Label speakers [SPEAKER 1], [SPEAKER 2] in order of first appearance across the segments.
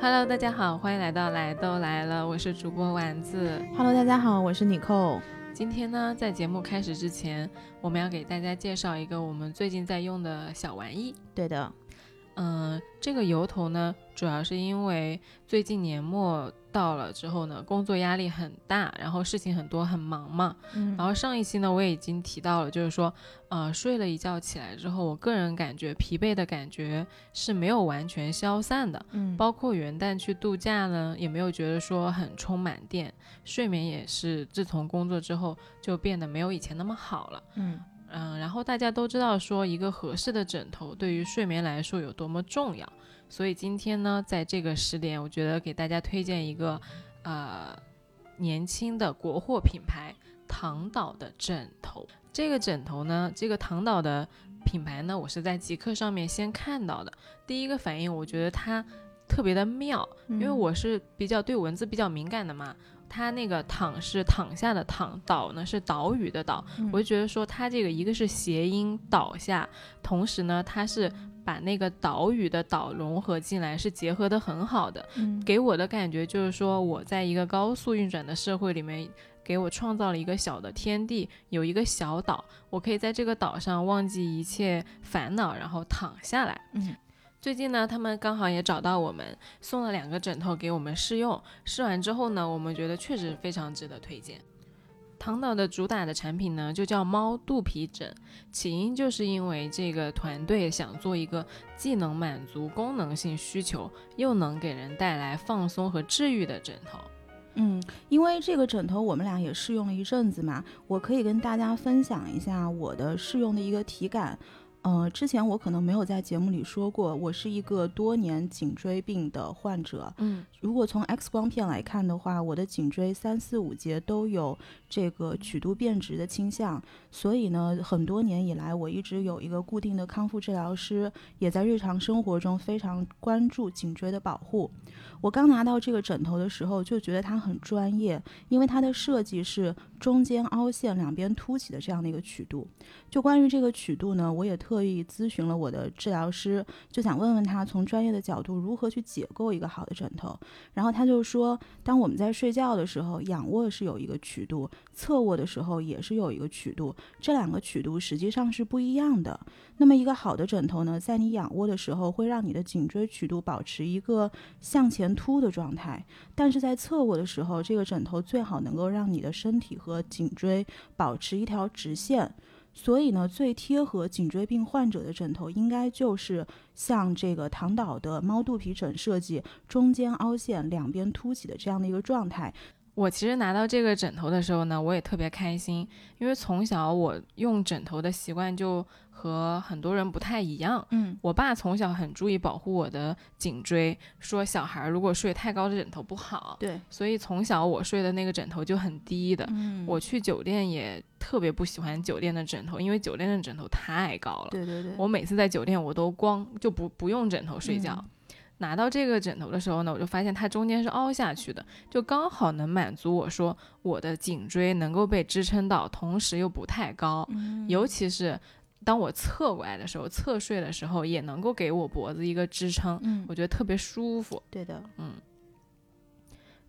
[SPEAKER 1] Hello，大家好，欢迎来到来都来了，我是主播丸子。
[SPEAKER 2] Hello，大家好，我是你扣。
[SPEAKER 1] 今天呢，在节目开始之前，我们要给大家介绍一个我们最近在用的小玩意。
[SPEAKER 2] 对的，
[SPEAKER 1] 嗯、这个由头呢，主要是因为最近年末到了之后呢，工作压力很大，然后事情很多，很忙嘛。
[SPEAKER 2] 嗯
[SPEAKER 1] 然后上一期呢，我也已经提到了，就是说，呃，睡了一觉起来之后，我个人感觉疲惫的感觉是没有完全消散的。
[SPEAKER 2] 嗯，
[SPEAKER 1] 包括元旦去度假呢，也没有觉得说很充满电，睡眠也是自从工作之后就变得没有以前那么好了。
[SPEAKER 2] 嗯
[SPEAKER 1] 嗯，然后大家都知道说一个合适的枕头对于睡眠来说有多么重要，所以今天呢，在这个时点，我觉得给大家推荐一个呃年轻的国货品牌唐岛的枕头。这个枕头呢，这个唐岛的品牌呢，我是在极客上面先看到的，第一个反应我觉得它特别的妙，因
[SPEAKER 2] 嗯
[SPEAKER 1] 为我是比较对文字比较敏感的嘛。它那个“躺”是躺下的“躺”，“岛”呢是岛屿的“岛”，
[SPEAKER 2] 嗯
[SPEAKER 1] 我就觉得说它这个一个是谐音倒下，同时呢，它是把那个岛屿的岛融合进来，是结合的很好的。
[SPEAKER 2] 嗯
[SPEAKER 1] 给我的感觉就是说，我在一个高速运转的社会里面，给我创造了一个小的天地，有一个小岛，我可以在这个岛上忘记一切烦恼，然后躺下来。
[SPEAKER 2] 嗯
[SPEAKER 1] 最近呢，他们刚好也找到我们，送了两个枕头给我们试用。试完之后呢，我们觉得确实非常值得推荐。唐岛的主打的产品呢，就叫猫肚皮枕，起因就是因为这个团队想做一个既能满足功能性需求，又能给人带来放松和治愈的枕头。
[SPEAKER 2] 嗯，因为这个枕头我们俩也试用了一阵子嘛，我可以跟大家分享一下我的试用的一个体感。呃，之前我可能没有在节目里说过，我是一个多年颈椎病的患者。
[SPEAKER 1] 嗯
[SPEAKER 2] 如果从 X 光片来看的话，我的颈椎三四五节都有这个曲度变直的倾向，所以呢，很多年以来我一直有一个固定的康复治疗师，也在日常生活中非常关注颈椎的保护。我刚拿到这个枕头的时候，就觉得它很专业，因为它的设计是中间凹陷、两边凸起的这样的一个曲度。就关于这个曲度呢，我也特意咨询了我的治疗师，就想问问他从专业的角度如何去解构一个好的枕头。然后他就说，当我们在睡觉的时候，仰卧是有一个曲度，侧卧的时候也是有一个曲度，这两个曲度实际上是不一样的。那么一个好的枕头呢，在你仰卧的时候，会让你的颈椎曲度保持一个向前凸的状态；但是在侧卧的时候，这个枕头最好能够让你的身体和颈椎保持一条直线。所以呢，最贴合颈椎病患者的枕头应该就是像这个唐岛的猫肚皮枕设计，中间凹陷、两边凸起的这样的一个状态。
[SPEAKER 1] 我其实拿到这个枕头的时候呢，我也特别开心，因为从小我用枕头的习惯就和很多人不太一样。
[SPEAKER 2] 嗯
[SPEAKER 1] 我爸从小很注意保护我的颈椎，说小孩儿如果睡太高的枕头不好，
[SPEAKER 2] 对，
[SPEAKER 1] 所以从小我睡的那个枕头就很低的。
[SPEAKER 2] 嗯
[SPEAKER 1] 我去酒店也特别不喜欢酒店的枕头，因为酒店的枕头太高了。
[SPEAKER 2] 对对对，
[SPEAKER 1] 我每次在酒店我都光就不不用枕头睡觉。
[SPEAKER 2] 嗯
[SPEAKER 1] 拿到这个枕头的时候呢，我就发现它中间是凹下去的，就刚好能满足我说我的颈椎能够被支撑到，同时又不太高。
[SPEAKER 2] 嗯
[SPEAKER 1] 尤其是当我侧过来的时候，侧睡的时候也能够给我脖子一个支撑，
[SPEAKER 2] 嗯
[SPEAKER 1] 我，觉得特别舒服。
[SPEAKER 2] 对的，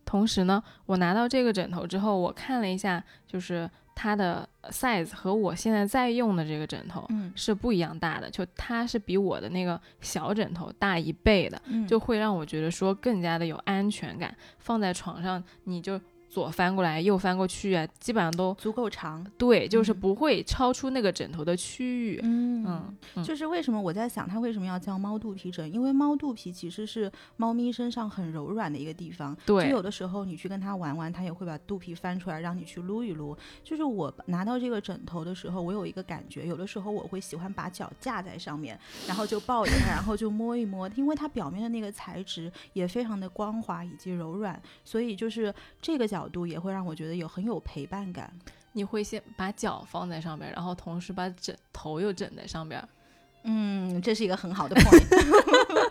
[SPEAKER 1] 同时呢，我拿到这个枕头之后，我看了一下，就是它的 size 和我现在在用的这个枕头
[SPEAKER 2] 嗯
[SPEAKER 1] 是不一样大的，就它是比我的那个小枕头大一倍的，
[SPEAKER 2] 嗯
[SPEAKER 1] 就会让我觉得说更加的有安全感。放在床上，你就左翻过来，右翻过去啊，基本上都
[SPEAKER 2] 足够长。
[SPEAKER 1] 对，就是
[SPEAKER 2] 嗯
[SPEAKER 1] 不会超出那个枕头的区域。
[SPEAKER 2] 嗯
[SPEAKER 1] 嗯，嗯
[SPEAKER 2] 就是为什么我在想它为什么要叫猫肚皮枕？因为猫肚皮其实是猫咪身上很柔软的一个地方，就
[SPEAKER 1] 对，
[SPEAKER 2] 有的时候你去跟它玩玩，它也会把肚皮翻出来让你去撸一撸。就是我拿到这个枕头的时候，我有一个感觉，有的时候我会喜欢把脚架在上面，然后就抱着它，然后就摸一摸，因为它表面的那个材质也非常的光滑以及柔软，所以就是这个角度也会让我觉得有很有陪伴感。
[SPEAKER 1] 你会先把脚放在上面，然后同时把枕头又枕在上边。 嗯
[SPEAKER 2] 嗯，这是一个很好的 point。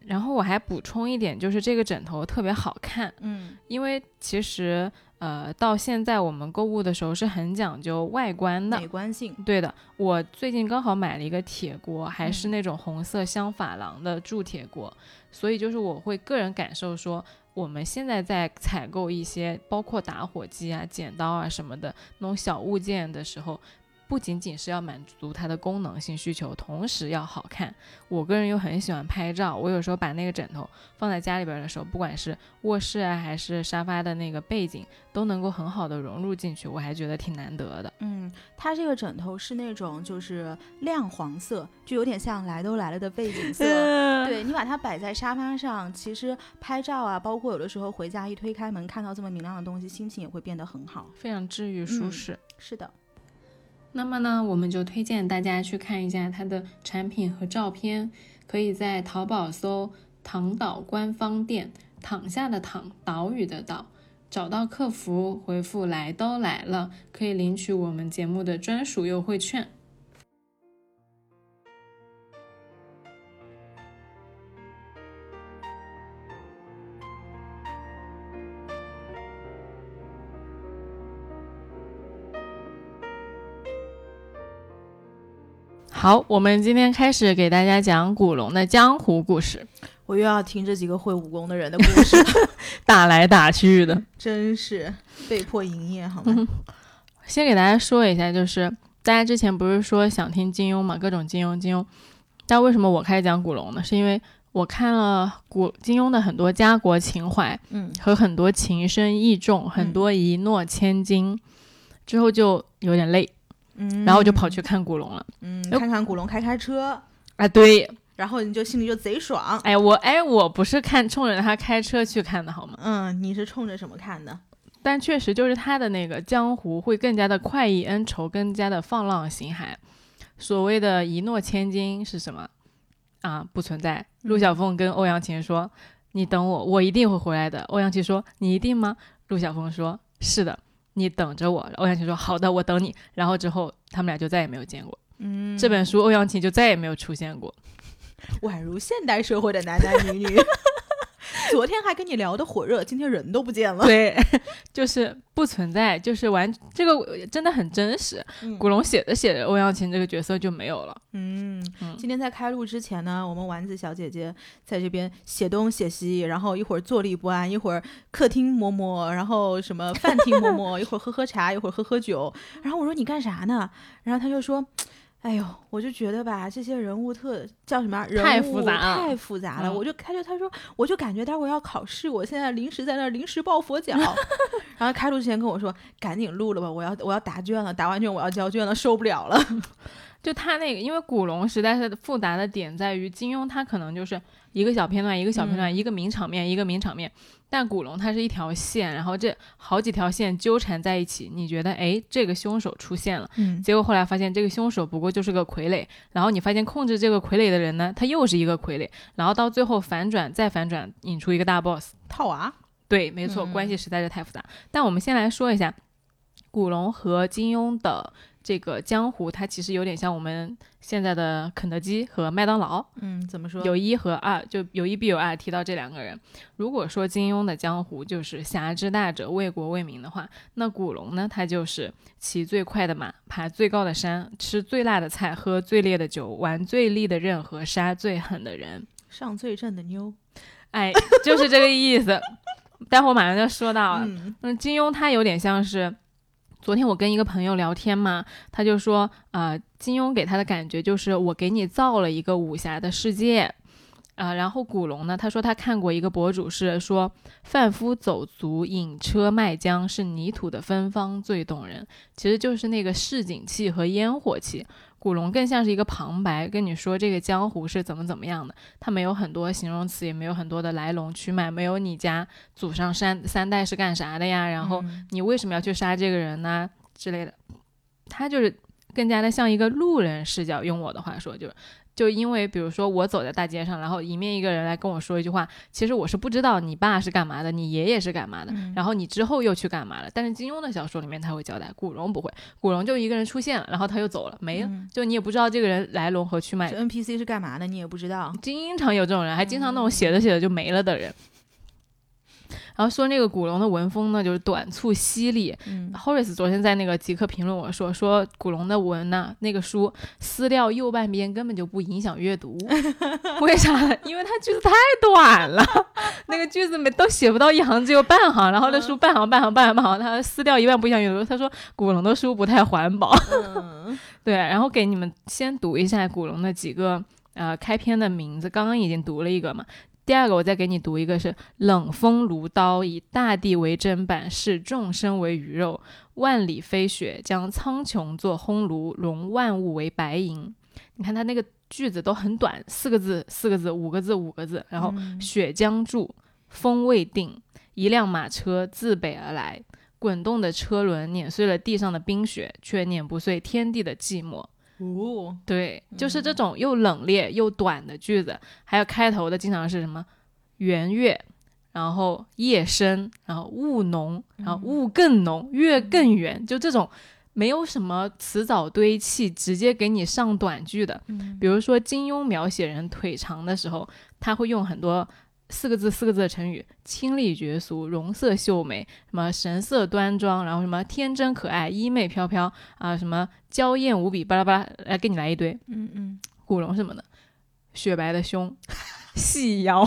[SPEAKER 1] 然后我还补充一点，就是这个枕头特别好看，
[SPEAKER 2] 嗯
[SPEAKER 1] 因为其实呃到现在我们购物的时候是很讲究外观的
[SPEAKER 2] 美。观性，
[SPEAKER 1] 对的，我最近刚好买了一个铁锅，还是
[SPEAKER 2] 嗯
[SPEAKER 1] 那种红色镶珐琅的铸铁锅，所以就是我会个人感受说，我们现在在采购一些包括打火机啊、剪刀啊什么的那种小物件的时候，不仅仅是要满足它的功能性需求，同时要好看。我个人又很喜欢拍照，我有时候把那个枕头放在家里边的时候，不管是卧室啊还是沙发的那个背景，都能够很好的融入进去，我还觉得挺难得的。
[SPEAKER 2] 嗯，它这个枕头是那种就是亮黄色，就有点像来都来了的背景色。 对你把它摆在沙发上，其实拍照啊，包括有的时候回家一推开门看到这么明亮的东西，心情也会变得很好。
[SPEAKER 1] 非常治愈舒
[SPEAKER 2] 嗯
[SPEAKER 1] 适。
[SPEAKER 2] 是的，
[SPEAKER 1] 那么呢，我们就推荐大家去看一下它的产品和照片，可以在淘宝搜“躺岛官方店”，躺下的躺，岛屿的岛。找到客服回复“来都来了”，可以领取我们节目的专属优惠券。好，我们今天开始给大家讲古龙的江湖故事，
[SPEAKER 2] 我又要听这几个会武功的人的故事，
[SPEAKER 1] 打来打去的。
[SPEAKER 2] 真是被迫营业好 吗？
[SPEAKER 1] 先给大家说一下，就是大家之前不是说想听金庸嘛，各种金庸金庸，但为什么我开始讲古龙呢？是因为我看了古金庸的很多家国情怀
[SPEAKER 2] 嗯
[SPEAKER 1] 和很多情深意重，很多一诺千金，之后就有点累，
[SPEAKER 2] 嗯，
[SPEAKER 1] 然后我就跑去看古龙了。
[SPEAKER 2] 嗯
[SPEAKER 1] 哎
[SPEAKER 2] 看看古龙开开车，
[SPEAKER 1] 啊，对，
[SPEAKER 2] 然后你就心里就贼爽。
[SPEAKER 1] 哎，我哎，我不是看冲着他开车去看的好吗？
[SPEAKER 2] 嗯，你是冲着什么看的？
[SPEAKER 1] 但确实就是他的那个江湖会更加的快意恩仇，更加的放浪形骸。所谓的一诺千金是什么啊？不存在。陆小凤跟欧阳琴说：“你等我，我一定会回来的。”欧阳琴说：“你一定吗？”陆小凤说：“是的，你等着我。”欧阳琴说：“好的，我等你。”然后之后他们俩就再也没有见过。
[SPEAKER 2] 嗯，
[SPEAKER 1] 这本书欧阳琴就再也没有出现过。
[SPEAKER 2] 宛如现代社会的男男女 女。昨天还跟你聊的火热，今天人都不见了。
[SPEAKER 1] 对， 就是不存在，就是完这个真的很真实。
[SPEAKER 2] 嗯
[SPEAKER 1] 古龙写着写着，欧阳琴这个角色就没有了。
[SPEAKER 2] 嗯
[SPEAKER 1] 嗯，
[SPEAKER 2] 今天在开录之前呢，我们丸子小姐姐在这边写东写西，然后一会儿坐立不安，一会儿客厅磨磨，然后什么饭厅磨磨，一会儿喝喝茶，一会儿喝喝酒。然后我说你干啥呢？然后她就说。哎呦，我就觉得吧，这些人物特叫什么啊人
[SPEAKER 1] 太
[SPEAKER 2] 物
[SPEAKER 1] 复杂了
[SPEAKER 2] 太复杂了。
[SPEAKER 1] 嗯
[SPEAKER 2] 我就开始，她说，我就感觉待会儿要考试，我现在临时在那儿临时抱佛脚。 然后开录之前跟我说，赶紧录了吧，我要我要答卷了，答完卷我要交卷了，受不了了。
[SPEAKER 1] 就他那个，因为古龙实在是复杂的点在于，金庸他可能就是一个小片段，一个小片段，一个名场面，一个名场面，但古龙它是一条线，然后这好几条线纠缠在一起，你觉得诶，这个凶手出现了，
[SPEAKER 2] 嗯，
[SPEAKER 1] 结果后来发现这个凶手不过就是个傀儡，然后你发现控制这个傀儡的人呢，他又是一个傀儡，然后到最后反转再反转，引出一个大 boss，
[SPEAKER 2] 套娃、
[SPEAKER 1] 对，没错，
[SPEAKER 2] 嗯
[SPEAKER 1] 关系实在是太复杂。但我们先来说一下古龙和金庸的这个江湖，它其实有点像我们现在的肯德基和麦当劳，
[SPEAKER 2] 嗯，怎么说？
[SPEAKER 1] 有一和二，就有一必有二。提到这两个人，如果说金庸的江湖就是侠之大者，为国为民的话，那古龙呢，他就是骑最快的马，爬最高的山，吃最辣的菜，喝最烈的酒，玩最利的刃和杀最狠的人。
[SPEAKER 2] 上最正的妞。
[SPEAKER 1] 哎，就是这个意思。 待会儿马上就说到了，
[SPEAKER 2] 嗯
[SPEAKER 1] 嗯，金庸他有点像是，昨天我跟一个朋友聊天嘛，他就说，呃，金庸给他的感觉就是我给你造了一个武侠的世界，呃，然后古龙呢，他说他看过一个博主是说，贩夫走卒，引车卖浆，是泥土的芬芳最动人，其实就是那个市井气和烟火气。古龙更像是一个旁白，跟你说这个江湖是怎么怎么样的，他没有很多形容词，也没有很多的来龙去脉，没有你家祖上三三代是干啥的呀？然后
[SPEAKER 2] 嗯
[SPEAKER 1] 你为什么要去杀这个人呢、之类的。他就是更加的像一个路人视角，用我的话说，就是就因为比如说我走在大街上，然后迎面一个人来跟我说一句话，其实我是不知道你爸是干嘛的，你爷爷是干嘛的，
[SPEAKER 2] 嗯
[SPEAKER 1] 然后你之后又去干嘛了。但是金庸的小说里面他会交代，古龙不会，古龙就一个人出现了，然后他又走了，没了，
[SPEAKER 2] 嗯
[SPEAKER 1] 就你也不知道这个人来龙和去脉
[SPEAKER 2] 这 NPC 是干嘛的，你也不知道。
[SPEAKER 1] 经常有这种人，还经常那
[SPEAKER 2] 嗯
[SPEAKER 1] 种写着写着就没了的人。然后说那个古龙的文风呢，就是短促犀利。
[SPEAKER 2] 嗯
[SPEAKER 1] Horace 昨天在那个极客评论我说，说古龙的文呐，那个书撕掉右半边根本就不影响阅读，为啥呢？因为它句子太短了， 那个句子没都写不到一行，只有半行，然后那书半行半行半行半行，他撕掉一半不影响阅读。他说古龙的书不太环保。
[SPEAKER 2] 嗯
[SPEAKER 1] 对，然后给你们先读一下古龙的几个呃开篇的名字，刚刚已经读了一个嘛。第二个，我再给你读一个是“冷风如刀，以大地为砧板，视众生为鱼肉。万里飞雪，将苍穹作烘炉，融万物为白银。”你看它那个句子都很短，四个字，四个字，五个字，五个字，然后
[SPEAKER 2] 嗯
[SPEAKER 1] 雪将住，风未定，一辆马车自北而来，滚动的车轮碾碎了地上的冰雪，却碾不碎天地的寂寞。
[SPEAKER 2] 哦，
[SPEAKER 1] 对，就是这种又冷冽又短的句子，还有开头的经常是什么圆月，然后夜深，然后雾浓，然后雾更浓，月更圆，就这种没有什么词藻堆砌，直接给你上短句的。
[SPEAKER 2] 嗯
[SPEAKER 1] 比如说金庸描写人腿长的时候，他会用很多四个字四个字的成语，清丽绝俗、容色秀美，什么神色端庄，然后什么天真可爱、衣袂飘飘啊、什么娇艳无比，巴拉巴拉，来给你来一堆。
[SPEAKER 2] 嗯嗯，
[SPEAKER 1] 古龙什么的，雪白的胸，细腰，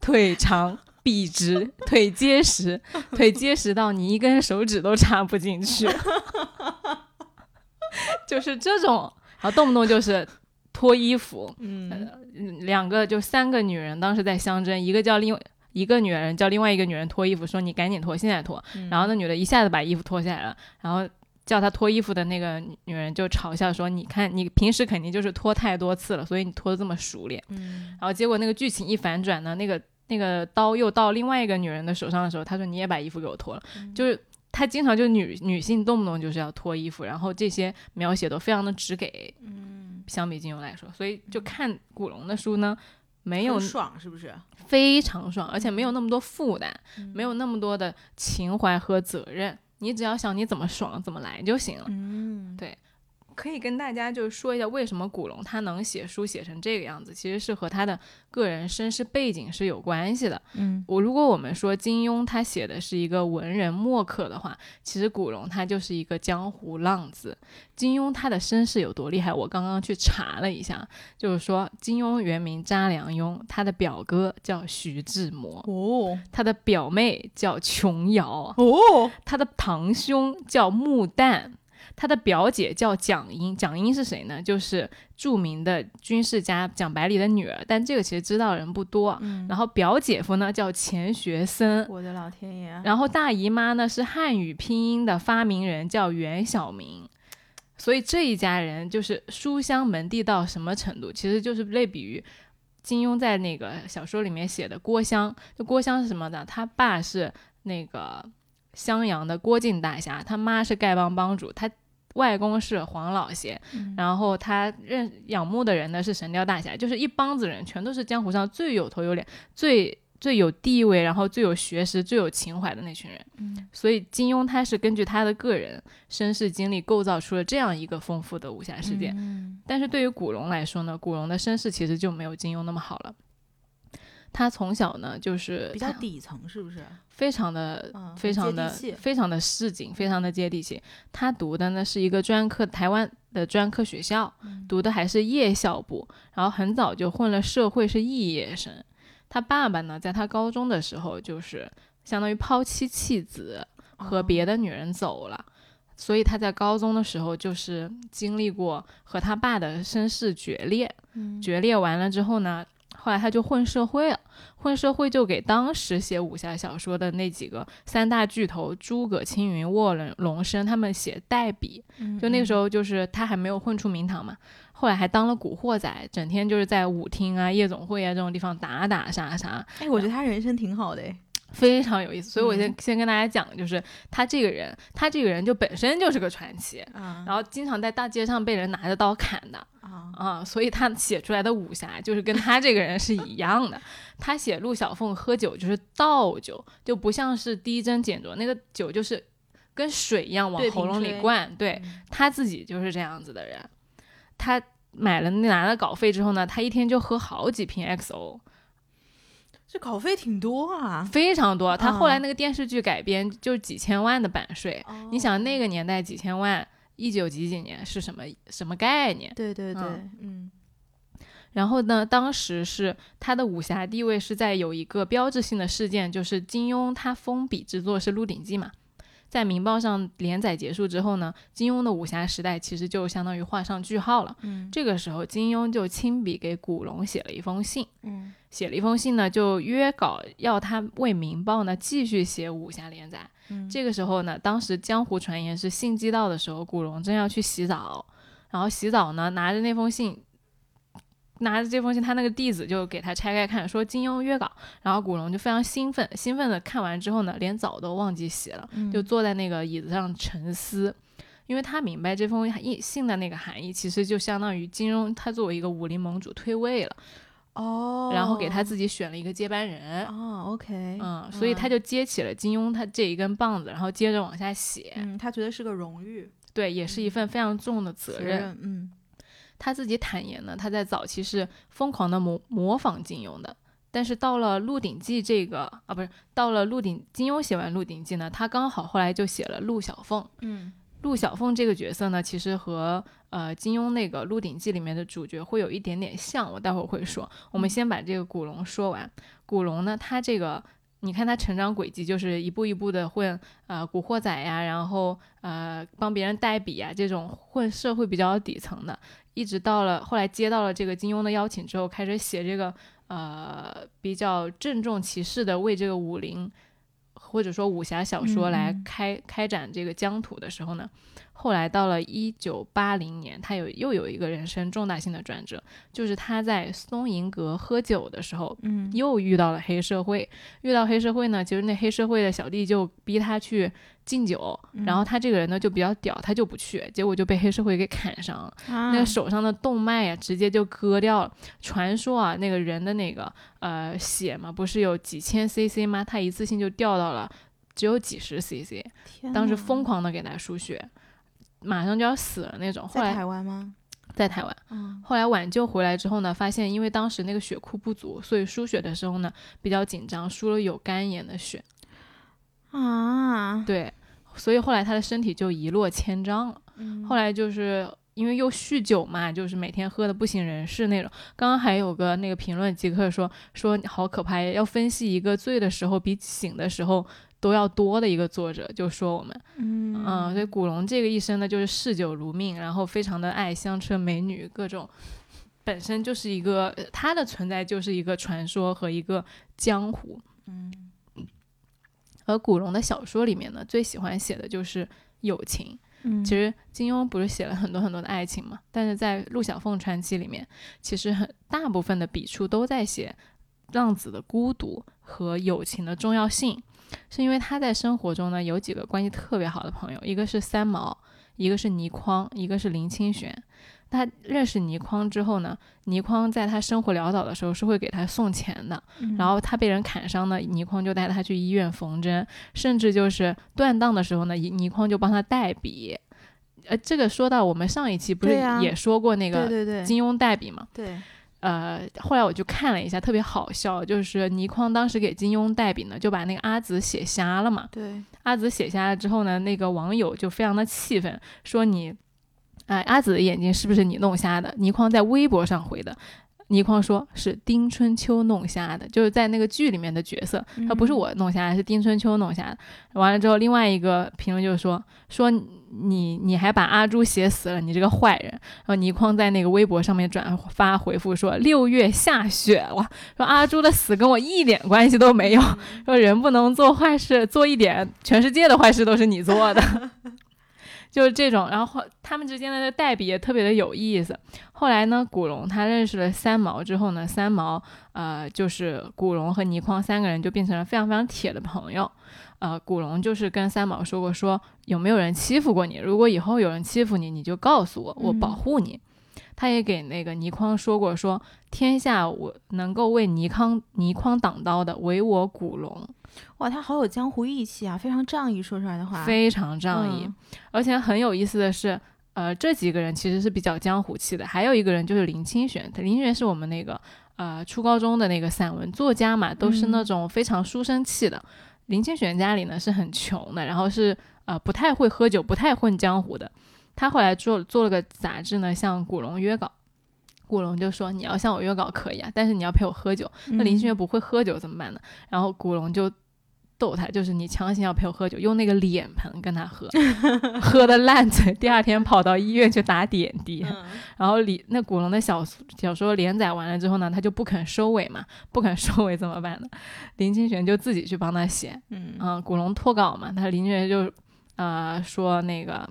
[SPEAKER 1] 腿长。笔直，腿结实，腿结实到你一根手指都插不进去，就是这种。然后动不动就是脱衣服，
[SPEAKER 2] 嗯，
[SPEAKER 1] 嗯两个就三个女人当时在相争，一个叫另一个女人叫另外一个女人脱衣服，说你赶紧脱，现在脱。
[SPEAKER 2] 嗯
[SPEAKER 1] 然后那女的一下子把衣服脱下来了，然后叫她脱衣服的那个女女人就嘲笑说：“你看你平时肯定就是脱太多次了，所以你脱的这么熟练。”
[SPEAKER 2] 嗯，
[SPEAKER 1] 然后结果那个剧情一反转呢，那个那个刀又到另外一个女人的手上的时候，她说：“你也把衣服给我脱了。就是她经常就女女性动不动就是要脱衣服，然后这些描写都非常的直给。
[SPEAKER 2] 嗯，
[SPEAKER 1] 相比金庸来说，所以就看古龙的书呢，没
[SPEAKER 2] 没
[SPEAKER 1] 有
[SPEAKER 2] 爽是不是？
[SPEAKER 1] 非常爽，而且没有那么多负担，没有那么多的情怀和责任。你只要想你怎么爽怎么来就行了。
[SPEAKER 2] 嗯，
[SPEAKER 1] 对可以跟大家就是说一下，为什么古龙他能写书写成这个样子，其实是和他的个人身世背景是有关系的。
[SPEAKER 2] 嗯
[SPEAKER 1] 我如果我们说金庸他写的是一个文人墨客的话，其实古龙他就是一个江湖浪子。金庸他的身世有多厉害？我刚刚去查了一下，就是说金庸原名查良镛，他的表哥叫徐志摩，
[SPEAKER 2] 哦
[SPEAKER 1] 他的表妹叫琼瑶，
[SPEAKER 2] 哦，
[SPEAKER 1] 他的堂兄叫穆旦，他的表姐叫蒋英。蒋英是谁呢？就是著名的军事家蒋百里的女儿，但这个其实知道人不多。
[SPEAKER 2] 嗯
[SPEAKER 1] 然后表姐夫呢叫钱学森，
[SPEAKER 2] 我的老天爷，
[SPEAKER 1] 然后大姨妈呢是汉语拼音的发明人，叫袁晓明。所以这一家人就是书香门第到什么程度，其实就是类比于金庸在那个小说里面写的郭襄。就郭襄是什么呢？他爸是那个襄阳的郭靖大侠，他妈是丐帮帮主，他外公是黄老邪，
[SPEAKER 2] 嗯
[SPEAKER 1] 然后他认仰慕的人呢是神雕大侠，就是一帮子人，全都是江湖上最有头有脸、最最有地位，然后最有学识、最有情怀的那群人。
[SPEAKER 2] 嗯
[SPEAKER 1] 所以金庸他是根据他的个人身世经历构造出了这样一个丰富的武侠世界。
[SPEAKER 2] 嗯
[SPEAKER 1] 但是对于古龙来说呢，古龙的身世其实就没有金庸那么好了。他从小呢，就是
[SPEAKER 2] 比
[SPEAKER 1] 他
[SPEAKER 2] 较底层是不是？
[SPEAKER 1] 非常的
[SPEAKER 2] 嗯，
[SPEAKER 1] 非常的
[SPEAKER 2] 接地气
[SPEAKER 1] 非常的市井，非常的接地气。他读的呢是一个专科台湾的专科学校，
[SPEAKER 2] 嗯
[SPEAKER 1] 读的还是夜校部，然后很早就混了社会，是肄业生。他爸爸呢，在他高中的时候就是相当于抛妻弃子，
[SPEAKER 2] 哦
[SPEAKER 1] 和别的女人走了。所以他在高中的时候就是经历过和他爸的身世决裂，
[SPEAKER 2] 嗯
[SPEAKER 1] 决裂完了之后呢，后来他就混社会了。混社会就给当时写武侠小说的那几个三大巨头诸葛青云、卧龙龙生他们写代笔。就那个时
[SPEAKER 2] 候，
[SPEAKER 1] 候，就是他还没有混出名堂嘛，后来还当了古惑仔，整天就是在舞厅啊、夜总会啊这种地方打打杀杀。
[SPEAKER 2] 哎，我觉得他人生挺好的，哎
[SPEAKER 1] 非常有意思。所以我先
[SPEAKER 2] 嗯
[SPEAKER 1] 先跟大家讲，就是他这个人，他这个人就本身就是个传奇，
[SPEAKER 2] 啊
[SPEAKER 1] 然后经常在大街上被人拿着刀砍的
[SPEAKER 2] 啊
[SPEAKER 1] 啊，所以他写出来的武侠就是跟他这个人是一样 的。他写陆小凤喝酒就是倒酒，就不像是滴针减酌，那个酒就是跟水一样往
[SPEAKER 2] 对
[SPEAKER 1] 喉
[SPEAKER 2] 瓶
[SPEAKER 1] 咙里
[SPEAKER 2] 吹
[SPEAKER 1] 灌。对，
[SPEAKER 2] 嗯
[SPEAKER 1] 他自己就是这样子的人。他买了那拿了稿费之后呢，他一天就喝好几瓶 XO，
[SPEAKER 2] 这稿费挺多啊。
[SPEAKER 1] 非常多。他
[SPEAKER 2] 啊
[SPEAKER 1] 后来那个电视剧改编就是几千万的版税，你想那
[SPEAKER 2] 个，
[SPEAKER 1] 个年代几千万，一九几几年是什么什么概念？
[SPEAKER 3] 对对对，
[SPEAKER 1] 嗯
[SPEAKER 2] 嗯，
[SPEAKER 1] 然后呢，当时是他的武侠地位是在有一个标志性的事件，就是金庸他封笔之作是《鹿鼎记》嘛。在《明报》上连载结束之后呢，金庸的武侠时代其实就相当于画上句号了。
[SPEAKER 2] 嗯
[SPEAKER 1] 这个时候，金庸就亲笔给古龙写了一封信，
[SPEAKER 2] 嗯
[SPEAKER 1] 写了一封信呢，就约稿要他为《明报呢》继续写武侠连载。
[SPEAKER 2] 嗯
[SPEAKER 1] 这个时候呢，当时江湖传言是信寄到的时候，古龙正要去洗澡，然后洗澡呢，拿着那封信，拿着这封信，他那个弟子就给他拆开看，说金庸约稿，然后古龙就非常兴奋，兴奋的看完之后呢，连澡都忘记洗了，
[SPEAKER 2] 嗯
[SPEAKER 1] 就坐在那个椅子上沉思。因为他明白这封意信的那个含义，其实就相当于金庸他作为一个武林盟主退位了，
[SPEAKER 2] 哦，
[SPEAKER 1] 然后给他自己选了一个接班人，
[SPEAKER 2] 哦，OK，
[SPEAKER 1] 嗯，所以他就接起了金庸他这一根棒子，然后接着往下写，
[SPEAKER 2] 嗯，他觉得是个荣誉
[SPEAKER 1] 对，也是一份非常重的嗯责
[SPEAKER 2] 责
[SPEAKER 1] 任。，
[SPEAKER 2] 嗯
[SPEAKER 1] 他自己坦言呢，他在早期是疯狂的模模仿金庸的，但是到了《鹿鼎记》这个啊，不是到了《鹿鼎》，金庸写完《鹿鼎记》呢，他刚好后来就写了陆小凤。
[SPEAKER 2] 嗯
[SPEAKER 1] 陆小凤这个角色呢，其实和呃金庸那个《鹿鼎记》里面的主角会有一点点像，我待会儿会说。我们先把这个古龙说完。古龙呢，他这个你看他成长轨迹就是一步一步的混呃古惑仔呀，然后呃帮别人代笔啊这种混社会比较底层的，一直到了后来接到了这个金庸的邀请之后，开始写这个呃比较郑重其事的为这个武林。或者说武侠小说来
[SPEAKER 2] 嗯嗯
[SPEAKER 1] 开、开展这个疆土的时候呢，后来到了一九八零年，他有又有一个人生重大性的转折，就是他在松营阁喝酒的时候，
[SPEAKER 2] 嗯
[SPEAKER 1] 又遇到了黑社会。遇到黑社会呢，其实那黑社会的小弟就逼他去敬酒，
[SPEAKER 2] 嗯
[SPEAKER 1] 然后他这个人呢就比较屌，他就不去，结果就被黑社会给砍伤了，那
[SPEAKER 2] 那
[SPEAKER 1] 个手上的动脉呀、直接就割掉了。传说啊，那个人的那个呃血嘛，不是有几千 cc 吗？他一次性就掉到了只有几十 cc，当
[SPEAKER 2] 嗯
[SPEAKER 1] 时疯，狂的给他输血。马上就要死了那种，后
[SPEAKER 2] 天哪在
[SPEAKER 1] 来
[SPEAKER 2] 台湾吗？
[SPEAKER 1] 在台湾，
[SPEAKER 2] 嗯
[SPEAKER 1] 后来挽救回来之后呢，发现因为当时那个血库不足，所以输血的时候呢比较紧张，输了有肝炎的血。
[SPEAKER 2] 啊，
[SPEAKER 1] 对，所以后来他的身体就一落千丈了。
[SPEAKER 2] 嗯
[SPEAKER 1] 后来就是因为又酗酒嘛，就是每天喝的不省人事那种。刚刚还有个那个评论即刻说说好可怕，要分析一个醉的时候比醒的时候都要多的一个作者，就说我们。
[SPEAKER 2] 嗯
[SPEAKER 1] 嗯，所以古龙这个一生呢，就是嗜酒如命，然后非常的爱乡村美女，各种，本身就是一个呃他的存在就是一个传说和一个江湖。
[SPEAKER 2] 嗯
[SPEAKER 1] 而古龙的小说里面呢，最喜欢写的就是友情。
[SPEAKER 2] 嗯，
[SPEAKER 1] 其实金庸不是写了很多很多的爱情嘛，但是在《陆小凤传奇》里面，其实很大部分的笔触都在写浪子的孤独和友情的重要性，是因为他在生活中呢有几个关系特别好的朋友，一个是三毛，一个是倪匡，一个是林清玄。他认识倪匡之后呢，倪匡在他生活潦倒的时候是会给他送钱的，
[SPEAKER 2] 嗯
[SPEAKER 1] 然后他被人砍伤呢，倪匡就带他去医院缝针，甚至就是断档的时候呢，倪倪匡就帮他代笔。呃，这个说到我们上一期不是
[SPEAKER 2] 对呀
[SPEAKER 1] 也说过那
[SPEAKER 2] 对
[SPEAKER 1] 个
[SPEAKER 2] 对对
[SPEAKER 1] 金庸代笔嘛？
[SPEAKER 2] 对，
[SPEAKER 1] 呃，后来我就看了一下，特别好笑，就是倪匡当时给金庸代笔呢，就把那个阿紫写瞎了嘛。
[SPEAKER 2] 对，
[SPEAKER 1] 阿紫写瞎了之后呢，那个网友就非常的气愤，说你，哎、阿紫的眼睛是不是你弄瞎的？倪匡在微博上回的，倪匡说是丁春秋弄瞎的，就是在那个剧里面的角色，他不是
[SPEAKER 2] 嗯
[SPEAKER 1] 我弄瞎的，是丁春秋弄瞎的。完了之后，另外一个评论就说说你你还把阿朱写死了，你这个坏人。然后倪匡在那个微博上面转发回复说六月下雪了，说阿朱的死跟我一点关系都没有。说人不能做坏事，做一点，全世界的坏事都是你做的。就是这种。然后他们之间的代笔也特别的有意思。后来呢，古龙他认识了三毛之后呢，三毛呃就是古龙和倪匡三个人就变成了非常非常铁的朋友。呃，古龙就是跟三毛说过说，有没有人欺负过你？如果以后有人欺负你，你就告诉我，我保
[SPEAKER 2] 嗯
[SPEAKER 1] 护你。他也给那个倪匡说过说，天下我能够为倪匡倪匡挡刀的，唯我古龙。
[SPEAKER 2] 哇，他好有江湖义气啊，非常仗义。说出来的话，
[SPEAKER 1] 非常仗义。
[SPEAKER 2] 嗯
[SPEAKER 1] 而且很有意思的是，呃，这几个人其实是比较江湖气的，还有一个人就是林清玄，林清玄是我们那个呃初高中的那个散文作家嘛，都是那
[SPEAKER 2] 嗯
[SPEAKER 1] 种非常书生气的。林清玄家里呢是很穷的，然后是呃不太会喝酒，不太混江湖的。他后来做做了个杂志呢，向古龙约稿。古龙就说：“你要向我约稿可以啊，但是你要陪我喝酒。”那林清
[SPEAKER 2] 嗯
[SPEAKER 1] 玄不会喝酒怎么办呢？然后古龙就逗他，就是你强行要陪我喝酒，用那个脸盆跟他 喝，喝的烂醉，第二天跑到医院去打点
[SPEAKER 2] 嗯
[SPEAKER 1] 滴。然后李那古龙的小说小说连载完了之后呢，他就不肯收尾嘛，不肯收尾怎么办呢？林清玄就自己去帮他写，
[SPEAKER 2] 嗯嗯
[SPEAKER 1] 嗯、古龙脱稿嘛，他林觉就呃说那个。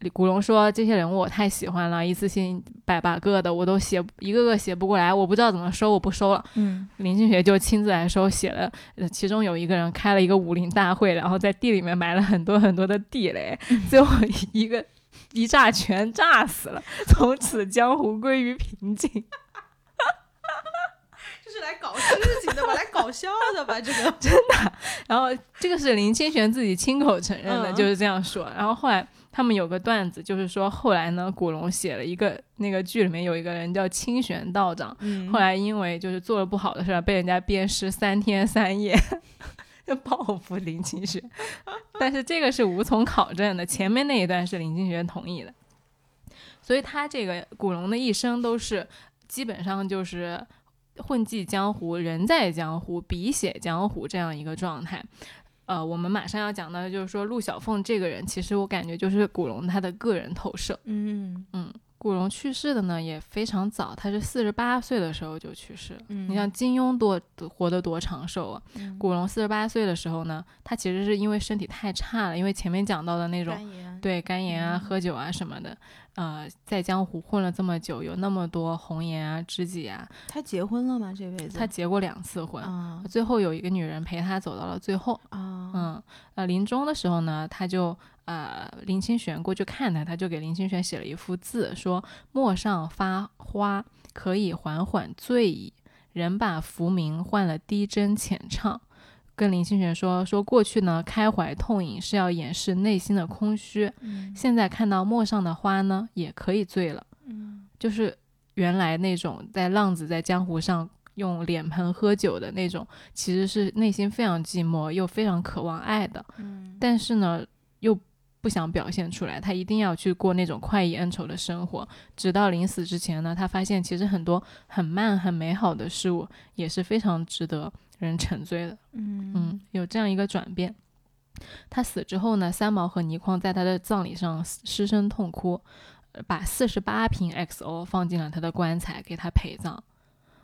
[SPEAKER 1] 李古龙说：“这些人物我太喜欢了，一次性百把个的，我都写一个个写不过来，我不知道怎么收，我不收了。
[SPEAKER 2] 嗯，
[SPEAKER 1] 林清玄就亲自来收，写了，呃，其中有一个人开了一个武林大会，然后在地里面埋了很多很多的地雷，最后一个一炸全炸死了， 从此江湖归于平静。
[SPEAKER 2] 这是来搞事情的吧？来搞笑的吧？这个，
[SPEAKER 1] 然后这个是林清玄自己亲口承认的，
[SPEAKER 2] 嗯
[SPEAKER 1] 就是这样说。然后后来他们有个段子，就是说后来呢，古龙写了一个那个剧里面有一个人叫清玄道长，
[SPEAKER 2] 嗯
[SPEAKER 1] 后来因为就是做了不好的事儿，被人家鞭尸三天三夜， 就报复林清玄。但是这个是无从考证的，前面那一段是林清玄同意的，所以他这个古龙的一生都是基本上就是。混迹江湖，人在江湖，笔写江湖这样一个状态。呃，我们马上要讲到的就是说，陆小凤这个人，其实我感觉就是古龙他的个人投射。
[SPEAKER 2] 嗯
[SPEAKER 1] 古龙去世的呢也非常早，他是四十八岁的时候就去世了。
[SPEAKER 2] 嗯
[SPEAKER 1] 你像金庸多多活得多长寿啊！
[SPEAKER 2] 嗯
[SPEAKER 1] 古龙四十八岁的时候呢，他其实是因为身体太差了，因为前面讲到的那种
[SPEAKER 2] 肝炎，
[SPEAKER 1] 对肝炎啊、
[SPEAKER 2] 嗯
[SPEAKER 1] 喝酒啊什么的，呃，在江湖混了这么久，有那么多红颜啊、知己啊，
[SPEAKER 2] 他结婚了吗？这辈子
[SPEAKER 1] 他结过两次婚，
[SPEAKER 2] 啊
[SPEAKER 1] 最后有一个女人陪他走到了最后。
[SPEAKER 2] 啊
[SPEAKER 1] 嗯，呃，临终的时候呢，他就呃，林清玄过去看他，他就给林清玄写了一幅字，说“陌上发花，可以缓缓醉矣。人把浮名换了低斟浅唱。”跟林清玄说说过去呢，开怀痛饮是要掩饰内心的空虚，
[SPEAKER 2] 嗯
[SPEAKER 1] 现在看到陌上的花呢，也可以醉了。
[SPEAKER 2] 嗯
[SPEAKER 1] 就是原来那种在浪子在江湖上用脸盆喝酒的那种，其实是内心非常寂寞又非常渴望爱的，
[SPEAKER 2] 嗯
[SPEAKER 1] 但是呢又不想表现出来，他一定要去过那种快意恩仇的生活，直到临死之前呢，他发现其实很多很慢很美好的事物也是非常值得人沉醉的。
[SPEAKER 2] 嗯
[SPEAKER 1] 嗯，有这样一个转变。他死之后呢，三毛和倪匡在他的葬礼上失失声痛哭，呃把四十八瓶 XO 放进了他的棺材，给他陪葬。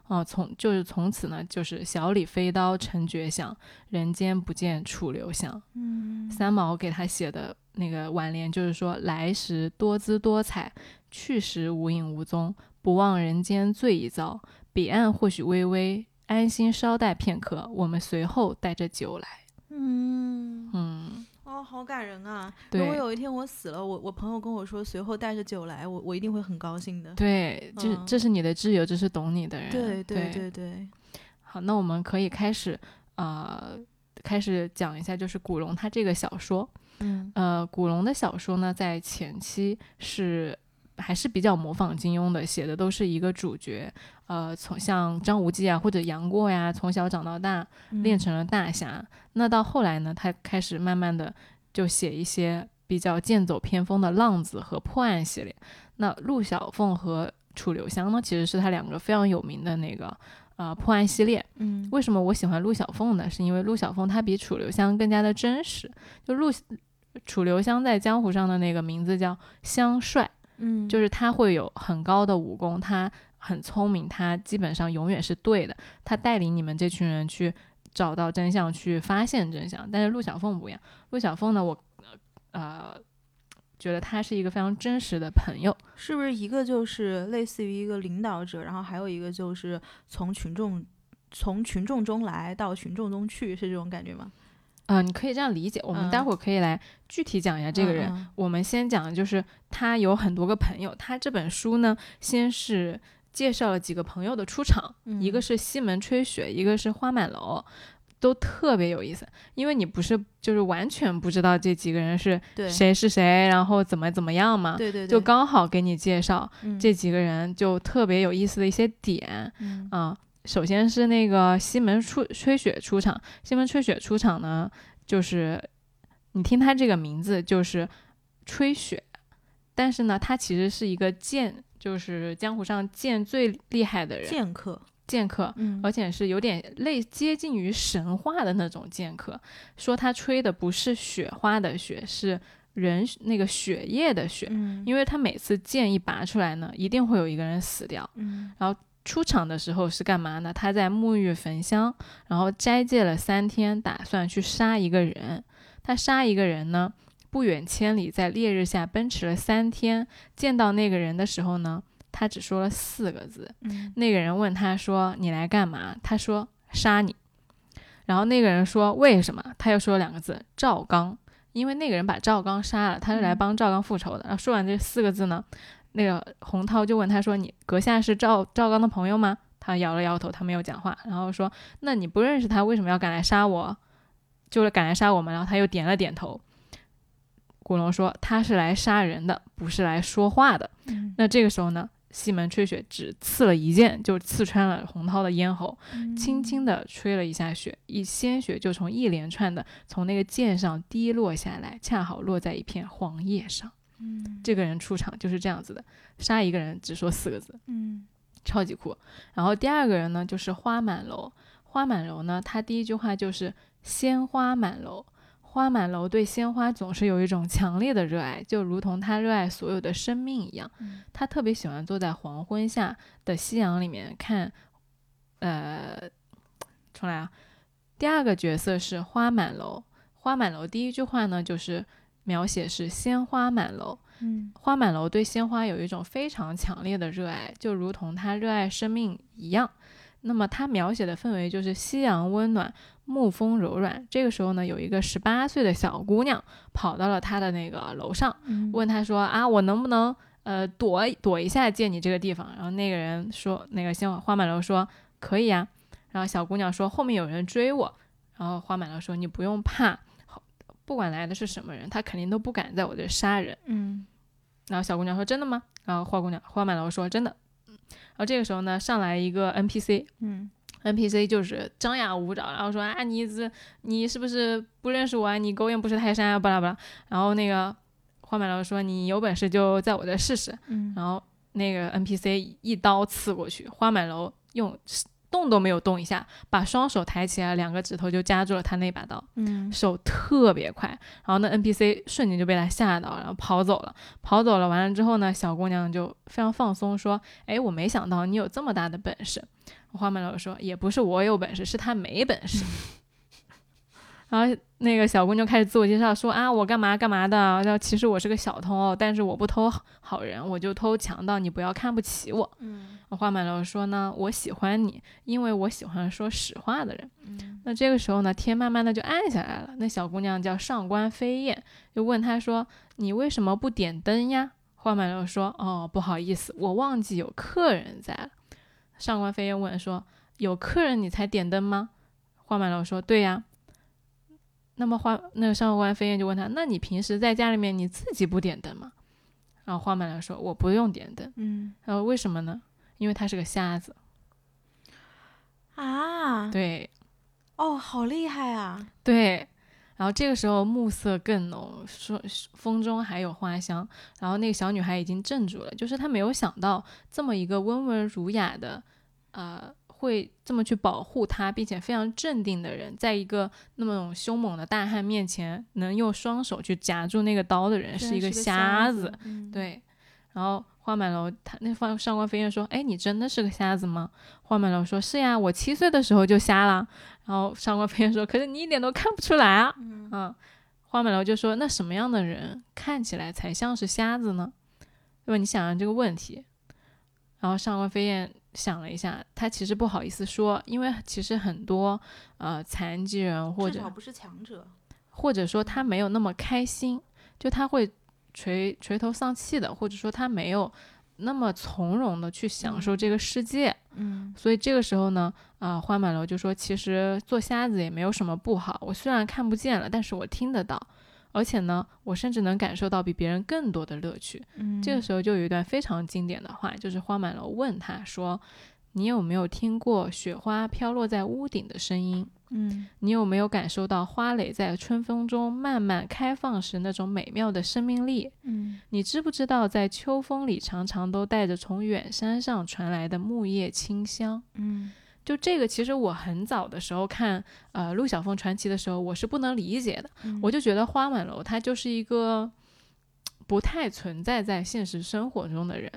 [SPEAKER 1] 啊，从就是从此呢，就是小李飞刀成绝响，人间不见楚留香。
[SPEAKER 2] 嗯
[SPEAKER 1] 三毛给他写的那个挽联就是说：来时多姿多彩，去时无影无踪，不忘人间醉一遭。彼岸或许微微，安心稍待片刻，我们随后带着酒来。
[SPEAKER 2] 嗯，
[SPEAKER 1] 嗯，
[SPEAKER 2] 哦，好感人啊！如果
[SPEAKER 1] 对。
[SPEAKER 2] 有一天我死了，我我朋友跟我说随后带着酒来，我我一定会很高兴的。
[SPEAKER 1] 对，这、
[SPEAKER 2] 嗯
[SPEAKER 1] 这是你的挚友，这是懂你的人。
[SPEAKER 2] 对
[SPEAKER 1] 对
[SPEAKER 2] 对对，
[SPEAKER 1] 好，那我们可以开始，呃，开始讲一下，就是古龙他这个小说。
[SPEAKER 2] 嗯
[SPEAKER 1] 呃，古龙的小说呢，在前期是还是比较模仿金庸的，写的都是一个主角，呃，从像张无忌啊或者杨过呀，从小长到大，呃练成了大侠。那到后来呢，他开始慢慢的就写一些比较剑走偏锋的浪子和破案系列。那陆小凤和楚留香呢，其实是他两个非常有名的那个。呃，破案系列
[SPEAKER 2] 嗯
[SPEAKER 1] 为什么我喜欢陆小凤呢？是因为陆小凤她比楚留香更加的真实。就陆楚留香在江湖上的那个名字叫香帅，
[SPEAKER 2] 嗯
[SPEAKER 1] 就是他会有很高的武功，他很聪明，他基本上永远是对的。他带领你们这群人去找到真相，去发现真相。但是陆小凤不一样，陆小凤呢，我呃觉得他是一个非常真实的朋友。
[SPEAKER 2] 是不是一个就是类似于一个领导者，然后还有一个就是从群众从群众中来到群众中去，是这种感觉吗？
[SPEAKER 1] 啊、你可以这样理解。我们
[SPEAKER 2] 嗯
[SPEAKER 1] 待会儿可以来具体讲一下这个人。
[SPEAKER 2] 嗯
[SPEAKER 1] 我们先讲，就是他有很多个朋友。他这本书呢，先是介绍了几个朋友的出场，
[SPEAKER 2] 嗯
[SPEAKER 1] 一个是西门吹雪，一个是花满楼，都特别有意思。因为你不是就是完全不知道这几个人是
[SPEAKER 2] 对
[SPEAKER 1] 谁是谁，然后怎么怎么样嘛，
[SPEAKER 2] 对对对，
[SPEAKER 1] 就刚好给你介绍
[SPEAKER 2] 嗯
[SPEAKER 1] 这几个人就特别有意思的一些点。
[SPEAKER 2] 嗯
[SPEAKER 1] 啊，首先是那个西门吹吹雪出场，西门吹雪出场呢，就是你听他这个名字就是吹雪，但是呢，他其实是一个剑，就是江湖上剑最厉害的人，
[SPEAKER 2] 剑客，
[SPEAKER 1] 剑客。
[SPEAKER 2] 嗯
[SPEAKER 1] 而且是有点类接近于神话的那种剑客，说他吹的不是雪花的雪，是人那个血液的血，
[SPEAKER 2] 嗯
[SPEAKER 1] 因为他每次剑一拔出来呢，一定会有一个人死掉。
[SPEAKER 2] 嗯
[SPEAKER 1] 出场的时候是干嘛呢？他在沐浴焚香，然后斋戒了三天，打算去杀一个人。他杀一个人呢，不远千里，在烈日下奔驰了三天。见到那个人的时候呢，他只说了四个字。
[SPEAKER 2] 嗯
[SPEAKER 1] 那个人问他说：“你来干嘛？”他说：“杀你。”然后那个人说：“为什么？”他又说了两个字：“赵刚。”因为那个人把赵刚杀了，他是来
[SPEAKER 2] 嗯
[SPEAKER 1] 帮赵刚复仇的。然后说完这四个字呢，那个洪涛就问他说：“你阁下是赵赵刚的朋友吗？”他摇了摇头，他没有讲话。然后说：“那你不认识他，为什么要赶来杀我？就是赶来杀我们。”然后他又点了点头。古龙说：“他是来杀人的，不是来说话的。”
[SPEAKER 2] 嗯
[SPEAKER 1] 那这个时候呢，西门吹雪只刺了一剑，就刺穿了洪涛的咽喉，轻轻地吹了一下雪，一鲜血就从一连串的从那个剑上滴落下来，恰好落在一片黄叶上。
[SPEAKER 2] 嗯
[SPEAKER 1] 这个人出场就是这样子的，杀一个人只说四个字，
[SPEAKER 2] 嗯
[SPEAKER 1] 超级酷。然后第二个人呢，就是花满楼。花满楼呢，他第一句话就是“鲜花满楼”。花满楼对鲜花总是有一种强烈的热爱，就如同他热爱所有的生命一样。
[SPEAKER 2] 嗯
[SPEAKER 1] 他特别喜欢坐在黄昏下的夕阳里面看，呃，重来啊。第二个角色是花满楼，花满楼第一句话呢就是描写是鲜花满楼，
[SPEAKER 2] 嗯
[SPEAKER 1] 花满楼对鲜花有一种非常强烈的热爱，就如同他热爱生命一样。那么他描写的氛围就是夕阳温暖，沐风柔软。这个时候呢，有一个十八岁的小姑娘跑到了他的那个楼上，
[SPEAKER 2] 嗯
[SPEAKER 1] 问他说啊，我能不能呃躲躲一下见你这个地方？然后那个人说，那个鲜花花满楼说可以啊。然后小姑娘说后面有人追我，然后花满楼说你不用怕，好不管来的是什么人，他肯定都不敢在我这杀人。
[SPEAKER 2] 嗯
[SPEAKER 1] 然后小姑娘说真的吗？然后花姑娘花满楼说真的。然后这个时候呢，上来一个 NPC，
[SPEAKER 2] 嗯
[SPEAKER 1] NPC 就是张牙舞爪，然后说啊，你这你是不是不认识我啊？你狗眼不识泰山啊，巴拉巴拉。然后那个花满楼说，你有本事就在我这试试。
[SPEAKER 2] 嗯
[SPEAKER 1] 然后那个 NPC 一刀刺过去，花满楼用动都没有动一下，把双手抬起来，两个指头就夹住了他那把刀。
[SPEAKER 2] 嗯
[SPEAKER 1] 手特别快，然后那 NPC 瞬间就被他吓到，然后跑走了。跑走了，完了之后呢，小姑娘就非常放松，说：“哎，我没想到你有这么大的本事。”花满楼说：“也不是我有本事，是他没本事。”然后那个小姑娘开始自我介绍说：“啊，我干嘛干嘛的，然后其实我是个小偷哦，但是我不偷好人，我就偷强盗，你不要看不起我。”
[SPEAKER 2] 嗯
[SPEAKER 1] 花满楼说呢，我喜欢你，因为我喜欢说实话的人。
[SPEAKER 2] 嗯
[SPEAKER 1] 那这个时候呢，天慢慢的就暗下来了。那小姑娘叫上官飞燕，就问她说：“你为什么不点灯呀？”花满楼说：“哦，不好意思，我忘记有客人在了。”上官飞燕问说：“有客人你才点灯吗？”花满楼说：“对呀。”那么花那个上官飞燕就问他：“那你平时在家里面你自己不点灯吗？”然后花满楼说：“我不用点灯。
[SPEAKER 2] 嗯”
[SPEAKER 1] 然后为什么呢？因为他是个瞎子。
[SPEAKER 2] 啊，
[SPEAKER 1] 对，
[SPEAKER 2] 哦，好厉害啊！
[SPEAKER 1] 对，然后这个时候暮色更浓，说风中还有花香。然后那个小女孩已经镇住了，就是她没有想到这么一个温文儒雅的，呃，会这么去保护她，并且非常镇定的人，在一个那么种凶猛的大汉面前，能用双手去夹住那个刀的人
[SPEAKER 2] 居
[SPEAKER 1] 呃是
[SPEAKER 2] 然
[SPEAKER 1] 一
[SPEAKER 2] 是个
[SPEAKER 1] 瞎
[SPEAKER 2] 瞎子，嗯，
[SPEAKER 1] 对，然后花满楼他那方上官飞燕说：“哎，你真的是个瞎子吗？”花满楼说：“是呀，我七岁的时候就瞎了。”然后上官飞燕说：“可是你一点都看不出来啊。”
[SPEAKER 2] 嗯
[SPEAKER 1] 嗯，花美楼就说：“那什么样的人看起来才像是瞎子呢？”对吧？你想想啊这个问题。然后上官飞燕想了一下，她其实不好意思说，因为其实很多呃残疾人或
[SPEAKER 2] 至
[SPEAKER 1] 者
[SPEAKER 2] 少不是强者。
[SPEAKER 1] 或者说他没有那么开心，就他会垂垂头丧气的，或者说他没有那么从容的去享受这个世界。
[SPEAKER 2] 嗯
[SPEAKER 1] 所以这个时候呢，啊、花满楼就说，其实做瞎子也没有什么不好。我虽然看不见了，但是我听得到，而且呢，我甚至能感受到比别人更多的乐趣。
[SPEAKER 2] 嗯
[SPEAKER 1] 这个时候就有一段非常经典的话，就是花满楼问他说：“你有没有听过雪花飘落在屋顶的声音？”
[SPEAKER 2] 嗯
[SPEAKER 1] 你有没有感受到花蕾在春风中慢慢开放时那种美妙的生命力？
[SPEAKER 2] 嗯
[SPEAKER 1] 你知不知道，在秋风里常常都带着从远山上传来的木叶清香？
[SPEAKER 2] 嗯
[SPEAKER 1] 就这个，其实我很早的时候看呃陆小凤传奇的时候，我是不能理解的，
[SPEAKER 2] 嗯
[SPEAKER 1] 我就觉得花满楼他就是一个嘖不太存在在现实生活中的人，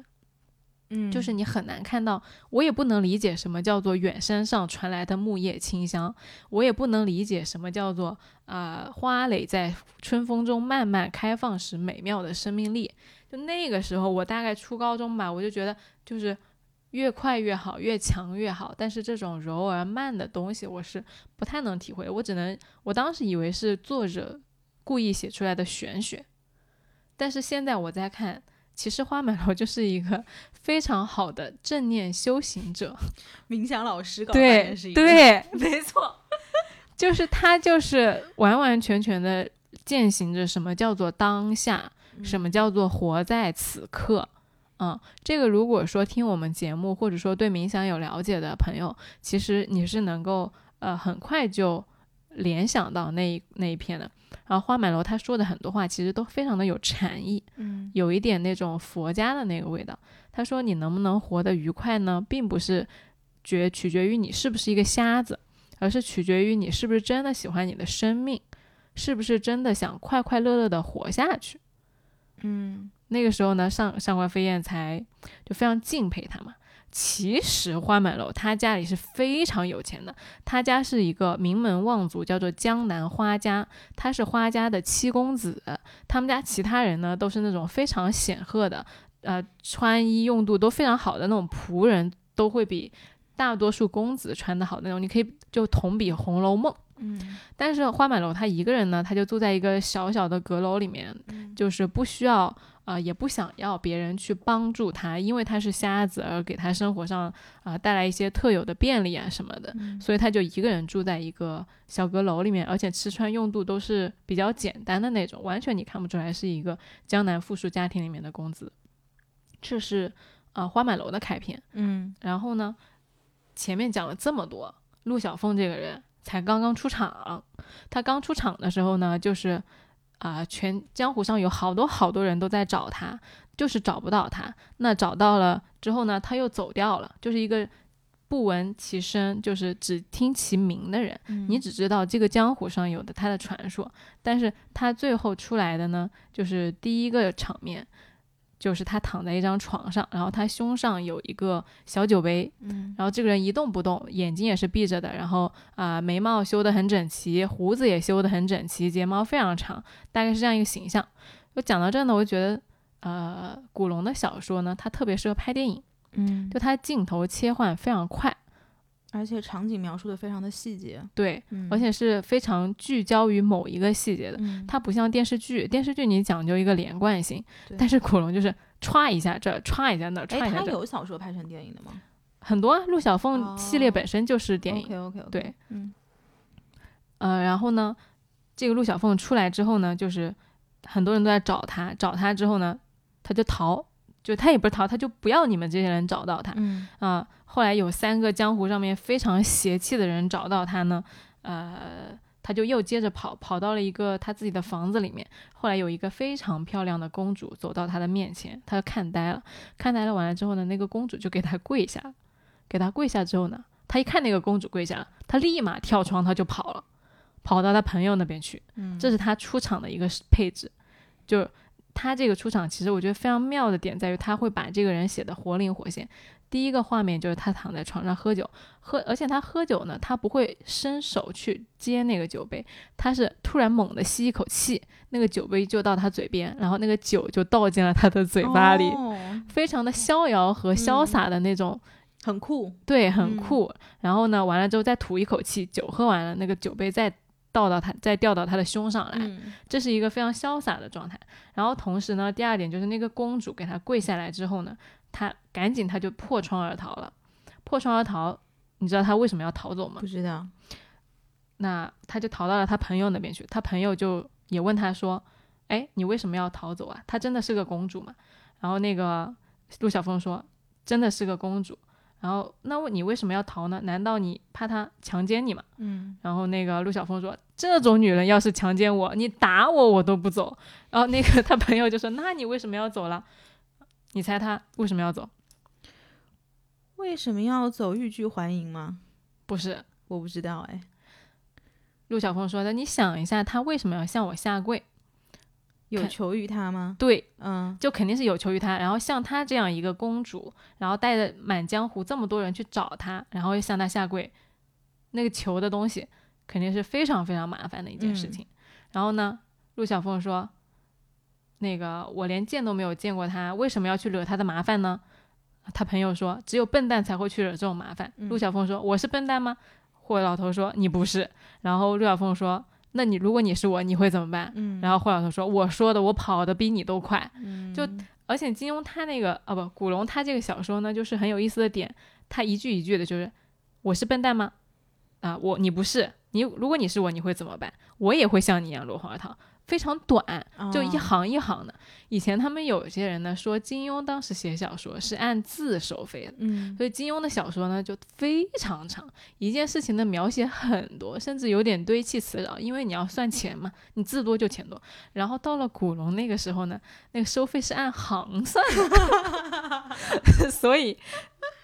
[SPEAKER 2] 嗯
[SPEAKER 1] 就是你很难看到，我也不能理解什么叫做远山上传来的木叶清香，我也不能理解什么叫做呃花蕾在春风中慢慢开放时美妙的生命力。就那个时候，我大概初高中吧，我就觉得就是越快越好，越强越好。但是这种柔而慢的东西，我是不太能体会的。我只能，我当时以为是作者故意写出来的玄学，但是现在我在看。其实花满楼就是一个非常好的正念修行 者，
[SPEAKER 2] 冥想老师搞扮
[SPEAKER 1] 对
[SPEAKER 2] 演是一个，
[SPEAKER 1] 对，
[SPEAKER 2] 没错，
[SPEAKER 1] 就是他就是完完全全的践行着什么叫做当下，
[SPEAKER 2] 嗯
[SPEAKER 1] 什么叫做活在此刻。嗯，这个如果说听我们节目或者说对冥想有了解的朋友，其实你是能够呃很快就联想到那一那一片的。然后花满楼他说的很多话，其实都非常的有禅意，
[SPEAKER 2] 嗯
[SPEAKER 1] 有一点那种佛家的那个味道。他说：“你能不能活得愉快呢，并不是决取决于你是不是一个瞎子，而是取决于你是不是真的喜欢你的生命，是不是真的想快快乐乐的活下去。”
[SPEAKER 2] 嗯
[SPEAKER 1] 那个时候呢，上上官飞燕才就非常敬佩他嘛。其实花满楼他家里是非常有钱的，他家是一个名门望族，叫做江南花家，他是花家的七公子。他们家其他人呢都是那种非常显赫的，呃，穿衣用度都非常好的那种仆人，都会比大多数公子穿的好的那种。你可以就同比《红楼梦》，
[SPEAKER 2] 嗯
[SPEAKER 1] 但是花满楼他一个人呢，他就住在一个小小的阁楼里面，
[SPEAKER 2] 嗯
[SPEAKER 1] 就是不需要呃，也不想要别人去帮助他，因为他是瞎子，而给他生活上啊、呃带来一些特有的便利啊什么的，
[SPEAKER 2] 嗯
[SPEAKER 1] 所以他就一个人住在一个小阁楼里面，而且吃穿用度都是比较简单的那种，完全你看不出来是一个江南富庶家庭里面的公子。这是啊、呃花满楼的开篇。
[SPEAKER 2] 嗯
[SPEAKER 1] 然后呢，前面讲了这么多，陆小凤这个人才刚刚出场。他刚出场的时候呢，就是啊、全江湖上有好多好多人都在找他，就是找不到他。那找到了之后呢，他又走掉了，就是一个不闻其声，就是只听其名的人。
[SPEAKER 2] 嗯
[SPEAKER 1] 你只知道这个江湖上有的他的传说，但是他最后出来的呢，就是第一个场面，就是他躺在一张床上，然后他胸上有一个小酒杯，
[SPEAKER 2] 嗯
[SPEAKER 1] 然后这个人一动不动，眼睛也是闭着的，然后啊、眉毛修得很整齐，胡子也修得很整齐，睫毛非常长，大概是这样一个形象。我讲到这儿呢，我就觉得，呃，古龙的小说呢，它特别适合拍电影，
[SPEAKER 2] 嗯
[SPEAKER 1] 就它镜头切换非常快，
[SPEAKER 2] 而且场景描述的非常的细节，
[SPEAKER 1] 对，
[SPEAKER 2] 嗯
[SPEAKER 1] 而且是非常聚焦于某一个细节的。
[SPEAKER 2] 嗯
[SPEAKER 1] 它不像电视剧，电视剧你讲究一个连贯性
[SPEAKER 2] 对，
[SPEAKER 1] 但是古龙就是歘一下这儿，歘一下那儿，
[SPEAKER 2] 哎，
[SPEAKER 1] 歘一下
[SPEAKER 2] 他
[SPEAKER 1] 这儿，
[SPEAKER 2] 有小说拍成电影的吗？
[SPEAKER 1] 很多啊。陆小凤系列
[SPEAKER 2] 哦
[SPEAKER 1] 本身就是电影，
[SPEAKER 2] OK OK，
[SPEAKER 1] 对，
[SPEAKER 2] 嗯
[SPEAKER 1] 呃，然后呢，这个陆小凤出来之后呢，就是很多人都在找他，找他之后呢，他就逃，就他也不是逃，他就不要你们这些人找到他啊、
[SPEAKER 2] 嗯
[SPEAKER 1] 后来有三个江湖上面非常邪气的人找到他呢，呃，他就又接着跑，跑到了一个他自己的房子里面。后来有一个非常漂亮的公主走到他的面前，他看呆了，看呆了完了之后呢，那个公主就给他跪下，给他跪下之后呢，他一看那个公主跪下了，他立马跳窗，他就跑了。跑到他朋友那边去，
[SPEAKER 2] 嗯
[SPEAKER 1] 这是他出场的一个配置。就是他这个出场，其实我觉得非常妙的点在于，他会把这个人写的活灵活现。第一个画面就是他躺在床上喝酒，喝，而且他喝酒呢，他不会伸手去接那个酒杯，他是突然猛地吸一口气，那个酒杯就到他嘴边，然后那个酒就倒进了他的嘴巴里，
[SPEAKER 2] 哦
[SPEAKER 1] 非常的逍遥和潇洒的那种，
[SPEAKER 2] 很酷。
[SPEAKER 1] 对，很
[SPEAKER 2] 嗯
[SPEAKER 1] 酷。然后呢，完了之后再吐一口气，酒喝完了，那个酒杯再倒到他，再掉到他的胸上来，
[SPEAKER 2] 嗯，
[SPEAKER 1] 这是一个非常潇洒的状态。然后同时呢，第二点就是那个公主给他跪下来之后呢，他赶紧他就破窗而逃了。破窗而逃，你知道他为什么要逃走吗
[SPEAKER 2] 不？知道。
[SPEAKER 1] 那他就逃到了他朋友那边去，他朋友就也问他说：“哎，你为什么要逃走啊？她真的是个公主嘛？”然后那个陆小凤说：“真的是个公主。”然后那问你为什么要逃呢？难道你怕她强奸你吗？
[SPEAKER 2] 嗯，
[SPEAKER 1] 然后那个陆小凤说：“这种女人要是强奸我，你打我我都不走。”然后那个 他朋友就说：“那你为什么要走了？”你猜他为什么要走？
[SPEAKER 2] 为什么要走欲拒还迎吗？
[SPEAKER 1] 不是
[SPEAKER 2] 我不知道哎。
[SPEAKER 1] 陆小凤说的。你想一下，他为什么要向我下跪？
[SPEAKER 2] 有
[SPEAKER 1] 看
[SPEAKER 2] 求于他吗？
[SPEAKER 1] 对，
[SPEAKER 2] 嗯，
[SPEAKER 1] 就肯定是有求于他。然后像他这样一个公主，然后带着满江湖这么多人去找他，然后又向他下跪，那个求的东西肯定是非常非常麻烦的一件事情。然后呢，陆小凤说：“那个我连见都没有见过他，为什么要去惹他的麻烦呢？”他朋友说：“只有笨蛋才会去惹这种麻烦。
[SPEAKER 2] 嗯
[SPEAKER 1] 陆小凤说：“我是笨蛋吗？”霍老头说：“你不是。”然后陆小凤说：“那你如果你是我，你会怎么办？”
[SPEAKER 2] 嗯
[SPEAKER 1] 然后霍老头说：“我说的，我跑的比你都快。”
[SPEAKER 2] 嗯
[SPEAKER 1] 就而且金庸他那个啊不，古龙他这个小说呢，就是很有意思的点，他一句一句的就是我是笨蛋吗？啊，我你不是你，如果你是我，你会怎么办？我也会像你一样落荒而逃，非常短，就一
[SPEAKER 2] 哦
[SPEAKER 1] 行一行的。以前他们有些人呢说，金庸当时写小说是按字收费的。
[SPEAKER 2] 嗯，
[SPEAKER 1] 所以金庸的小说呢就非常长，一件事情的描写很多，甚至有点堆砌词藻，因为你要算钱嘛，你字多就钱多。然后到了古龙那个时候呢，那个收费是按行算的，所以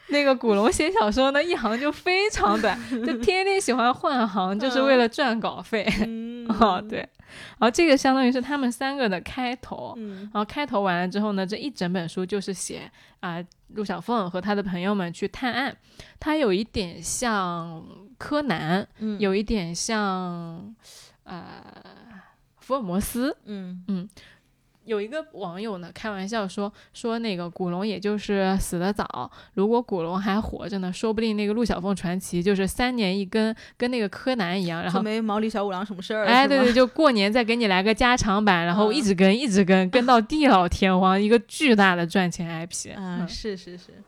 [SPEAKER 1] 那个古龙写小说呢一行就非常短，就天天喜欢换行，就是为了赚稿费。
[SPEAKER 2] 嗯
[SPEAKER 1] 哦，，对，然后这个相当于是他们三个的开头。
[SPEAKER 2] 嗯
[SPEAKER 1] 然后开头完了之后呢，这一整本书就是写啊、陆小凤和她的朋友们去探案，它有一点像柯南，
[SPEAKER 2] 嗯
[SPEAKER 1] 有一点像呃福尔摩斯。
[SPEAKER 2] 嗯
[SPEAKER 1] 有一个网友呢开玩笑说说那个古龙也就是死得早，如果古龙还活着呢，说不定那个陆小凤传奇就是三年一更，跟那个柯南一样，然后
[SPEAKER 2] 就没毛利小五郎什么事儿了，
[SPEAKER 1] 哎，
[SPEAKER 2] 是
[SPEAKER 1] 对
[SPEAKER 2] 吗
[SPEAKER 1] 对，，就过年再给你来个加长版，然后
[SPEAKER 2] 嗯
[SPEAKER 1] 一直跟一直跟，跟到地老天荒，一个巨大的赚钱 IP。
[SPEAKER 2] 嗯，是是是，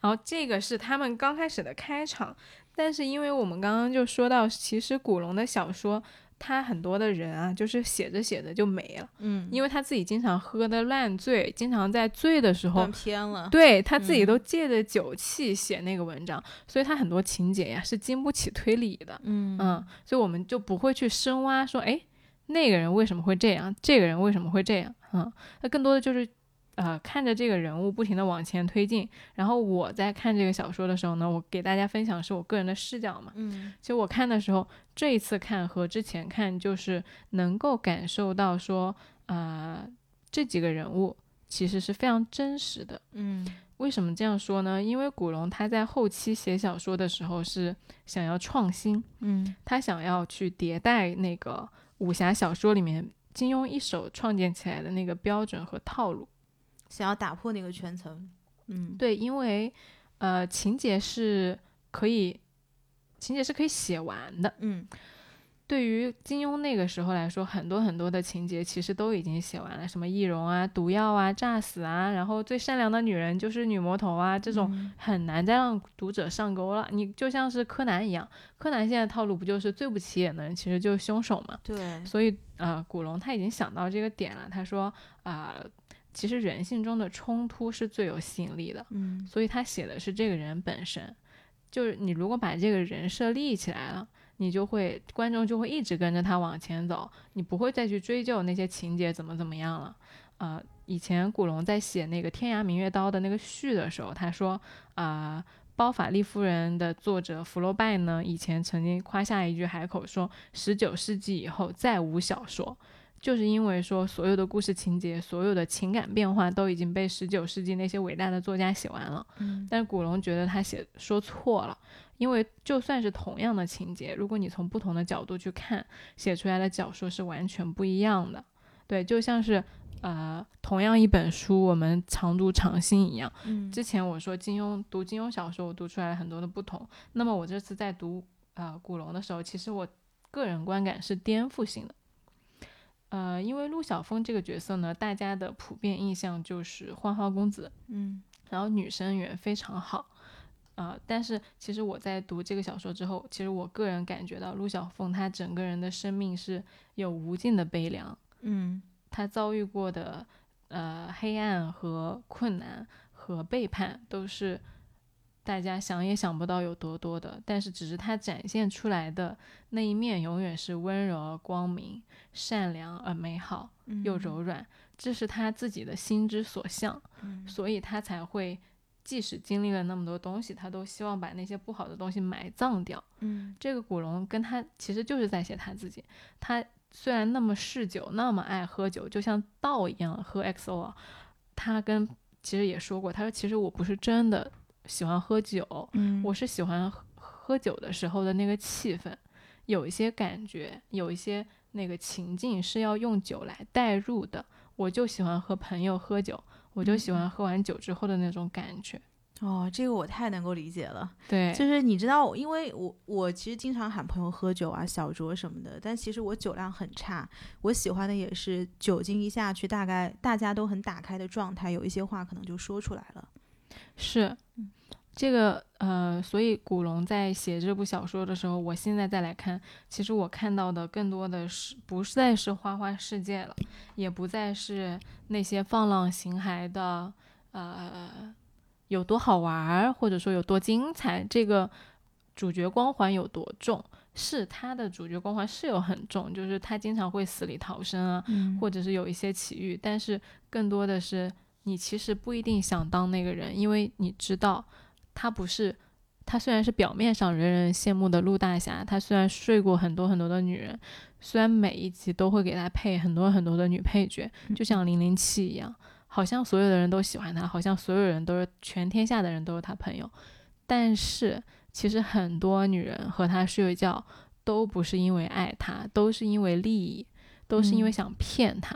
[SPEAKER 1] 然后这个是他们刚开始的开场，但是因为我们刚刚就说到，其实古龙的小说，他很多的人啊，就是写着写着就没了，
[SPEAKER 2] 嗯，
[SPEAKER 1] 因为他自己经常喝的烂醉，经常在醉的时候
[SPEAKER 2] 断。片了，
[SPEAKER 1] 对他自己
[SPEAKER 2] 嗯
[SPEAKER 1] 都借着酒气写那个文章，所以他很多情节呀是经不起推理的。
[SPEAKER 2] 嗯
[SPEAKER 1] 嗯，所以我们就不会去深挖说，哎，那个人为什么会这样，这个人为什么会这样，嗯，那更多的就是，呃，看着这个人物不停的往前推进，然后我在看这个小说的时候呢，我给大家分享是我个人的视角嘛，
[SPEAKER 2] 嗯
[SPEAKER 1] 其实我看的时候，这一次看和之前看就是能够感受到说，呃，这几个人物其实是非常真实的，
[SPEAKER 2] 嗯
[SPEAKER 1] 为什么这样说呢？因为古龙他在后期写小说的时候是想要创新，
[SPEAKER 2] 嗯
[SPEAKER 1] 他想要去迭代那个武侠小说里面金庸一手创建起来的那个标准和套路。
[SPEAKER 2] 想要打破那个圈层，嗯
[SPEAKER 1] 对，因为呃情节是可以情节是可以写完的。
[SPEAKER 2] 嗯
[SPEAKER 1] 对于金庸那个时候来说，很多很多的情节其实都已经写完了，什么易容啊、毒药啊、诈死啊，然后最善良的女人就是女魔头啊，这种
[SPEAKER 2] 嗯
[SPEAKER 1] 很难再让读者上钩了。你就像是柯南一样，柯南现在套路不就是最不起眼的人其实就是凶手嘛？
[SPEAKER 2] 对，
[SPEAKER 1] 所以呃，古龙他已经想到这个点了，他说啊、呃其实人性中的冲突是最有吸引力的，
[SPEAKER 2] 嗯
[SPEAKER 1] 所以他写的是这个人本身，就是你如果把这个人设立起来了。你就会，观众就会一直跟着他往前走，你不会再去追究那些情节怎么怎么样了。啊、以前古龙在写那个《天涯明月刀》的那个序的时候，他说啊、包法利夫人的作者福楼拜呢，以前曾经夸下一句海口说，十九世纪以后再无小说，就是因为说所有的故事情节、所有的情感变化都已经被十九世纪那些伟大的作家写完了，
[SPEAKER 2] 嗯
[SPEAKER 1] 但是古龙觉得他写说错了，因为就算是同样的情节，如果你从不同的角度去看，写出来的小说是完全不一样的。对，就像是呃，同样一本书，我们常读常新一样。
[SPEAKER 2] 嗯
[SPEAKER 1] 之前我说金庸读金庸小说，我读出来了很多的不同。那么我这次在读呃古龙的时候，其实我个人观感是颠覆性的。呃，因为陆小凤这个角色呢，大家的普遍印象就是花花公子，
[SPEAKER 2] 嗯
[SPEAKER 1] 然后女生缘非常好，呃，但是其实我在读这个小说之后，其实我个人感觉到陆小凤她整个人的生命是有无尽的悲凉，
[SPEAKER 2] 嗯
[SPEAKER 1] 她遭遇过的呃黑暗和困难和背叛都是。大家想也想不到有多多的，但是只是她展现出来的那一面，永远是温柔而光明、善良而美好
[SPEAKER 2] 嗯
[SPEAKER 1] 又柔软，这是她自己的心之所向。
[SPEAKER 2] 嗯
[SPEAKER 1] 所以他才会即使经历了那么多东西，他都希望把那些不好的东西埋葬掉。
[SPEAKER 2] 嗯
[SPEAKER 1] 这个古龙跟他其实就是在写他自己，他虽然那么嗜酒，那么爱喝酒，就像道一样喝 XO 啊，他跟其实也说过，他说其实我不是真的喜欢喝酒，
[SPEAKER 2] 嗯
[SPEAKER 1] 我是喜欢喝喝酒的时候的那个气氛，有一些感觉，有一些那个情境是要用酒来代入的。我就喜欢和朋友喝酒，我就喜欢喝完酒之后的那种感觉。
[SPEAKER 2] 哦，这个我太能够理解了。
[SPEAKER 1] 对，
[SPEAKER 2] 就是你知道，因为我我其实经常喊朋友喝酒啊、小酌什么的，但其实我酒量很差。我喜欢的也是酒精一下去，大概大家都很打开的状态，有一些话可能就说出来了。
[SPEAKER 1] 是这个呃，所以古龙在写这部小说的时候，我现在再来看，其实我看到的更多的是不再是花花世界了，也不再是那些放浪形骸的呃有多好玩儿，或者说有多精彩，这个主角光环有多重。是他的主角光环是有很重，就是他经常会死里逃生啊，
[SPEAKER 2] 嗯
[SPEAKER 1] 或者是有一些奇遇，但是更多的是你其实不一定想当那个人，因为你知道他不是。他虽然是表面上人人羡慕的陆大侠，他虽然睡过很多很多的女人，虽然每一集都会给他配很多很多的女配角，就像零零七一样，好像所有的人都喜欢他，好像所有人都是全天下的人都是他朋友，但是其实很多女人和他睡觉都不是因为爱他，都是因为利益，都是因为
[SPEAKER 2] 嗯
[SPEAKER 1] 想骗他，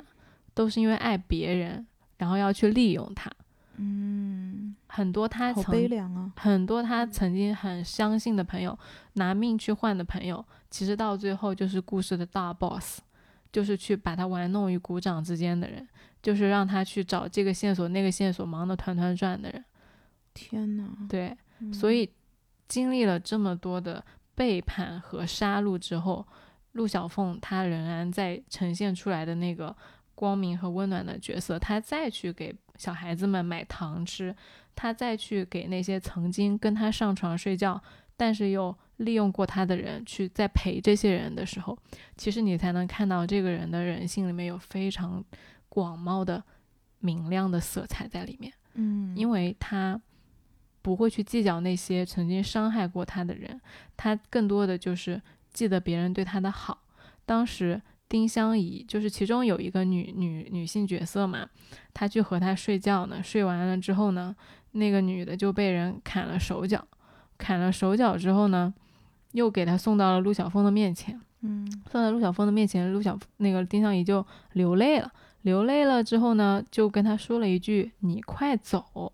[SPEAKER 1] 都是因为爱别人，然后要去利用他。
[SPEAKER 2] 嗯，
[SPEAKER 1] 很多他
[SPEAKER 2] 好
[SPEAKER 1] 曾
[SPEAKER 2] 悲凉啊。
[SPEAKER 1] 很多他曾经很相信的朋友，拿命去换的朋友，其实到最后就是故事的大 boss，就是去把他玩弄于股掌之间的人，就是让他去找这个线索那个线索，忙得团团转的人。
[SPEAKER 2] 天哪！
[SPEAKER 1] 对，
[SPEAKER 2] 嗯
[SPEAKER 1] 所以经历了这么多的背叛和杀戮之后，陆小凤她仍然在呈现出来的那个光明和温暖的角色，她再去给小孩子们买糖吃，她再去给那些曾经跟她上床睡觉，但是又利用过她的人去再陪这些人的时候，其实你才能看到这个人的人性里面有非常广袤的明亮的色彩在里面。
[SPEAKER 2] 嗯，
[SPEAKER 1] 因为他不会去计较那些曾经伤害过他的人，他更多的就是记得别人对他的好。当时丁香怡就是其中有一个女女女性角色嘛，她去和他睡觉呢，睡完了之后呢，那个女的就被人砍了手脚，砍了手脚之后呢，又给她送到了陆小凤的面前。
[SPEAKER 2] 嗯
[SPEAKER 1] 送到陆小凤的面前，陆小那个丁香怡就流泪了。流泪了之后呢，就跟他说了一句：“你快走。”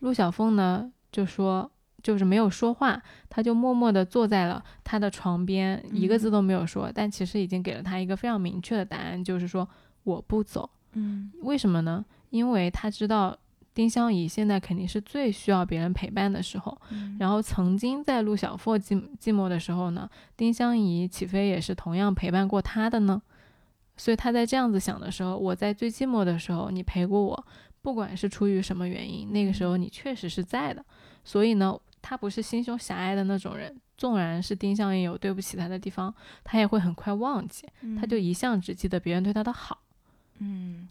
[SPEAKER 1] 陆小凤呢就说，就是没有说话，她就默默地坐在了他的床边，一个字都没有说。但其实已经给了他一个非常明确的答案，就是说我不走。
[SPEAKER 2] 嗯
[SPEAKER 1] 为什么呢？因为他知道丁香怡现在肯定是最需要别人陪伴的时候。
[SPEAKER 2] 嗯
[SPEAKER 1] 然后曾经在陆小凤寂寂寞的时候呢，丁香怡岂非也是同样陪伴过他的呢？所以他在这样子想的时候，我在最寂寞的时候，你陪过我，不管是出于什么原因，那个时候你确实是在的。所以呢，他不是心胸狭隘的那种人，纵然是丁香怡有对不起他的地方，他也会很快忘记，
[SPEAKER 2] 嗯
[SPEAKER 1] 他就一向只记得别人对他的好。
[SPEAKER 2] 嗯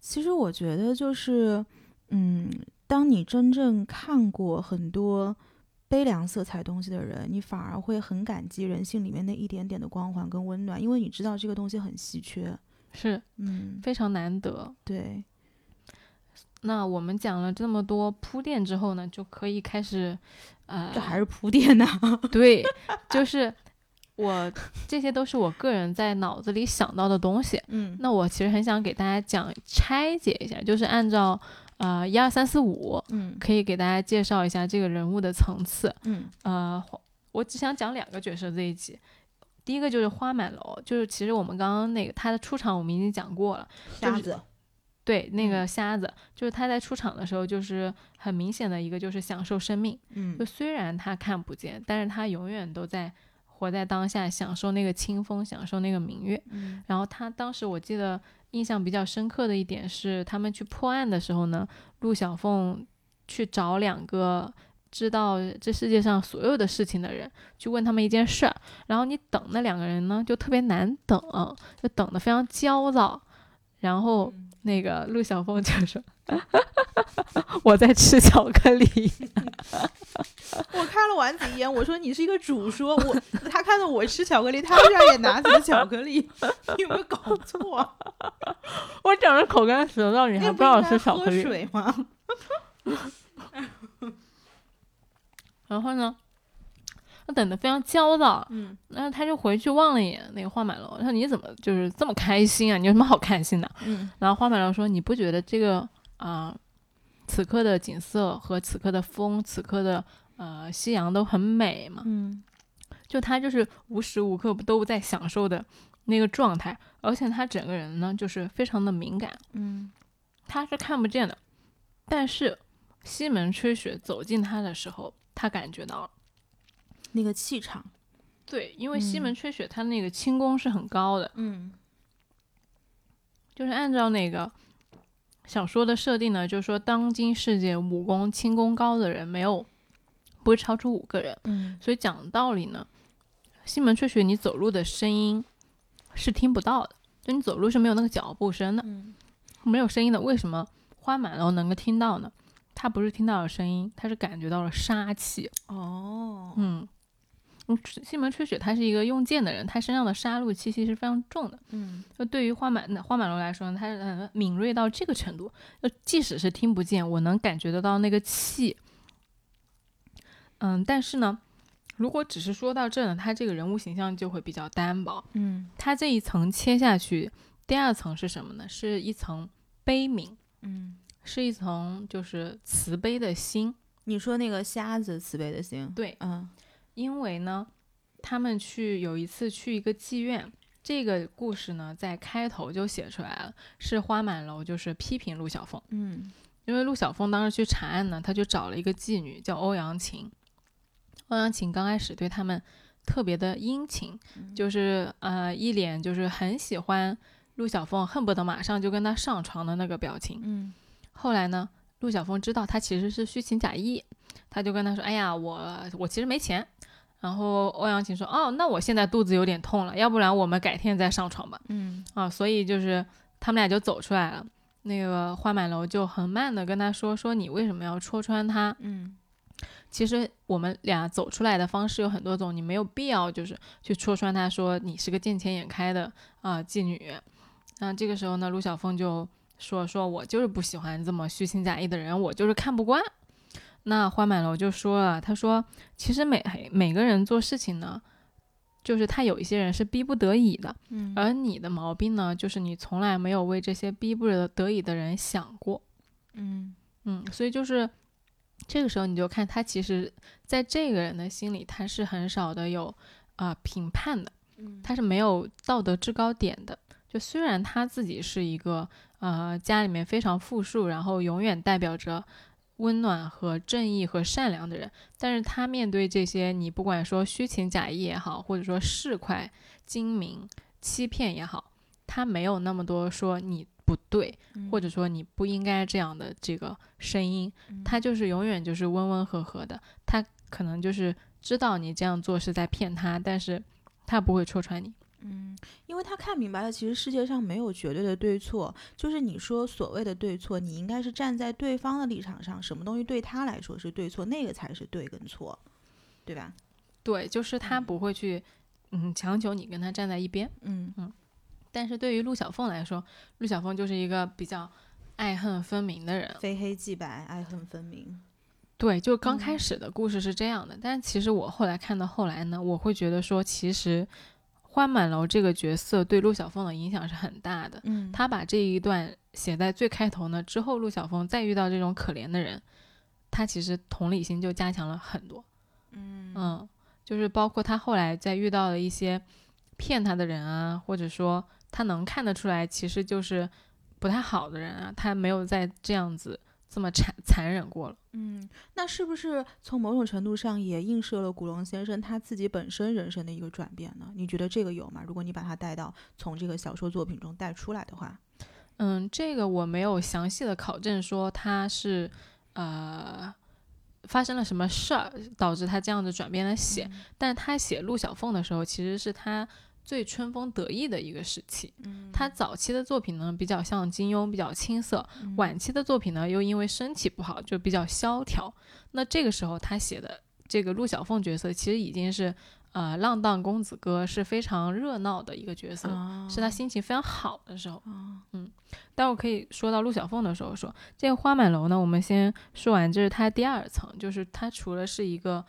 [SPEAKER 3] 其实我觉得就是，嗯，当你真正看过很多悲凉色彩东西的人，你反而会很感激人性里面那一点点的光环跟温暖，因为你知道这个东西很稀缺。
[SPEAKER 1] 是
[SPEAKER 2] 嗯，
[SPEAKER 1] 非常难得。
[SPEAKER 2] 对，
[SPEAKER 1] 那我们讲了这么多铺垫之后呢，就可以开始，呃，
[SPEAKER 2] 这还是铺垫呢。
[SPEAKER 1] 对，就是我这些都是我个人在脑子里想到的东西。
[SPEAKER 2] 嗯
[SPEAKER 1] 那我其实很想给大家讲拆解一下，就是按照呃一二三四五，
[SPEAKER 2] 嗯
[SPEAKER 1] 可以给大家介绍一下这个人物的层次。
[SPEAKER 2] 嗯
[SPEAKER 1] 呃，花我只想讲两个角色这一集。第一个就是花满楼，就是其实我们刚刚那个他的出场我们已经讲过了，
[SPEAKER 2] 瞎
[SPEAKER 1] 就是
[SPEAKER 2] 子，
[SPEAKER 1] 对，那个
[SPEAKER 2] 嗯
[SPEAKER 1] 瞎子，就是他在出场的时候，就是很明显的一个就是享受生命，
[SPEAKER 2] 嗯
[SPEAKER 1] 就虽然他看不见，但是他永远都在活在当下，享受那个清风，享受那个明月。
[SPEAKER 2] 嗯
[SPEAKER 1] 然后他当时我记得印象比较深刻的一点是，他们去破案的时候呢，陆小凤去找两个知道这世界上所有的事情的人，去问他们一件事儿。然后你等那两个人呢，就特别难等，就等得非常焦躁。然后
[SPEAKER 2] 嗯
[SPEAKER 1] 那个陆小凤就说：“ 我在吃巧克力。”
[SPEAKER 2] 我看了丸子一眼，我说你是一个主说， 我他看到我吃巧克力，他居然也拿起了巧克力， 你有没有搞错？啊
[SPEAKER 1] 我整着口干舌燥，你还
[SPEAKER 2] 那
[SPEAKER 1] 不知道我
[SPEAKER 2] 应该
[SPEAKER 1] 吃巧克
[SPEAKER 2] 喝
[SPEAKER 1] 力？
[SPEAKER 2] 水吗？
[SPEAKER 1] 然后呢，他等得非常焦躁，
[SPEAKER 2] 嗯
[SPEAKER 1] 然后他就回去望了一眼那个花满楼，他说你怎么就是这么开心啊？你有什么好开心的？
[SPEAKER 2] 嗯
[SPEAKER 1] 然后花满楼说你不觉得这个啊、此刻的景色和此刻的风，此刻的呃夕阳都很美吗？
[SPEAKER 2] 嗯
[SPEAKER 1] 就他就是无时无刻都在享受的那个状态，而且他整个人呢就是非常的敏感，
[SPEAKER 2] 嗯
[SPEAKER 1] 他是看不见的，但是西门吹雪走近他的时候，他感觉到了。
[SPEAKER 2] 那个气场，
[SPEAKER 1] 对，因为西
[SPEAKER 2] 嗯
[SPEAKER 1] 门吹雪他那个轻功是很高的，
[SPEAKER 2] 嗯
[SPEAKER 1] 就是按照那个小说的设定呢，就是说当今世界武功轻功高的人没有不会超出五个人，
[SPEAKER 2] 嗯
[SPEAKER 1] 所以讲道理呢，西门吹雪你走路的声音是听不到的，就你走路是没有那个脚步声的，
[SPEAKER 2] 嗯
[SPEAKER 1] 没有声音的。为什么花满楼能够听到呢？他不是听到了声音，他是感觉到了杀气。
[SPEAKER 2] 哦
[SPEAKER 1] 嗯，嗯西门吹雪他是一个用剑的人，他身上的杀戮气息是非常重的。
[SPEAKER 2] 嗯
[SPEAKER 1] 就对于花满花满楼来说呢，他呃敏锐到这个程度，就即使是听不见，我能感觉得到那个气。嗯，但是呢，如果只是说到这呢，他这个人物形象就会比较单薄。
[SPEAKER 2] 嗯
[SPEAKER 1] 他这一层切下去，第二层是什么呢？是一层悲悯，
[SPEAKER 2] 嗯，
[SPEAKER 1] 是一层就是慈悲的心。
[SPEAKER 2] 你说那个瞎子慈悲的心，
[SPEAKER 1] 对，
[SPEAKER 2] 嗯
[SPEAKER 1] 因为呢，他们去有一次去一个妓院，这个故事呢在开头就写出来了，是花满楼就是批评陆小凤，
[SPEAKER 2] 嗯
[SPEAKER 1] 因为陆小凤当时去查案呢，她就找了一个妓女叫欧阳琴，欧阳琴刚开始对他们特别的殷勤，就是呃一脸就是很喜欢陆小凤，恨不得马上就跟她上床的那个表情。
[SPEAKER 2] 嗯
[SPEAKER 1] 后来呢，陆小凤知道他其实是虚情假意，他就跟他说：“哎呀，我我其实没钱。”然后欧阳琴说：“哦，那我现在肚子有点痛了，要不然我们改天再上床吧。
[SPEAKER 2] 嗯”
[SPEAKER 1] 啊，所以就是他们俩就走出来了。那个花满楼就很慢的跟他说：“说你为什么要戳穿他？
[SPEAKER 2] 嗯
[SPEAKER 1] 其实我们俩走出来的方式有很多种，你没有必要就是去戳穿他说你是个见钱眼开的啊、妓女。那这个时候呢，陆小凤就说：“说我就是不喜欢这么虚情假意的人，我就是看不惯。”那花满楼就说了：“他说其实每每个人做事情呢，就是他有一些人是逼不得已的，
[SPEAKER 2] 嗯
[SPEAKER 1] 而你的毛病呢，就是你从来没有为这些逼不得已的人想过。”
[SPEAKER 2] 嗯
[SPEAKER 1] 嗯，所以就是这个时候你就看他其实在这个人的心里，他是很少的有啊、呃评判的，
[SPEAKER 2] 嗯
[SPEAKER 1] 他是没有道德制高点的。就虽然他自己是一个呃家里面非常富庶，然后永远代表着温暖和正义和善良的人，但是他面对这些你不管说虚情假意也好，或者说市侩、精明、欺骗也好，他没有那么多说你不对，或者说你不应该这样的这个声音，他就是永远就是温温和和的，他可能就是知道你这样做是在骗他，但是他不会戳穿你。
[SPEAKER 2] 嗯
[SPEAKER 3] 因为他看明白了，其实世界上没有绝对的对错，就是你说所谓的对错，你应该是站在对方的立场上，什么东西对他来说是对错，那个才是对跟错，对吧？
[SPEAKER 1] 嗯对，就是他不会去嗯强求你跟他站在一边。
[SPEAKER 3] 嗯
[SPEAKER 1] 但是对于陆小凤来说，陆小凤就是一个比较爱恨分明的人。
[SPEAKER 2] 非黑即白，爱恨分明。
[SPEAKER 1] 对，就刚开始的故事是这样的，但其实我后来看到后来呢，我会觉得说，其实花满楼这个角色对陆小凤的影响是很大的。
[SPEAKER 2] 嗯
[SPEAKER 1] 他把这一段写在最开头呢，之后陆小凤再遇到这种可怜的人，他其实同理心就加强了很多。
[SPEAKER 2] 嗯
[SPEAKER 1] 嗯，就是包括他后来在遇到了一些骗他的人啊，或者说他能看得出来，其实就是不太好的人啊，他没有再这样子这么残残忍过了。
[SPEAKER 2] 嗯，那是不是从某种程度上也映射了古龙先生他自己本身人生的一个转变呢？你觉得这个有吗？如果你把它带到从这个小说作品中带出来的话，
[SPEAKER 1] 嗯，这个我没有详细的考证说他是呃发生了什么事儿导致他这样子转变来写，但他写陆小凤的时候，其实是他最春风得意的一个时期。他早期的作品呢比较像金庸，比较青涩；晚期的作品呢又因为身体不好就比较萧条。那这个时候他写的这个陆小凤角色，其实已经是呃浪荡公子哥是非常热闹的一个角色，
[SPEAKER 2] 啊
[SPEAKER 1] 是他心情非常好的时候。
[SPEAKER 2] 啊，
[SPEAKER 1] 待会可以说到陆小凤的时候说，这个花满楼呢，我们先说完，这是它第二层，就是它除了是一个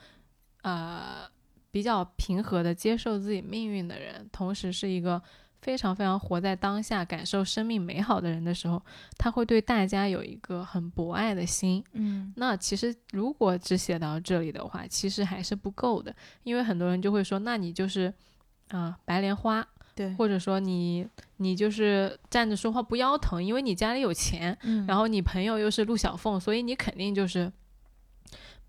[SPEAKER 1] 呃比较平和的接受自己命运的人，同时是一个非常非常活在当下、感受生命美好的人的时候，他会对大家有一个很博爱的心。
[SPEAKER 2] 嗯
[SPEAKER 1] 那其实如果只写到这里的话，其实还是不够的，因为很多人就会说，那你就是啊、呃白莲花，
[SPEAKER 2] 对，
[SPEAKER 1] 或者说你你就是站着说话不腰疼，因为你家里有钱，
[SPEAKER 2] 嗯
[SPEAKER 1] 然后你朋友又是陆小凤，所以你肯定就是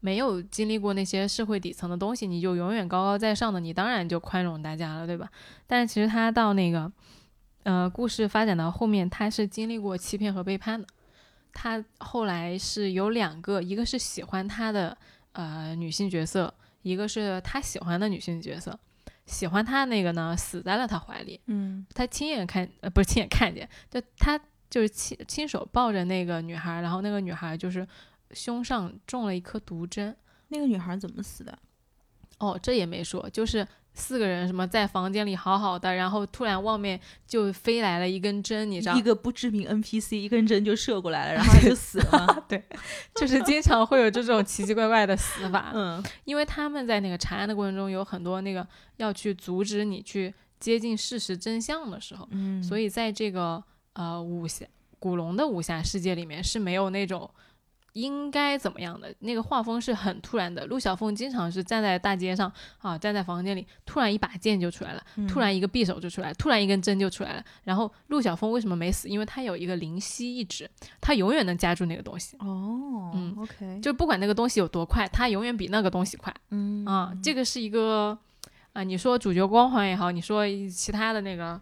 [SPEAKER 1] 没有经历过那些社会底层的东西，你就永远高高在上的，你当然就宽容大家了，对吧？但其实他到那个呃故事发展到后面，他是经历过欺骗和背叛的。他后来是有两个，一个是喜欢他的呃女性角色，一个是他喜欢的女性角色。喜欢他那个呢，死在了他怀里。
[SPEAKER 2] 嗯
[SPEAKER 1] 他亲眼看，呃，不是亲眼看见，就他就是亲亲手抱着那个女孩，然后那个女孩就是胸上中了一颗毒针。
[SPEAKER 2] 那个女孩怎么死的？
[SPEAKER 1] 哦，这也没说，就是四个人什么在房间里好好的，然后突然外面就飞来了一根针，你知道
[SPEAKER 2] 一，个不知名 NPC 一根针就射过来 了，然后她就死了吗？
[SPEAKER 1] 就是经常会有这种奇奇怪怪的死法。
[SPEAKER 2] 嗯
[SPEAKER 1] 因为他们在那个查案的过程中有很多那个要去阻止你去接近事实真相的时候，
[SPEAKER 2] 嗯
[SPEAKER 1] 所
[SPEAKER 2] 以
[SPEAKER 1] 以在这个呃武侠古龙的武侠世界里面是没有那种应该怎么样的那个画风是很突然的。陆小凤经常是站在大街上啊，站在房间里，突然一把剑就出来了，
[SPEAKER 2] 嗯
[SPEAKER 1] 突然一个匕首就出来了，突然一根针就出来了。然后陆小凤为什么没死？因为她有一个灵犀一指，她永远能夹住那个东西。
[SPEAKER 2] 哦，
[SPEAKER 1] 嗯
[SPEAKER 2] ，OK，
[SPEAKER 1] 就不管那个东西有多快，她永远比那个东西快
[SPEAKER 2] 嗯
[SPEAKER 1] 啊！这个是一个啊，你说主角光环也好，你说其他的那个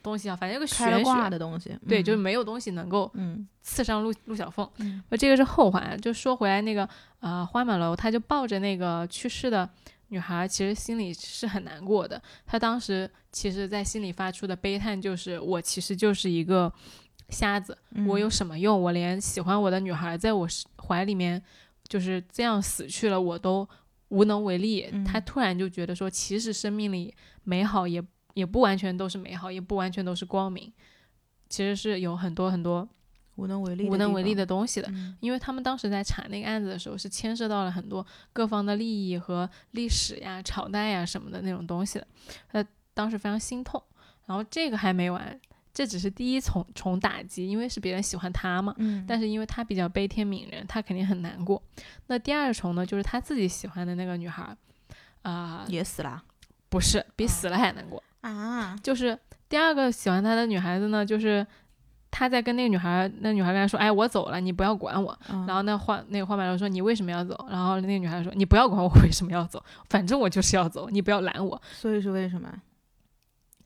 [SPEAKER 1] 东西啊，反正有个
[SPEAKER 2] 开了
[SPEAKER 1] 玄学
[SPEAKER 2] 挂的东西，
[SPEAKER 1] 对，
[SPEAKER 2] 嗯
[SPEAKER 1] 就是没有东西能够
[SPEAKER 2] 嗯
[SPEAKER 1] 刺伤陆陆小凤。
[SPEAKER 2] 嗯
[SPEAKER 1] 呃，这个是后话。就说回来那个呃，花满楼，他就抱着那个去世的女孩，其实心里是很难过的。他当时其实，在心里发出的悲叹就是：我其实就是一个瞎子，我
[SPEAKER 2] 嗯
[SPEAKER 1] 有什么用？我连喜欢我的女孩在我是怀里面就是这样死去了，我都无能为力。
[SPEAKER 2] 嗯
[SPEAKER 1] 他突然就觉得说，其实生命里美好也也不完全都是美好，也不完全都是光明，其实是有很多很多
[SPEAKER 2] 无能为力，
[SPEAKER 1] 无能为力
[SPEAKER 2] 的
[SPEAKER 1] 的东西
[SPEAKER 2] 地
[SPEAKER 1] 的。
[SPEAKER 2] 方，嗯
[SPEAKER 1] 因为他们当时在查那个案子的时候，是牵涉到了很多各方的利益和历史呀、朝代呀什么的那种东西的，他当时非常心痛。然后这个还没完，这只是第一重重打击，因为是别人喜欢他嘛。
[SPEAKER 2] 嗯，
[SPEAKER 1] 但是因为他比较悲天悯人，他肯定很难过。那第二重呢，就是他自己喜欢的那个女孩儿，啊、
[SPEAKER 2] 也死了
[SPEAKER 1] 不是比
[SPEAKER 2] 啊
[SPEAKER 1] 死了还难过。
[SPEAKER 2] 啊，
[SPEAKER 1] 就是第二个喜欢他的女孩子呢，就是他在跟那个女孩儿，那女孩跟他说：“哎，我走了，你不要管我。”
[SPEAKER 2] 然
[SPEAKER 1] 然后那花那个花满楼说：“你为什么要走？”然后那个女孩说：“你不要管我为什么要走，反正我就是要走，你不要拦我。
[SPEAKER 2] 所以是为什么？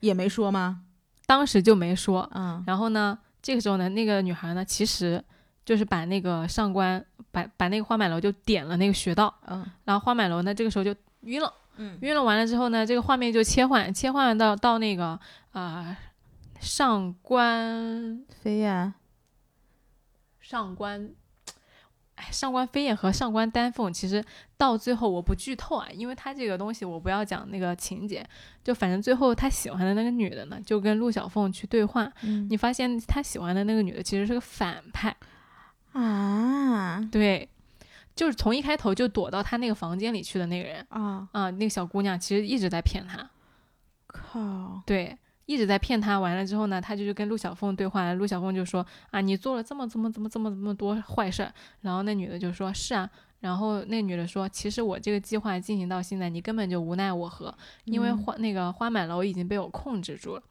[SPEAKER 2] 也没说吗？”
[SPEAKER 1] 当时就没说。
[SPEAKER 2] 嗯
[SPEAKER 1] 然后呢，这个时候呢，那个女孩呢，其实就是把那个上官把把那个花满楼就点了那个穴道，
[SPEAKER 2] 嗯
[SPEAKER 1] 然后花满楼呢这个时候就晕了，
[SPEAKER 2] 嗯
[SPEAKER 1] 晕了完了之后呢，这个画面就切换切换到到那个啊、呃上官
[SPEAKER 2] 飞燕
[SPEAKER 1] 上官，哎上官飞燕和上官丹凤，其实到最后我不剧透啊，因为他这个东西我不要讲那个情节，就反正最后他喜欢的那个女的呢，就跟陆小凤去对话，
[SPEAKER 2] 嗯
[SPEAKER 1] 你发现他喜欢的那个女的其实是个反派，
[SPEAKER 2] 啊
[SPEAKER 1] 对，就是从一开头就躲到他那个房间里去的那个人
[SPEAKER 2] 啊
[SPEAKER 1] 啊、那个小姑娘其实一直在骗他，
[SPEAKER 2] 靠！
[SPEAKER 1] 对，一直在骗他。完了之后呢，他就去跟陆小凤对话，陆小凤就说啊，你做了这么这么这么这么这么多坏事儿。然后那女的就说，是啊。然后那女的说，其实我这个计划进行到现在，你根本就无奈我何，因为
[SPEAKER 2] 嗯
[SPEAKER 1] 花、那个花满楼已经被我控制住了。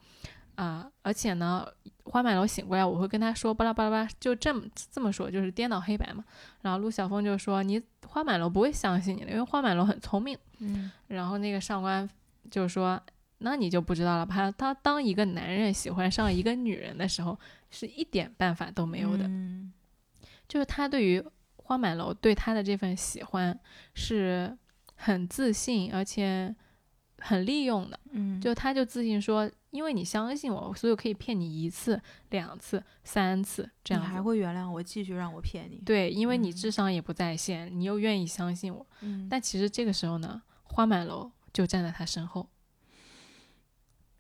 [SPEAKER 1] 啊、而且呢，花满楼醒过来，我会跟他说巴拉巴拉巴拉，就这么这么说，就是颠倒黑白嘛。然后陆小凤就说：“你花满楼不会相信你的，因为花满楼很聪明。”
[SPEAKER 2] 嗯
[SPEAKER 1] 然后那个上官就说：“那你就不知道了吧？他他当一个男人喜欢上一个女人的时候，是一点办法都没有的。
[SPEAKER 2] 嗯
[SPEAKER 1] 就是他对于花满楼对他的这份喜欢是很自信，而且很利用的。
[SPEAKER 2] 嗯，
[SPEAKER 1] 就他就自信说，因为你相信我，所以我可以骗你一次、两次、三次这
[SPEAKER 2] 你
[SPEAKER 1] 样
[SPEAKER 2] 还
[SPEAKER 1] 子。
[SPEAKER 2] 会原谅我，继续让我骗你。
[SPEAKER 1] 对，因为你
[SPEAKER 2] 嗯
[SPEAKER 1] 智商也不在线，你又愿意相信我。
[SPEAKER 2] 嗯，
[SPEAKER 1] 但其实这个时候呢，花满楼就站在他身后，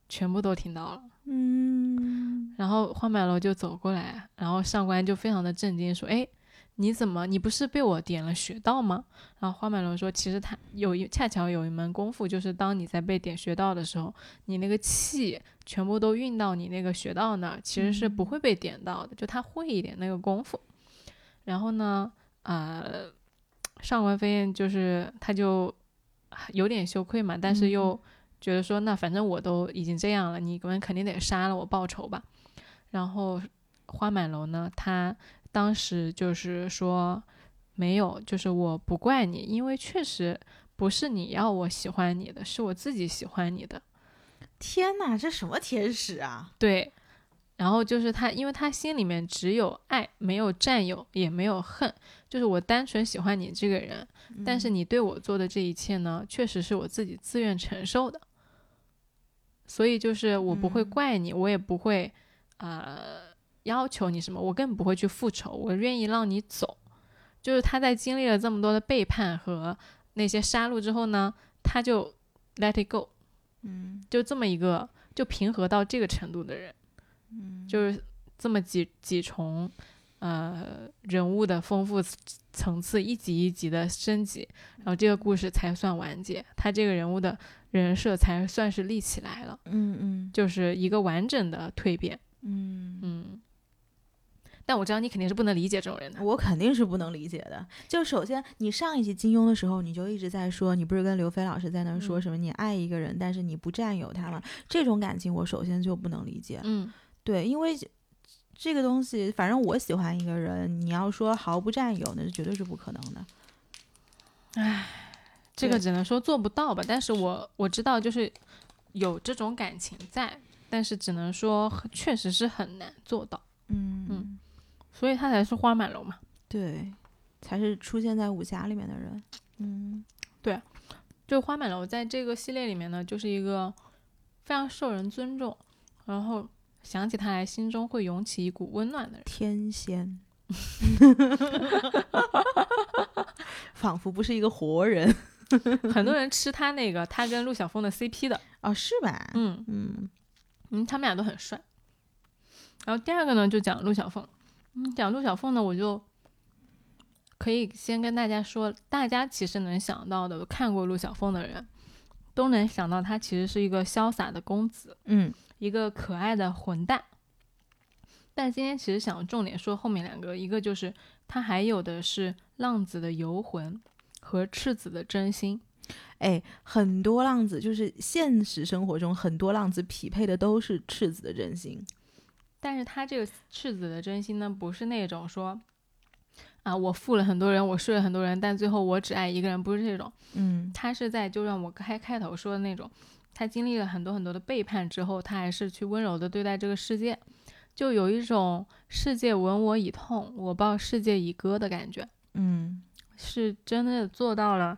[SPEAKER 1] 全部都听到了。
[SPEAKER 2] 嗯
[SPEAKER 1] 然后花满楼就走过来，然后上官就非常的震惊，说：“哎，你怎么？你不是被我点了穴道吗？”然后花满楼说：“其实他有一恰巧有一门功夫，就是当你在被点穴道的时候，你那个气全部都运到你那个穴道那儿，其实是不
[SPEAKER 2] 嗯
[SPEAKER 1] 会被点到的，就他会一点那个功夫。”然后呢，呃，上官飞燕就是他就有点羞愧嘛，但是又觉得说，那反正我都已经这样了，你们肯定得杀了我报仇吧。然后花满楼呢，他当时就是说没有，就是我不怪你，因为确实不是你要我喜欢你的，是我自己喜欢你的。
[SPEAKER 2] 天哪，这什么天使啊！
[SPEAKER 1] 对，然后就是他，因为他心里面只有爱，没有占有，也没有恨，就是我单纯喜欢你这个人，但是
[SPEAKER 2] 嗯
[SPEAKER 1] 你对我做的这一切呢，确实是我自己自愿承受的，所以就是我不会
[SPEAKER 2] 嗯
[SPEAKER 1] 怪你，我也不会呃要求你什么，我更不会去复仇，我愿意让你走。就是他在经历了这么多的背叛和那些杀戮之后呢，他就 let it go，
[SPEAKER 2] 嗯
[SPEAKER 1] 就这么一个就平和到这个程度的人，
[SPEAKER 2] 嗯，
[SPEAKER 1] 就是这么几几重，呃，人物的丰富层层次一级一级的升级，然后这个故事才算完结，他这个人物的人设才算是立起来了，
[SPEAKER 2] 嗯嗯
[SPEAKER 1] 就是一个完整的蜕变。
[SPEAKER 2] 嗯
[SPEAKER 1] 嗯，但我知道你肯定是不能理解这种人的。
[SPEAKER 2] 我肯定是不能理解的。就首先，你上一期金庸的时候，你就一直在说，你不是跟刘飞老师在那儿说
[SPEAKER 1] 嗯
[SPEAKER 2] 什么你爱一个人，但是你不占有他吗？这种感情，我首先就不能理解。
[SPEAKER 1] 嗯，
[SPEAKER 2] 对，因为这个东西，反正我喜欢一个人，你要说毫不占有，那是绝对是不可能的。
[SPEAKER 1] 这个
[SPEAKER 2] 对
[SPEAKER 1] 只能说做不到吧，但是我我知道就是有这种感情在，但是只能说确实是很难做到，
[SPEAKER 2] 嗯
[SPEAKER 1] 嗯，所以他才是花满楼嘛。
[SPEAKER 2] 对，才是出现在武侠里面的人。嗯
[SPEAKER 1] 就花满楼在这个系列里面呢，就是一个非常受人尊重，然后想起他来心中会涌起一股温暖的人。
[SPEAKER 2] 天仙， 仿佛不是一个活人
[SPEAKER 1] 很多人吃他那个他跟陆小凤的 CP 的，
[SPEAKER 2] 哦，是吧？
[SPEAKER 1] 嗯
[SPEAKER 2] 嗯
[SPEAKER 1] 嗯，他们俩都很帅。然后第二个呢，就讲陆小凤，嗯，讲陆小凤呢，我就可以先跟大家说，大家其实能想到的看过陆小凤的人，都能想到她其实是一个潇洒的公子，
[SPEAKER 2] 嗯
[SPEAKER 1] 一个可爱的混蛋。但今天其实想重点说后面两个，一个就是他还有的是浪子的游魂和赤子的真心。
[SPEAKER 2] 哎，很多浪子就是现实生活中很多浪子匹配的都是赤子的真心。
[SPEAKER 1] 但是他这个赤子的真心呢，不是那种说啊，我负了很多人，我睡了很多人，但最后我只爱一个人，不是这种。
[SPEAKER 2] 嗯
[SPEAKER 1] 他是在就让我开开头说的那种，他经历了很多很多的背叛之后，他还是去温柔的对待这个世界，就有一种世界闻我以痛，我报世界以歌的感觉。
[SPEAKER 2] 嗯
[SPEAKER 1] 是真的做到了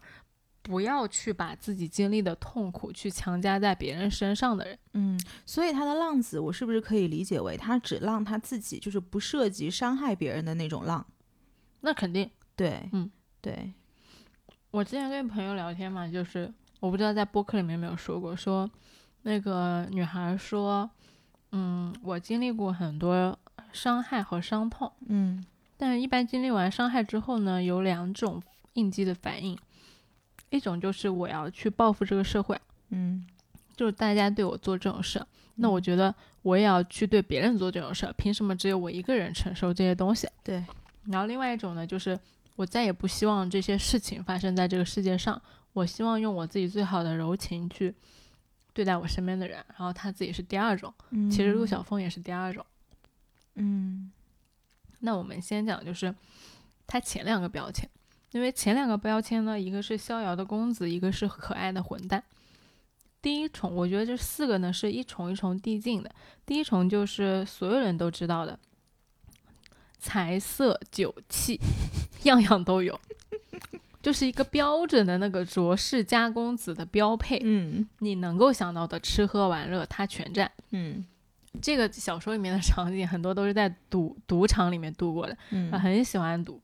[SPEAKER 1] 不要去把自己经历的痛苦去强加在别人身上的人。
[SPEAKER 2] 嗯，所以他的浪子，我是不是可以理解为他只浪他自己，就是不涉及伤害别人的那种浪？
[SPEAKER 1] 那肯定，
[SPEAKER 2] 对，
[SPEAKER 1] 嗯，
[SPEAKER 2] 对，
[SPEAKER 1] 我之前跟朋友聊天嘛，就是我不知道在播客里面有没有说过，说那个女孩说，嗯，我经历过很多伤害和伤痛，
[SPEAKER 2] 嗯
[SPEAKER 1] 但一般经历完伤害之后呢，有两种应激的反应，一种就是我要去报复这个社会，
[SPEAKER 2] 嗯，
[SPEAKER 1] 就是大家对我做这种事儿，那我觉得我也要去对别人做这种事儿，凭什么只有我一个人承受这些东西？
[SPEAKER 2] 对，
[SPEAKER 1] 然后另外一种呢，就是我再也不希望这些事情发生在这个世界上，我希望用我自己最好的柔情去对待我身边的人。然后他自己是第二种，其实陆
[SPEAKER 2] 嗯，
[SPEAKER 1] 小凤也是第二种。
[SPEAKER 2] 嗯
[SPEAKER 1] 那我们先讲就是它前两个标签，因为前两个标签呢，一个是逍遥的公子，一个是可爱的混蛋。第一重，我觉得这四个呢是一重一重递进的。第一重就是所有人都知道的，财色酒气，样样都有，就是一个标准的那个卓氏家公子的标配。
[SPEAKER 2] 嗯
[SPEAKER 1] 你能够想到的吃喝玩乐，他全占。
[SPEAKER 2] 嗯
[SPEAKER 1] 这个小说里面的场景很多都是在赌赌场里面度过的，
[SPEAKER 2] 嗯
[SPEAKER 1] 啊，很喜欢赌。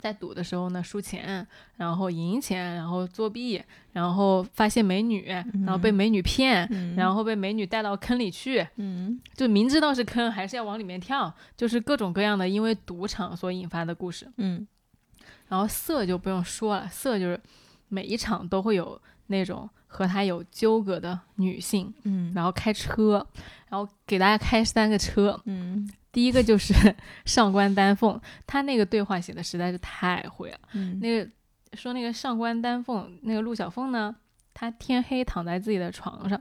[SPEAKER 1] 在赌的时候呢，输钱，然后赢钱，然后作弊，然后发现美女，然后被
[SPEAKER 2] 嗯
[SPEAKER 1] 美女骗，
[SPEAKER 2] 嗯
[SPEAKER 1] 然后被美女带到坑里去，
[SPEAKER 2] 嗯
[SPEAKER 1] 就明知道是坑，还是要往里面跳，就是各种各样的因为赌场所引发的故事。
[SPEAKER 2] 嗯
[SPEAKER 1] 然后色就不用说了，色就是每一场都会有那种和他有纠葛的女性，
[SPEAKER 2] 嗯
[SPEAKER 1] 然后开车，然后给大家开三个车，
[SPEAKER 2] 嗯
[SPEAKER 1] 第一个就是 上官丹凤，他那个对话写的实在是太会了。
[SPEAKER 2] 嗯
[SPEAKER 1] 那个说那个上官丹凤，那个陆小凤呢，她天黑躺在自己的床上，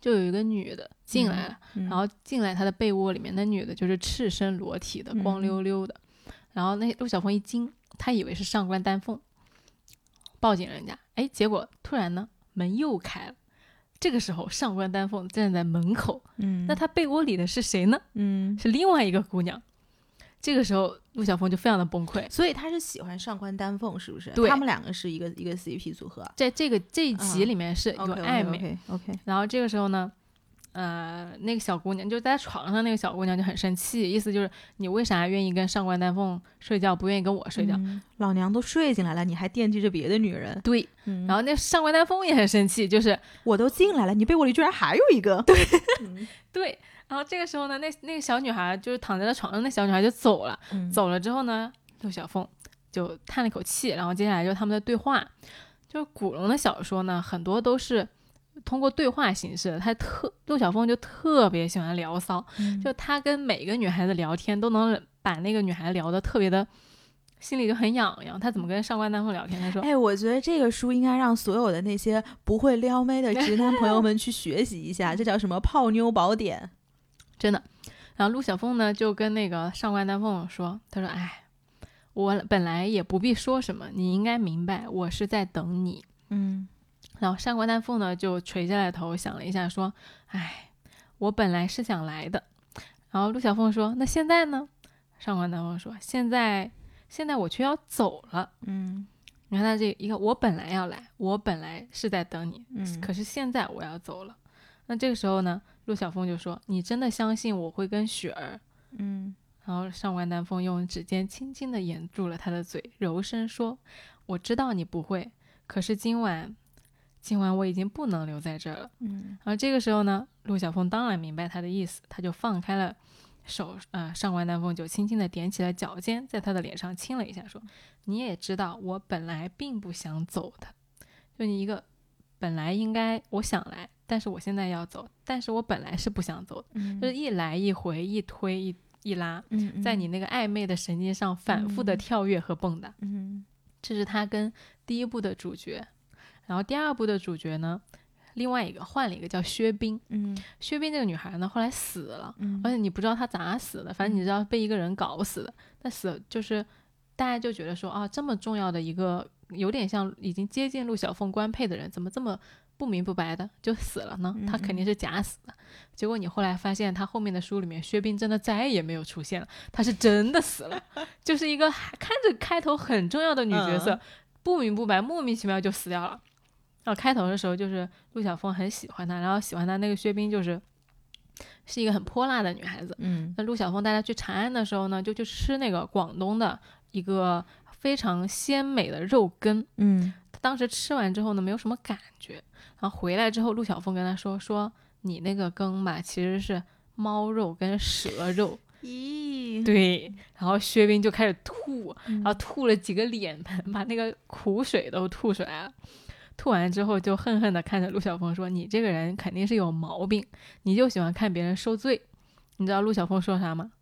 [SPEAKER 1] 就有一个女的进来了，
[SPEAKER 2] 嗯
[SPEAKER 1] 然后进来她的被窝里面，那女的就是赤身裸体的，光
[SPEAKER 2] 嗯
[SPEAKER 1] 溜溜的。然后那陆小凤一惊，她以为是上官丹凤，报警人家。哎，结果突然呢，门又开了。这个时候，上官丹凤站在门口，
[SPEAKER 2] 嗯，
[SPEAKER 1] 那她被窝里的是谁呢？
[SPEAKER 2] 嗯，
[SPEAKER 1] 是另外一个姑娘。这个时候，陆小凤就非常的崩溃。
[SPEAKER 2] 所以他是喜欢上官丹凤，是不是？
[SPEAKER 1] 对
[SPEAKER 2] 他们两个是一个一个 CP 组合，
[SPEAKER 1] 在这个这一集
[SPEAKER 2] 啊
[SPEAKER 1] 里面是有
[SPEAKER 2] OK，
[SPEAKER 1] 暧昧
[SPEAKER 2] OK，OK，OK。
[SPEAKER 1] 然后这个时候呢，呃，那个小姑娘就在床上，那个小姑娘就很生气，意思就是你为啥愿意跟上官丹凤睡觉，不愿意跟我睡觉？
[SPEAKER 2] 嗯老娘都睡进来了，你还惦记着别的女人？
[SPEAKER 1] 对，
[SPEAKER 2] 嗯
[SPEAKER 1] 然后那上官丹凤也很生气，就是
[SPEAKER 2] 我都进来了，你被窝里居然还有一个？对，
[SPEAKER 1] 对。然后这个时候呢，那那个小女孩就是躺在了床上，那小女孩就走了。
[SPEAKER 2] 嗯
[SPEAKER 1] 走了之后呢，陆小凤就叹了口气，然后接下来就是他们的对话。就是古龙的小说呢，很多都是通过对话形式的。他特陆小凤就特别喜欢聊骚，
[SPEAKER 2] 嗯
[SPEAKER 1] 就他跟每个女孩子聊天都能把那个女孩聊得特别的，心里就很痒痒。他怎么跟上官丹凤聊天？ 他说：“
[SPEAKER 2] 哎，我觉得这个书应该让所有的那些不会撩妹的直男朋友们去学习 一下，这叫什么泡妞宝典？
[SPEAKER 1] 真的。然后陆小凤呢就跟那个上官丹凤说，她说：“哎，我本来也不必说什么，你应该明白，我是在等你。
[SPEAKER 2] 嗯”
[SPEAKER 1] 然后上官丹凤呢就垂下来头想了一下，说：“哎，我本来是想来的。”然后陆小凤说：“那现在呢？”上官丹凤说：“现在，现在我却要走了。
[SPEAKER 2] 嗯”
[SPEAKER 1] 你看他这一个，我本来要来，我本来是在等你，
[SPEAKER 2] 嗯
[SPEAKER 1] 可是现在我要走了。那这个时候呢，陆小凤就说：“你真的相信我会跟雪儿
[SPEAKER 2] 嗯
[SPEAKER 1] 然后上官丹凤用指尖轻轻地掩住了他的嘴，柔声说：“我知道你不会，可是今晚，今晚我已经不能留在这儿了。
[SPEAKER 2] 嗯”
[SPEAKER 1] 然后这个时候呢，陆小凤当然明白他的意思，他就放开了手，呃，上官丹凤就轻轻地踮起了脚尖，在他的脸上亲了一下，说：“你也知道，我本来并不想走的，就你一个本来应该我想来，但是我现在要走，但是我本来是不想走的，
[SPEAKER 2] 嗯
[SPEAKER 1] 就是一来一回，一推一一拉。”
[SPEAKER 2] 嗯
[SPEAKER 1] 在你那个暧昧的神经上反复的
[SPEAKER 2] 嗯
[SPEAKER 1] 跳跃和蹦跶，
[SPEAKER 2] 嗯
[SPEAKER 1] 这是他跟第一部的主角。然后第二部的主角呢，另外一个换了一个叫薛冰，
[SPEAKER 2] 嗯
[SPEAKER 1] 薛冰这个女孩呢后来死了，
[SPEAKER 2] 嗯
[SPEAKER 1] 而且你不知道她咋死的，反正你知道被一个人搞死的。但死就是大家就觉得说啊，这么重要的一个，有点像已经接近陆小凤官配的人，怎么这么不明不白的就死了呢？他
[SPEAKER 2] 嗯
[SPEAKER 1] 肯定是假死的。结果你后来发现，他后面的书里面，薛冰真的再也没有出现了，他是真的死了， 就是一个还看着开头很重要的女角色，
[SPEAKER 2] 嗯
[SPEAKER 1] 不明不白、莫名其妙就死掉了。然后开头的时候，就是陆小凤很喜欢他，然后喜欢他那个薛冰就是是一个很泼辣的女孩子，
[SPEAKER 2] 嗯
[SPEAKER 1] 那陆小凤带她去长安的时候呢，就去吃那个广东的一个非常鲜美的肉羹。
[SPEAKER 2] 嗯
[SPEAKER 1] 他当时吃完之后呢，没有什么感觉，然后回来之后，陆小凤跟他说：“说你那个羹吧，其实是猫肉跟蛇肉。”
[SPEAKER 2] 咦，
[SPEAKER 1] 对，然后薛冰就开始吐，
[SPEAKER 2] 嗯
[SPEAKER 1] 然后吐了几个脸盆，把那个苦水都吐出来了。吐完之后，就恨恨地看着陆小凤说：“你这个人肯定是有毛病，你就喜欢看别人受罪。”你知道陆小凤说啥吗？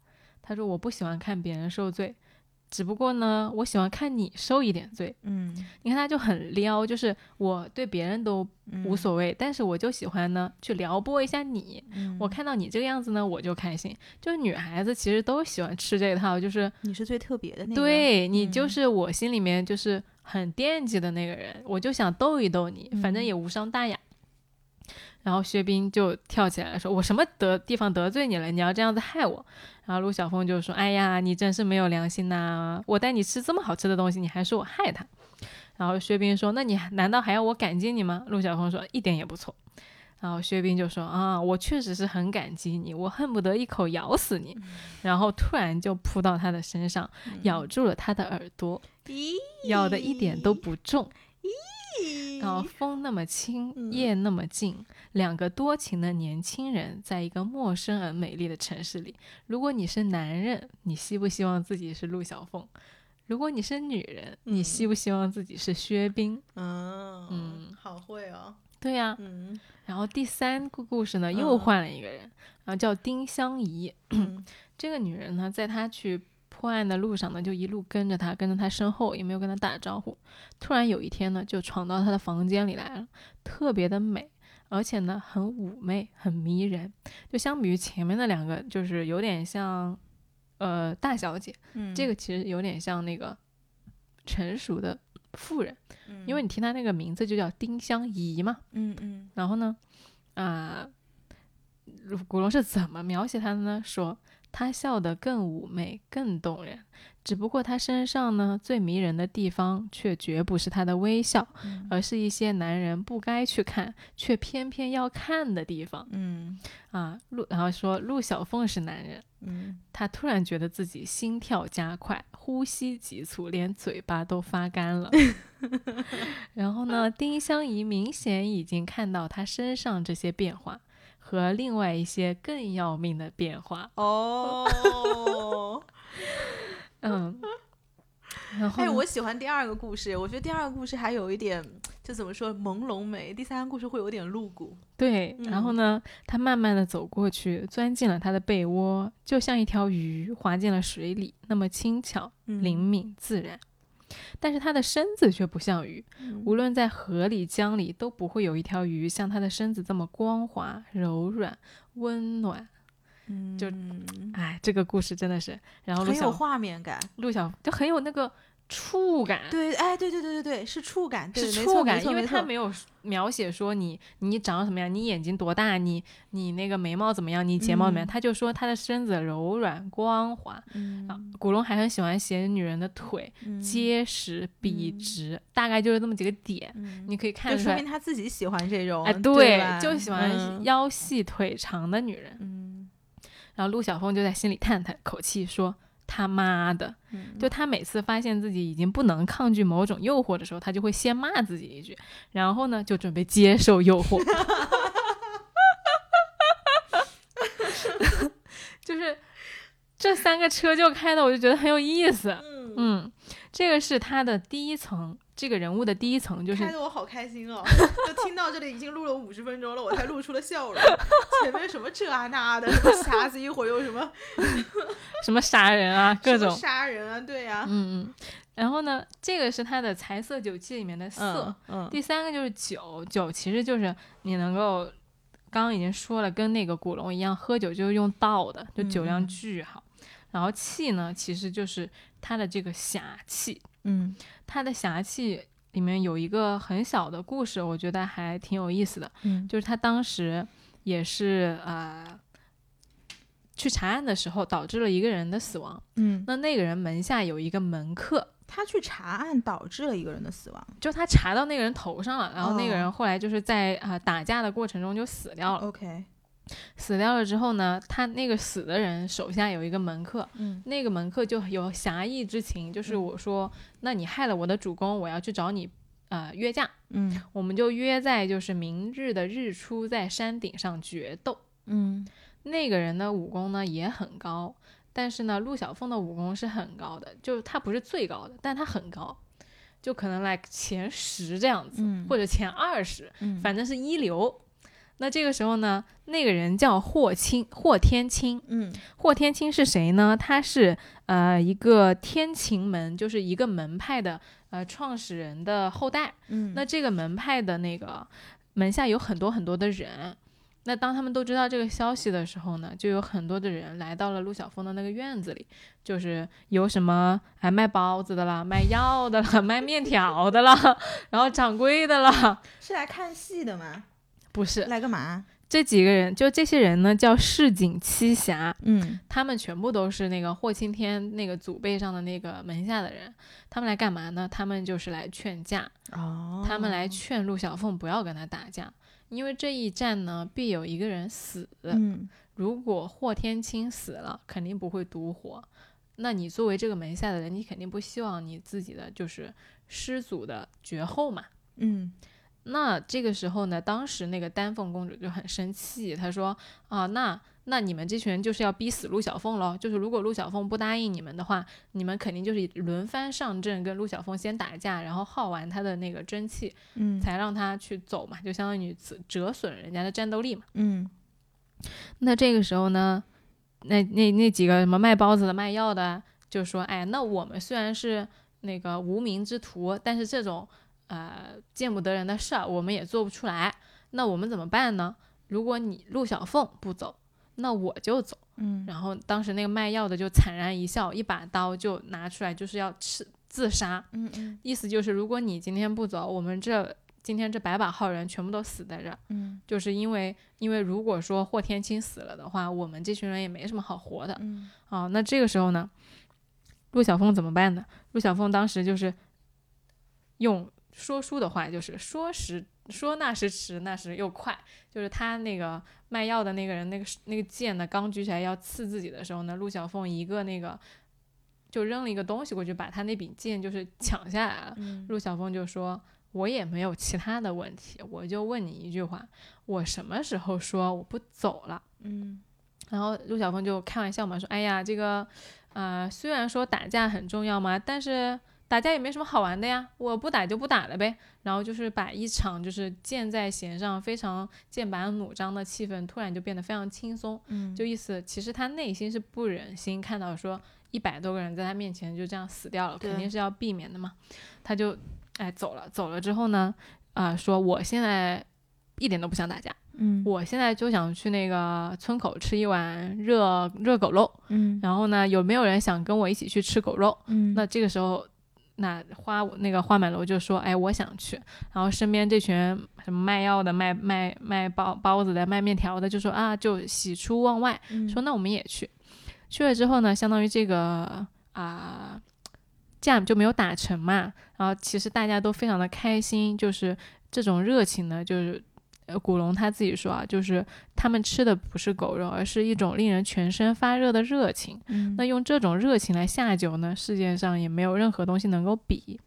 [SPEAKER 1] 他说：“我不喜欢看别人受罪，只不过呢，我喜欢看你受一点罪。
[SPEAKER 2] 嗯，”
[SPEAKER 1] 你看他就很撩，就是我对别人都
[SPEAKER 2] 嗯
[SPEAKER 1] 无，所谓，但是我就喜欢呢去撩拨一下你。
[SPEAKER 2] 嗯
[SPEAKER 1] 我看到你这个样子呢，我就开心。就是女孩子其实都喜欢吃这套，就是
[SPEAKER 2] 你是最特别的那个，，
[SPEAKER 1] 对你
[SPEAKER 2] 嗯
[SPEAKER 1] 就是我心里面就是很惦记的那个人，我就想逗一逗你，
[SPEAKER 2] 嗯
[SPEAKER 1] 反正也无伤大雅。然后薛冰就跳起来说：“我什么得地方得罪你了？你要这样子害我。”然后陆小凤就说：“哎呀，你真是没有良心呐、我带你吃这么好吃的东西，你还说我害他。”然后薛冰说：“那你难道还要我感激你吗？”陆小凤说：“一点也不错。”然后薛冰就说：“啊，我确实是很感激你，我恨不得一口咬死
[SPEAKER 2] 嗯
[SPEAKER 1] 你。”然后突然就扑到他的身上，咬住了他的耳朵，
[SPEAKER 2] 咦，
[SPEAKER 1] 咬的一点都不重。
[SPEAKER 2] 咦
[SPEAKER 1] 然后风那么轻，
[SPEAKER 2] 嗯
[SPEAKER 1] 夜那么静，两个多情的年轻人在一个陌生而美丽的城市里。如果你是男人，你希不希望自己是陆小凤？如果你是女人，你
[SPEAKER 2] 嗯
[SPEAKER 1] 希不希望自己是薛冰？
[SPEAKER 2] 嗯
[SPEAKER 1] 嗯
[SPEAKER 2] 好会哦，
[SPEAKER 1] 对呀、
[SPEAKER 2] 嗯
[SPEAKER 1] 然后第三个故事呢，又
[SPEAKER 2] 嗯
[SPEAKER 1] 换了一个人，然后叫丁香怡。
[SPEAKER 2] 嗯
[SPEAKER 1] 这个女人呢，在她去破案的路上呢，就一路跟着她，跟着她身后，也没有跟她打招呼。突然有一天呢，就闯到她的房间里来了，特别的美，而且呢，很妩媚，很迷人。就相比于前面的两个，就是有点像，呃，大小姐，
[SPEAKER 2] 嗯
[SPEAKER 1] 这个其实有点像那个成熟的妇人，因为你听她那个名字就叫丁香怡嘛。
[SPEAKER 2] 嗯嗯
[SPEAKER 1] 然后呢，啊、古龙是怎么描写她的呢？说她笑得更妩媚，更动人。只不过她身上呢，最迷人的地方却绝不是她的微笑，
[SPEAKER 2] 嗯
[SPEAKER 1] 而是一些男人不该去看，却偏偏要看的地方
[SPEAKER 2] 嗯
[SPEAKER 1] 啊。陆，然后说陆小凤是男人。
[SPEAKER 2] 嗯
[SPEAKER 1] 她突然觉得自己心跳加快，呼吸急促，连嘴巴都发干 了。然后呢，丁香怡明显已经看到她身上这些变化和另外一些更要命的变化。
[SPEAKER 2] 哦，
[SPEAKER 1] 嗯，然后
[SPEAKER 2] 哎，
[SPEAKER 1] 呢
[SPEAKER 2] 我喜欢第二个故事，我觉得第二个故事还有一点，就怎么说朦胧美，第三个故事会有点露骨。
[SPEAKER 1] 对，
[SPEAKER 2] 嗯
[SPEAKER 1] 然后呢，她慢慢的走过去，钻进了她的被窝，就像一条鱼滑进了水里，那么轻巧、
[SPEAKER 2] 嗯
[SPEAKER 1] 灵敏、自然。但是她的身子却不像鱼，
[SPEAKER 2] 嗯
[SPEAKER 1] 无论在河里、江里，都不会有一条鱼像它的身子这么光滑、柔软、温暖。
[SPEAKER 2] 嗯
[SPEAKER 1] 就哎，这个故事真的是，然后陆
[SPEAKER 2] 很有
[SPEAKER 1] 小
[SPEAKER 2] 画面感。
[SPEAKER 1] 陆小就很有那个触感，
[SPEAKER 2] 对，哎，对对对对对，是触感，对，
[SPEAKER 1] 嗯是
[SPEAKER 2] 没
[SPEAKER 1] 触
[SPEAKER 2] 错
[SPEAKER 1] 感
[SPEAKER 2] 没，错
[SPEAKER 1] 因为
[SPEAKER 2] 没
[SPEAKER 1] 它
[SPEAKER 2] 错
[SPEAKER 1] 没有描写说你你长什么样，你眼睛多大，你你那个眉毛怎么样，你睫毛怎么样，
[SPEAKER 2] 嗯
[SPEAKER 1] 他就说她的身子柔软光滑。啊
[SPEAKER 2] 嗯，
[SPEAKER 1] 古龙还很喜欢写女人的腿、
[SPEAKER 2] 嗯，
[SPEAKER 1] 结实笔
[SPEAKER 2] 嗯
[SPEAKER 1] 直，大概就是这么几个点，
[SPEAKER 2] 嗯
[SPEAKER 1] 你可以看
[SPEAKER 2] 就
[SPEAKER 1] 出
[SPEAKER 2] 说
[SPEAKER 1] 来
[SPEAKER 2] 明。他自己喜欢这种，
[SPEAKER 1] 哎，
[SPEAKER 2] 哦对吧，
[SPEAKER 1] 就喜欢
[SPEAKER 2] 嗯
[SPEAKER 1] 腰细腿长的女人。
[SPEAKER 2] 嗯
[SPEAKER 1] 然后陆小凤就在心里叹叹口气说。他妈的！
[SPEAKER 2] 嗯
[SPEAKER 1] 就她每次发现自己已经不能抗拒某种诱惑的时候，她就会先骂自己一句，然后呢就准备接受诱惑， 就是这三个车就开的，我就觉得很有意思。
[SPEAKER 2] 嗯，
[SPEAKER 1] 嗯，这个是她的第一层，这个人物的第一层就是
[SPEAKER 2] 开的我好开心 哦！就听到这里已经录了五十分钟了，我才露出了笑 容。前面什么这啊那 的，什么瞎子一会儿又什么
[SPEAKER 1] 什么杀人啊，各
[SPEAKER 2] 什么
[SPEAKER 1] 种
[SPEAKER 2] 杀人啊，对呀、
[SPEAKER 1] 嗯，嗯，然后呢，这个是它的财色酒气里面的色。
[SPEAKER 2] 嗯
[SPEAKER 1] 第三个就是酒，酒其实就是你能够，刚刚已经说了，跟那个古龙一样，喝酒就是用倒的，就酒量
[SPEAKER 2] 嗯
[SPEAKER 1] 巨好。然后气呢，其实就是它的这个侠气，
[SPEAKER 2] 嗯
[SPEAKER 1] 它的侠气里面有一个很小的故事，我觉得还挺有意思的，
[SPEAKER 2] 嗯
[SPEAKER 1] 就是他当时也是呃。去查案的时候，导致了一个人的死亡。
[SPEAKER 2] 嗯，
[SPEAKER 1] 那那个人门下有一个门客，
[SPEAKER 2] 他去查案导致了一个人的死亡。
[SPEAKER 1] 就他查到那个人头上了，然后那个
[SPEAKER 2] 哦
[SPEAKER 1] 人后来就是在啊、呃打架的过程中就死掉了。
[SPEAKER 2] OK，
[SPEAKER 1] 死掉了之后呢，他那个死的人手下有一个门客，
[SPEAKER 2] 嗯
[SPEAKER 1] 那个门客就有侠义之情，就是我说，那你害了我的主公，我要去找你，呃，约架，
[SPEAKER 2] 嗯
[SPEAKER 1] 我们就约在就是明日的日出在山顶上决斗。
[SPEAKER 2] 嗯
[SPEAKER 1] 那个人的武功呢也很高，但是呢，陆小凤的武功是很高的，就是他不是最高的，但他很高，就可能来前十这样子，
[SPEAKER 2] 嗯
[SPEAKER 1] 或者前二十，
[SPEAKER 2] 嗯
[SPEAKER 1] 反正是一流。那这个时候呢，那个人叫霍青，霍天青。
[SPEAKER 2] 嗯
[SPEAKER 1] 霍天青是谁呢？他是呃一个天晴门，就是一个门派的呃创始人的后代。
[SPEAKER 2] 嗯
[SPEAKER 1] 那这个门派的那个门下有很多很多的人。那当他们都知道这个消息的时候呢，就有很多的人来到了陆小凤的那个院子里，就是有什么哎卖包子的啦，卖药的啦， 卖面条的啦，然后掌柜的啦，
[SPEAKER 2] 是来看戏的吗？
[SPEAKER 1] 不是
[SPEAKER 2] 来干嘛？
[SPEAKER 1] 这几个人，就这些人呢叫市井七侠，
[SPEAKER 2] 嗯
[SPEAKER 1] 他们全部都是那个霍青天那个祖辈上的那个门下的人，他们来干嘛呢？他们就是来劝架，
[SPEAKER 2] 哦
[SPEAKER 1] 他们来劝陆小凤不要跟他打架，因为这一战呢必有一个人死。
[SPEAKER 2] 嗯
[SPEAKER 1] 如果霍天青死了，肯定不会独活。那你作为这个门下的人，你肯定不希望你自己的就是师祖的绝后嘛。
[SPEAKER 2] 嗯
[SPEAKER 1] 那这个时候呢，当时那个丹凤公主就很生气，她说：“啊，那那你们这群人就是要逼死陆小凤喽！就是如果陆小凤不答应你们的话，你们肯定就是轮番上阵，跟陆小凤先打架，然后耗完她的那个真气，
[SPEAKER 2] 嗯
[SPEAKER 1] 才让他去走嘛，就相当于折折损人家的战斗力嘛。
[SPEAKER 2] 嗯
[SPEAKER 1] 那这个时候呢，那那那几个什么卖包子的、卖药的啊，就说：“哎，那我们虽然是那个无名之徒，但是这种呃见不得人的事儿，我们也做不出来。那我们怎么办呢？如果你陆小凤不走，那我就走。”
[SPEAKER 2] 嗯
[SPEAKER 1] 然后当时那个卖药的就惨然一笑，一把刀就拿出来，就是要刺自杀。
[SPEAKER 2] 嗯
[SPEAKER 1] 意思就是，如果你今天不走，我们这今天这百把号人全部都死在这儿，
[SPEAKER 2] 嗯
[SPEAKER 1] 就是因为因为如果说霍天青死了的话，我们这群人也没什么好活的
[SPEAKER 2] 嗯
[SPEAKER 1] 啊。那这个时候呢，陆小凤怎么办呢？陆小凤当时就是用说书的话，就是说时说那时迟，那时又快，就是他那个卖药的那个人，那个那个剑呢，刚举起来要刺自己的时候呢，陆小凤一个那个就扔了一个东西过去，把他那柄剑就是抢下来了。
[SPEAKER 2] 嗯
[SPEAKER 1] 陆小凤就说：“我也没有其他的问题，我就问你一句话，我什么时候说我不走了
[SPEAKER 2] 嗯？”
[SPEAKER 1] 然后陆小凤就开玩笑嘛，说：“哎呀，这个，呃，虽然说打架很重要嘛，但是打架也没什么好玩的呀，我不打就不打了呗。”然后就是把一场就是箭在弦上、非常剑拔弩张的气氛，突然就变得非常轻松。
[SPEAKER 2] 嗯
[SPEAKER 1] 就意思，其实他内心是不忍心看到说一百多个人在他面前就这样死掉了，
[SPEAKER 2] 对
[SPEAKER 1] 肯定是要避免的嘛。他就哎走了，走了之后呢，啊、说我现在一点都不想打架，
[SPEAKER 2] 嗯
[SPEAKER 1] 我现在就想去那个村口吃一碗热热狗肉。
[SPEAKER 2] 嗯
[SPEAKER 1] 然后呢，有没有人想跟我一起去吃狗肉？
[SPEAKER 2] 嗯
[SPEAKER 1] 那这个时候，那花那个花满楼就说：“哎，我想去。”然后身边这群什么卖药的、卖卖卖包包子的、卖面条的就说：“啊，就喜出望外。”
[SPEAKER 2] 嗯
[SPEAKER 1] 说：“那我们也去。”去了之后呢，相当于这个啊、架就没有打成嘛。然后其实大家都非常的开心，就是这种热情呢，就是。呃，古龙他自己说啊，就是他们吃的不是狗肉，而是一种令人全身发热的热情。
[SPEAKER 2] 嗯
[SPEAKER 1] 那用这种热情来下酒呢，世界上也没有任何东西能够比。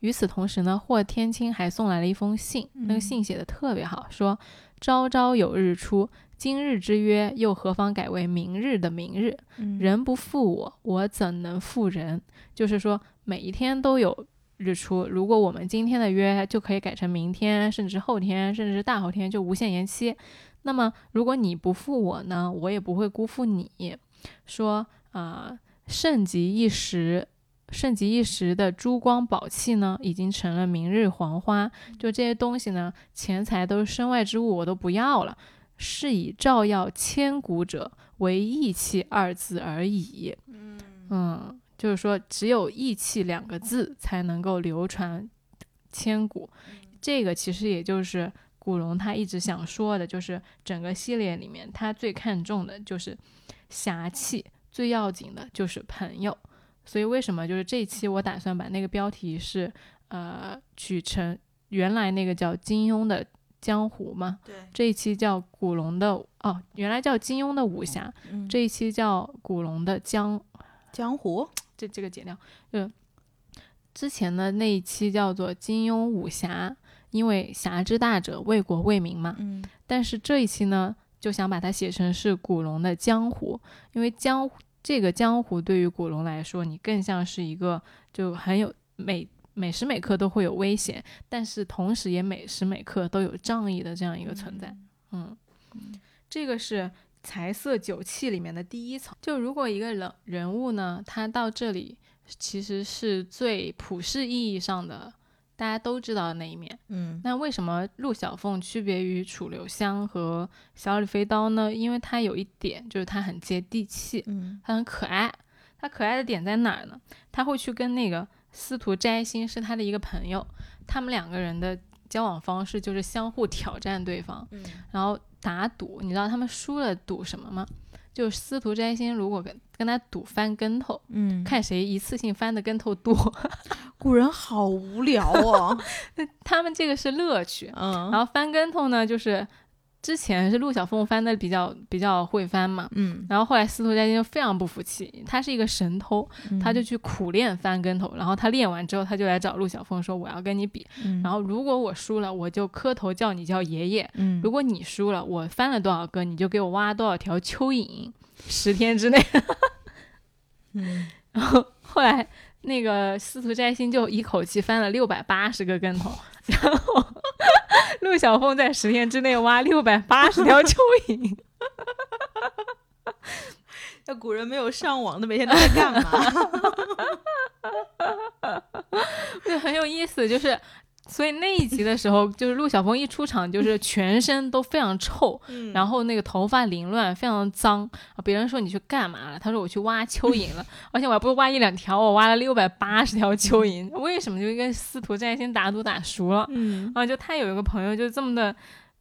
[SPEAKER 1] 与此同时呢，霍天青还送来了一封信，那个
[SPEAKER 2] 嗯
[SPEAKER 1] 信写的特别好，说：“朝朝有日出，今日之约又何妨改为明日的明日？
[SPEAKER 2] 嗯
[SPEAKER 1] 人不负我，我怎能负人？”就是说，每一天都有日出，如果我们今天的约就可以改成明天，甚至后天，甚至大后天，就无限延期。那么，如果你不负我呢，我也不会辜负你。说啊、呃盛极一时，盛极一时的珠光宝气呢，已经成了明日黄花。就这些东西呢，钱财都是身外之物，我都不要了。是以照耀千古者，为义气二字而已。嗯，就是说，只有义气两个字才能够流传千古。这个其实也就是古龙他一直想说的，就是整个系列里面他最看重的就是侠气，最要紧的就是朋友。所以为什么就是这一期我打算把那个标题是呃取成原来那个叫金庸的江湖嘛，
[SPEAKER 2] 对，
[SPEAKER 1] 这一期叫古龙的哦，原来叫金庸的武侠，
[SPEAKER 2] 嗯
[SPEAKER 1] 这一期叫古龙的江，
[SPEAKER 2] 江湖
[SPEAKER 1] 这这个剪掉，嗯，之前的那一期叫做金庸武侠，因为侠之大者，为国为民嘛，
[SPEAKER 2] 嗯
[SPEAKER 1] 但是这一期呢，就想把它写成是古龙的江湖，因为江湖这个江湖对于古龙来说，你更像是一个就很有每每时每刻都会有危险，但是同时也每时每刻都有仗义的这样一个存在。嗯，这个是财色酒气里面的第一层。就如果一个人人物呢，他到这里其实是最普世意义上的大家都知道的那一面。
[SPEAKER 2] 嗯
[SPEAKER 1] 那为什么陆小凤区别于楚留香和小李飞刀呢？因为它有一点就是它很接地气，
[SPEAKER 2] 嗯
[SPEAKER 1] 它很可爱。它可爱的点在哪儿呢？他会去跟那个司徒摘星是他的一个朋友，他们两个人的交往方式就是相互挑战对方，
[SPEAKER 2] 嗯
[SPEAKER 1] 然后打赌。你知道他们输了赌什么吗？就是司徒摘星如果跟跟他赌翻跟头，
[SPEAKER 2] 嗯，
[SPEAKER 1] 看谁一次性翻的跟头多。
[SPEAKER 2] 古人好无聊哦，
[SPEAKER 1] 他们这个是乐趣，
[SPEAKER 2] 嗯
[SPEAKER 1] 然后翻跟头呢，就是之前是陆小凤翻的比较比较会翻嘛，
[SPEAKER 2] 嗯，
[SPEAKER 1] 然后后来司徒佳音就非常不服气，他是一个神偷，
[SPEAKER 2] 嗯
[SPEAKER 1] 他就去苦练翻跟头，然后他练完之后，他就来找陆小凤说我要跟你比，
[SPEAKER 2] 嗯，
[SPEAKER 1] 然后如果我输了，我就磕头叫你叫爷爷。
[SPEAKER 2] 嗯，
[SPEAKER 1] 如果你输了，我翻了多少个，你就给我挖多少条蚯蚓，十天之内。
[SPEAKER 2] 嗯
[SPEAKER 1] 然后后来那个司徒摘星就一口气翻了六百八十个跟头， 然后陆小凤在十天之内挖六百八十条蚯蚓。
[SPEAKER 2] 那古人没有上网的，每天都在干嘛？
[SPEAKER 1] 对，很有意思，就是。所以那一集的时候，就是陆小凤一出场，就是全身都非常臭，
[SPEAKER 2] 嗯
[SPEAKER 1] 然后那个头发凌乱，非常脏。啊别人说你去干嘛了？他说我去挖蚯蚓 了，而且我还不是挖一两条，我挖了六百八十条蚯蚓。为什么就跟司徒摘星打赌打输了？
[SPEAKER 2] 嗯
[SPEAKER 1] 啊，就他有一个朋友就这么的，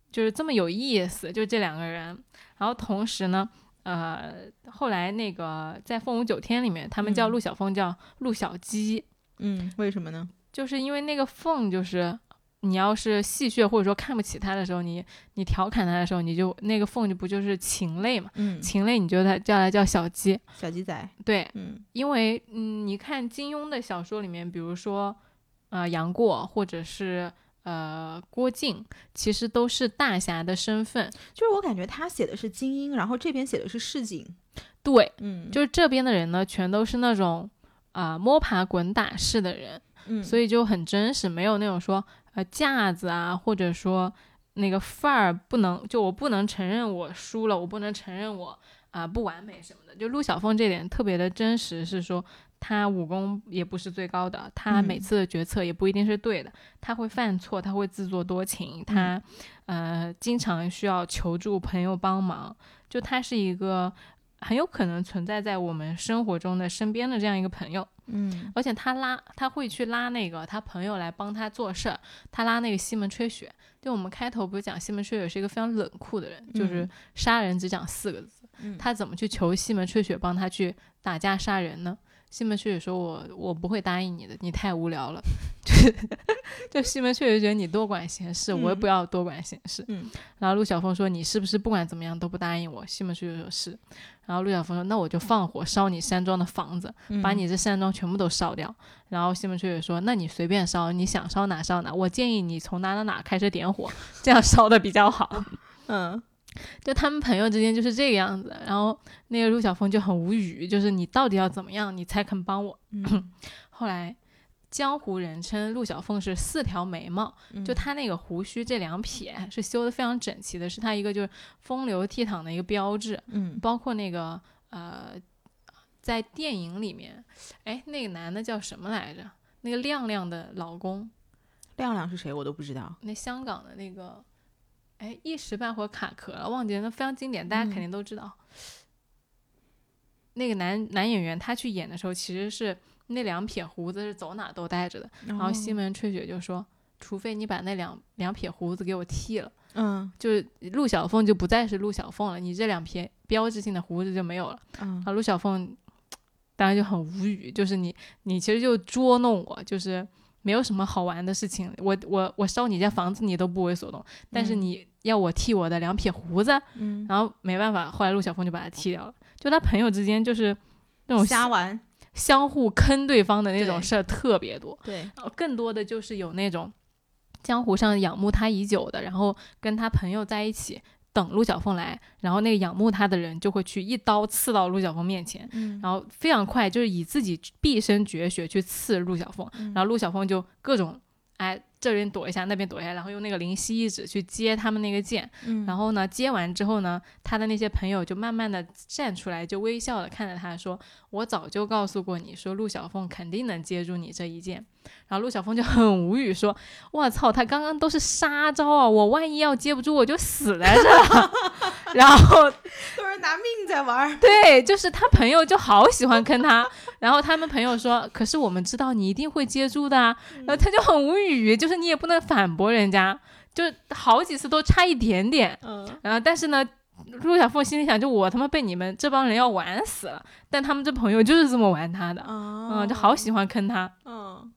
[SPEAKER 1] 就是这么有意思，就这两个人。然后同时呢，呃，后来那个在《凤舞九天》里面，他们叫
[SPEAKER 2] 嗯
[SPEAKER 1] 陆小凤叫陆小鸡，
[SPEAKER 2] 嗯，为什么 呢？
[SPEAKER 1] 就是因为那个凤就是。你要是戏谑或者说看不起他的时候，你你调侃他的时候，你就那个凤就不就是禽类嘛？
[SPEAKER 2] 嗯，
[SPEAKER 1] 禽类你就它叫它叫小鸡，
[SPEAKER 2] 小鸡仔，
[SPEAKER 1] 对，
[SPEAKER 2] 嗯
[SPEAKER 1] 因为嗯，你看金庸的小说里面，比如说呃杨过或者是呃郭靖，其实都是大侠的身份。
[SPEAKER 2] 就是我感觉他写的是精英，然后这边写的是市井，
[SPEAKER 1] 对，
[SPEAKER 2] 嗯，
[SPEAKER 1] 就是这边的人呢，全都是那种啊、摸爬滚打式的人，
[SPEAKER 2] 嗯，
[SPEAKER 1] 所
[SPEAKER 2] 以
[SPEAKER 1] 以就很真实，没有那种说呃架子啊，或者说那个范儿不能，就我不能承认我输了，我不能承认我啊、不完美什么的。就陆小凤这点特别的真实，是说她武功也不是最高的，她每
[SPEAKER 2] 嗯
[SPEAKER 1] 次的决策也不一定是对的，她会犯错，她会自作多
[SPEAKER 2] 嗯
[SPEAKER 1] 情，她呃经常需要求助朋友帮忙，就她是一个。很有可能存在在我们生活中的身边的这样一个朋友，
[SPEAKER 2] 嗯
[SPEAKER 1] 而且他拉他会去拉那个他朋友来帮他做事儿，他拉那个西门吹雪。就我们开头不是讲西门吹雪是一个非常冷酷的人，就是
[SPEAKER 2] 嗯
[SPEAKER 1] 杀人只讲四个字。
[SPEAKER 2] 嗯
[SPEAKER 1] 他怎么去求西门吹雪帮他去打架杀人呢？西门吹雪说我：“我不会答应你的，你太无聊了。” 就是就西门吹雪觉得你多管闲事，我也
[SPEAKER 2] 嗯
[SPEAKER 1] 不要多管闲事。
[SPEAKER 2] 嗯
[SPEAKER 1] 然后陆小凤说：“你是不是不管怎么样都不答应我？”西门吹雪说：“是。”然后陆小凤说：“那我就放火烧你山庄的房子，把
[SPEAKER 2] 嗯
[SPEAKER 1] 你这山庄全部都烧掉。然后西门吹雪说：“那你随便烧，你想烧哪烧哪。我建议你从哪哪哪开始点火， 这样烧的比较好。
[SPEAKER 2] 嗯”
[SPEAKER 1] 就他们朋友之间就是这个样子。然后那个陆小凤就很无语，就是你到底要怎么样你才肯帮我？
[SPEAKER 2] 嗯，
[SPEAKER 1] 后来江湖人称陆小凤是四条眉毛，
[SPEAKER 2] 嗯
[SPEAKER 1] 就他那个胡须这两撇是修的非常整齐的，是他一个就是风流倜傥的一个标志。
[SPEAKER 2] 嗯
[SPEAKER 1] 包括那个呃，在电影里面，哎，那个男的叫什么来着？那个亮亮的老公，
[SPEAKER 2] 亮亮是谁我都不知道，
[SPEAKER 1] 那香港的那个，哎，一时半会儿卡壳了，忘记了，那非常经典，大家肯
[SPEAKER 2] 嗯
[SPEAKER 1] 定都知道。那个男男演员他去演的时候，其实是那两撇胡子是走哪都带着的。
[SPEAKER 2] 然
[SPEAKER 1] 然后西门吹雪就说：“除非你把那两两撇胡子给我剃了，
[SPEAKER 2] 嗯
[SPEAKER 1] 就是陆小凤就不再是陆小凤了，你这两撇标志性的胡子就没有了。”
[SPEAKER 2] 嗯
[SPEAKER 1] 啊，陆小凤当然就很无语，就是你你其实就捉弄我，就是没有什么好玩的事情，我我我烧你家房子你都不为所动，但是
[SPEAKER 2] 嗯
[SPEAKER 1] 你要我剃我的两撇胡子，
[SPEAKER 2] 嗯，
[SPEAKER 1] 然后没办法，后来陆小凤就把他剃掉了。就他朋友之间就是那种
[SPEAKER 2] 瞎玩，
[SPEAKER 1] 相互坑对方的那种
[SPEAKER 2] 对
[SPEAKER 1] 事儿特别多，
[SPEAKER 2] 对，
[SPEAKER 1] 然后更多的就是有那种江湖上仰慕他已久的，然后跟他朋友在一起等陆小凤来，然后那个仰慕他的人就会去一刀刺到陆小凤面前，
[SPEAKER 2] 嗯，
[SPEAKER 1] 然后非常快就是以自己毕生绝学去刺陆小凤，
[SPEAKER 2] 嗯
[SPEAKER 1] 然后陆小凤就各种哎这边躲一下那边躲一下，然后用那个灵犀一指去接他们那个剑，
[SPEAKER 2] 嗯
[SPEAKER 1] 然后呢，接完之后呢，他的那些朋友就慢慢的站出来，就微笑的看着他说：“我早就告诉过你说，陆小凤肯定能接住你这一剑。”然后陆小凤就很无语说：“我操，他刚刚都是杀招啊，我万一要接不住，我就死在这儿了。” 然后
[SPEAKER 2] 都是拿命在玩 儿，
[SPEAKER 1] 对，就是他朋友就好喜欢坑他，然后他们朋友说：“可是我们知道你一定会接住的啊。”然后他就很无语，就是你也不能反驳人家，就好几次都差一点点。
[SPEAKER 2] 嗯，
[SPEAKER 1] 然后但是呢，陆小凤心里想，就我他妈被你们这帮人要玩死了，但他们这朋友就是这么玩他的，
[SPEAKER 2] 哦
[SPEAKER 1] 嗯，就好，喜欢坑他。
[SPEAKER 2] 嗯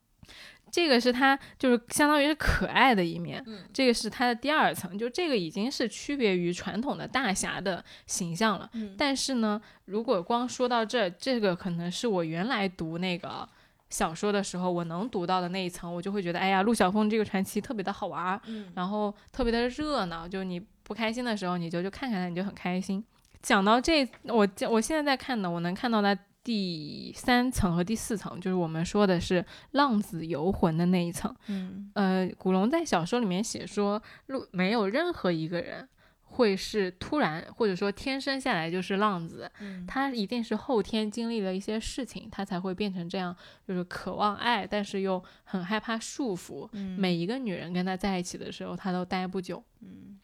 [SPEAKER 1] 这个是他就是相当于是可爱的一面，
[SPEAKER 2] 嗯
[SPEAKER 1] 这个是他的第二层，就这个已经是区别于传统的大侠的形象了。
[SPEAKER 2] 嗯，
[SPEAKER 1] 但是呢，如果光说到这，这个可能是我原来读那个小说的时候，我能读到的那一层，我就会觉得，哎呀，陆小凤这个传奇特别的好玩儿，
[SPEAKER 2] 嗯
[SPEAKER 1] 然后特别的热闹，就你不开心的时候，你就就看看他，你就很开心。讲到这，我这我现在在看呢，我能看到它第三层和第四层，就是我们说的是浪子游魂的那一层。
[SPEAKER 2] 嗯
[SPEAKER 1] 呃，古龙在小说里面写说，路没有任何一个人会是突然或者说天生下来就是浪子，
[SPEAKER 2] 嗯，
[SPEAKER 1] 他一定是后天经历了一些事情，他才会变成这样，就是渴望爱，但是又很害怕束缚，
[SPEAKER 2] 嗯
[SPEAKER 1] 每一个女人跟他在一起的时候，他都待不久，
[SPEAKER 2] 嗯，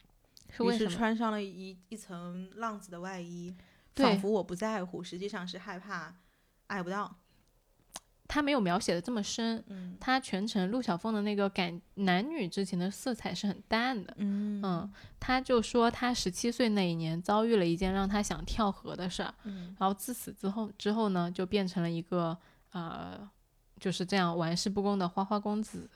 [SPEAKER 1] 是
[SPEAKER 2] 于
[SPEAKER 1] 为什
[SPEAKER 2] 是
[SPEAKER 1] 么？
[SPEAKER 2] 穿上了一一层浪子的外衣，
[SPEAKER 1] 对
[SPEAKER 2] 仿佛我不在乎，实际上是害怕爱不到。
[SPEAKER 1] 他没有描写的这么深，
[SPEAKER 2] 嗯
[SPEAKER 1] 他全程陆小凤的那个感男女之情的色彩是很淡的。
[SPEAKER 2] 嗯
[SPEAKER 1] 嗯，他就说他十七岁那一年遭遇了一件让他想跳河的事儿，
[SPEAKER 2] 嗯
[SPEAKER 1] 然后自此之后之后呢，就变成了一个呃，就是这样玩世不恭的花花公子。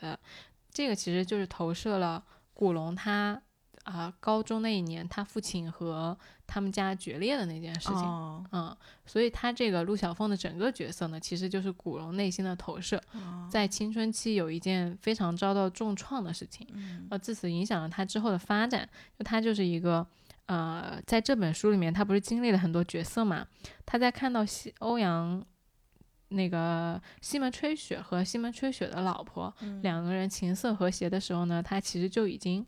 [SPEAKER 1] 这个其实就是投射了古龙他啊、高中那一年他父亲和他们家决裂的那件事情。
[SPEAKER 2] 哦
[SPEAKER 1] 嗯，所以他这个陆小凤的整个角色呢，其实就是古龙内心的投射，
[SPEAKER 2] 哦
[SPEAKER 1] 在青春期有一件非常遭到重创的事情，
[SPEAKER 2] 嗯
[SPEAKER 1] 呃，自此影响了他之后的发展。就他就是一个，呃，在这本书里面，他不是经历了很多角色嘛？他在看到西欧阳那个西门吹雪和西门吹雪的老婆、
[SPEAKER 2] 嗯
[SPEAKER 1] 两个人琴瑟和谐的时候呢，他其实就已经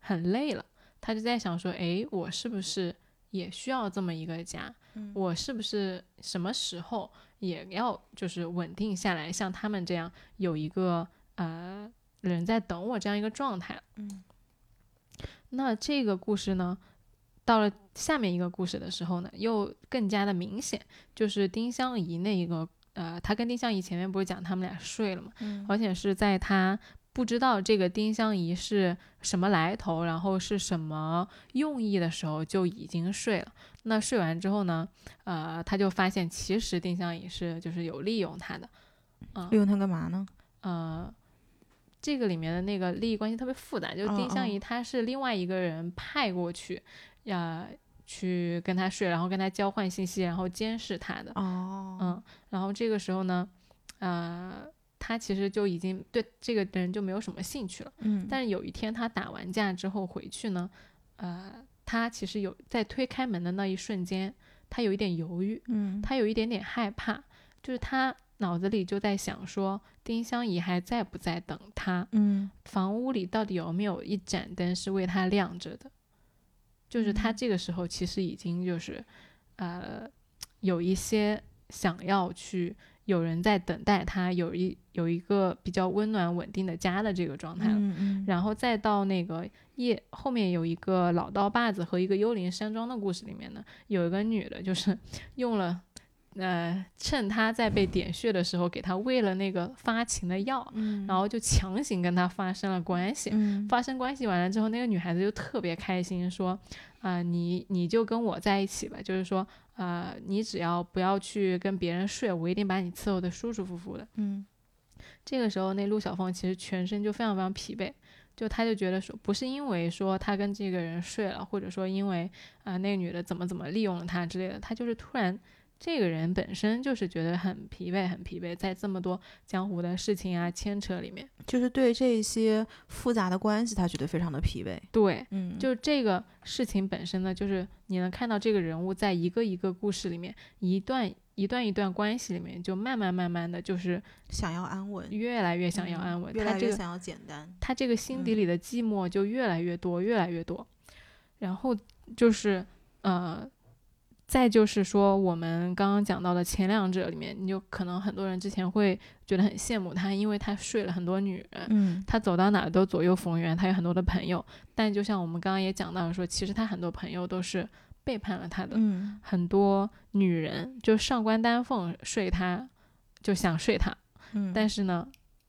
[SPEAKER 1] 很累了。他就在想说，诶，我是不是也需要这么一个家？
[SPEAKER 2] 嗯
[SPEAKER 1] 我是不是什么时候也要就是稳定下来，像他们这样有一个呃人在等我这样一个状态？
[SPEAKER 2] 嗯
[SPEAKER 1] 那这个故事呢，到了下面一个故事的时候呢，又更加的明显，就是丁香怡那一个，呃，他跟丁香怡前面不是讲他们俩睡了嘛，
[SPEAKER 2] 嗯
[SPEAKER 1] 而且是在他不知道这个丁香怡是什么来头，然后是什么用意的时候就已经睡了。那睡完之后呢，呃，他就发现其实丁香怡是就是有利用他的，嗯、
[SPEAKER 2] 利用它干嘛呢？
[SPEAKER 1] 呃，这个里面的那个利益关系特别复杂，就是
[SPEAKER 2] 嗯
[SPEAKER 1] 丁香
[SPEAKER 2] 嗯
[SPEAKER 1] 怡她是另外一个人派过去，呀、去跟他睡，然后跟他交换信息，然后监视他的。
[SPEAKER 2] 哦
[SPEAKER 1] 嗯，然后这个时候呢，呃，他其实就已经对这个人就没有什么兴趣了。
[SPEAKER 2] 嗯
[SPEAKER 1] 但是有一天他打完架之后回去呢，呃，他其实有在推开门的那一瞬间，他有一点犹豫，
[SPEAKER 2] 嗯
[SPEAKER 1] 他有一点点害怕，就是他脑子里就在想说，丁香怡还在不在等他？
[SPEAKER 2] 嗯
[SPEAKER 1] 房屋里到底有没有一盏灯是为他亮着的？就是他
[SPEAKER 2] 嗯
[SPEAKER 1] 这个时候其实已经就是，呃，有一些想要去有人在等待他，有一有一个比较温暖稳定的家的这个状态了。
[SPEAKER 2] 嗯
[SPEAKER 1] 然后再到那个夜后面有一个老刀把子和一个幽灵山庄的故事里面呢，有一个女的，就是 用了，呃，趁他在被点穴的时候，给他喂了那个发情的药，
[SPEAKER 2] 嗯
[SPEAKER 1] 然后就强行跟他发生了关系。
[SPEAKER 2] 嗯
[SPEAKER 1] 发生关系完了之后，那个女孩子就特别开心，说：“啊、你你就跟我在一起吧，就是说，啊呃，你只要不要去跟别人睡，我一定把你伺候的舒舒服服的。”
[SPEAKER 2] 嗯
[SPEAKER 1] 这个时候，那陆小凤其实全身就非常非常疲惫，就她就觉得说，不是因为说她跟这个人睡了，或者说因为啊、那个女的怎么怎么利用了她之类的，她就是突然这个人本身就是觉得很疲惫，很疲惫，在这么多江湖的事情啊牵扯里面，
[SPEAKER 2] 就是对这些复杂的关系，他觉得非常的疲惫。
[SPEAKER 1] 对，
[SPEAKER 2] 嗯
[SPEAKER 1] 就这个事情本身呢，就是你能看到这个人物在一个一个故事里面，一段一段一段关系里面，就慢慢慢慢的就是
[SPEAKER 2] 想要安稳，嗯
[SPEAKER 1] 越来越想要安稳。
[SPEAKER 2] 越
[SPEAKER 1] 他
[SPEAKER 2] 来
[SPEAKER 1] 这
[SPEAKER 2] 越
[SPEAKER 1] 个
[SPEAKER 2] 想要嗯简单。
[SPEAKER 1] 他这个心底里的寂寞就越来越多，越来越多。然后就是呃，再就是说我们刚刚讲到的前两者里面，你就可能很多人之前会觉得很羡慕他，因为他睡了很多女人，
[SPEAKER 2] 嗯
[SPEAKER 1] 他走到哪儿都左右逢源，他有很多的朋友。但就像我们刚刚也讲到说，其实他很多朋友都是背叛了他的，
[SPEAKER 2] 嗯，
[SPEAKER 1] 很多女人就上官丹凤睡他，就想睡他，
[SPEAKER 2] 嗯
[SPEAKER 1] 但是呢，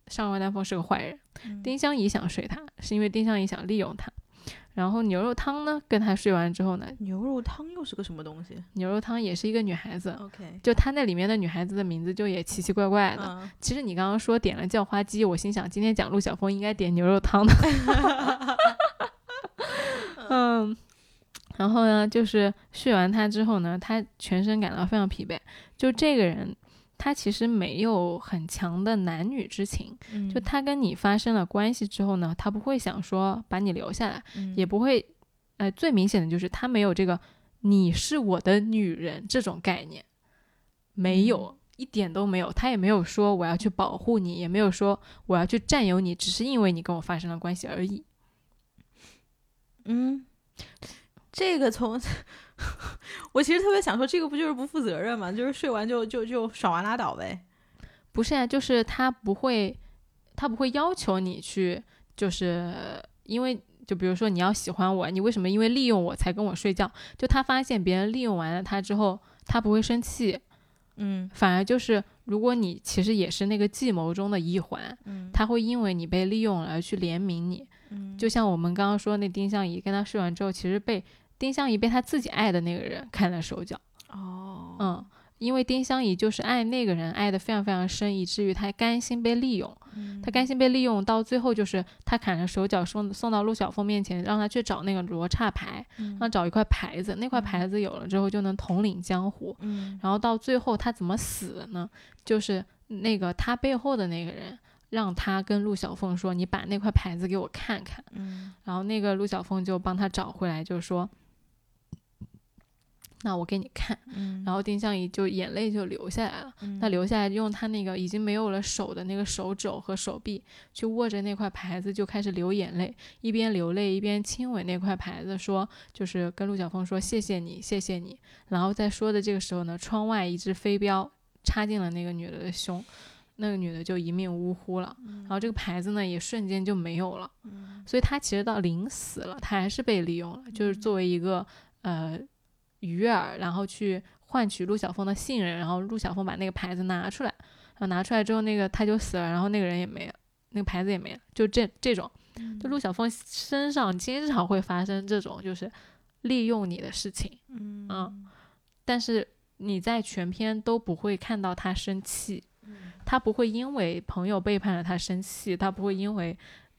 [SPEAKER 1] 上官丹凤是个坏人，丁香姨想睡他，是因为丁香姨想利用他。然后牛肉汤呢，跟他睡完之后呢，
[SPEAKER 2] 牛肉汤又是个什么东西
[SPEAKER 1] 牛肉汤也是一个女孩子，
[SPEAKER 2] ？OK，
[SPEAKER 1] 就她那里面的女孩子的名字就也奇奇怪怪的，
[SPEAKER 2] 嗯，
[SPEAKER 1] 其实你刚刚说点了叫花鸡，我心想今天讲陆小凤应该点牛肉汤的。嗯，然后呢，就是睡完他之后呢，他全身感到非常疲惫。就这个人，他其实没有很强的男女之情。
[SPEAKER 2] 嗯
[SPEAKER 1] 就他跟你发生了关系之后呢，他不会想说把你留下来，
[SPEAKER 2] 嗯
[SPEAKER 1] 也不会，呃，最明显的就是他没有这个“你是我的女人”这种概念，没有，一点都没有。他也没有说我要去保护你，也没有说我要去占有你，只是因为你跟我发生了关系而已。
[SPEAKER 2] 嗯，这个从 我其实特别想说，这个不就是不负责任嘛？就是睡完就就就爽完拉倒呗。
[SPEAKER 1] 不是啊，就是他不会，他不会要求你去，就是因为。就比如说你要喜欢我，你为什么因为利用我才跟我睡觉？就他发现别人利用完了他之后，他不会生气，
[SPEAKER 2] 嗯
[SPEAKER 1] 反而就是如果你其实也是那个计谋中的一环，
[SPEAKER 2] 嗯
[SPEAKER 1] 他会因为你被利用了而去怜悯你。
[SPEAKER 2] 嗯
[SPEAKER 1] 就像我们刚刚说那丁香姨跟他睡完之后，其实被丁香姨被他自己爱的那个人看了手脚。
[SPEAKER 2] 哦
[SPEAKER 1] 嗯，因为丁香姨就是爱那个人爱的非常非常深，以至于他甘心被利用。
[SPEAKER 2] 嗯
[SPEAKER 1] 他甘心被利用到最后，就是他砍了手脚送送到陆小凤面前，让他去找那个罗刹牌，
[SPEAKER 2] 嗯
[SPEAKER 1] 让他找一块牌子，那块牌子有了之后就能统领江湖。
[SPEAKER 2] 嗯
[SPEAKER 1] 然后到最后他怎么死的呢？就是那个他背后的那个人，让他跟陆小凤说：“你把那块牌子给我看看。
[SPEAKER 2] 嗯”
[SPEAKER 1] 然后那个陆小凤就帮他找回来，就说：“那我给你看。”
[SPEAKER 2] 嗯
[SPEAKER 1] 然后丁香姨就眼泪就流下来了。那留下来，用他那个已经没有了手的那个手肘和手臂，去握着那块牌子，就开始流眼泪，一边流泪一边亲吻那块牌子，说就是跟陆小凤说谢谢你，谢谢你。然后在说的这个时候呢，窗外一只飞镖插进了那个女的的胸，那个女的就一命呜呼了。然后这个牌子呢也瞬间就没有了，所以她其实到临死了，她还是被利用了，就是作为一个呃鱼饵，然后去换取陆小凤的信任，然后陆小凤把那个牌子拿出来，然后拿出来之后，那个他就死了，然后那个人也没了，那个牌子也没了，就这这种，就陆小凤身上经常会发生这种就是利用你的事情，
[SPEAKER 2] 嗯
[SPEAKER 1] 嗯但是你在全篇都不会看到他生气，他不会因为朋友背叛了他生气，他不会因为。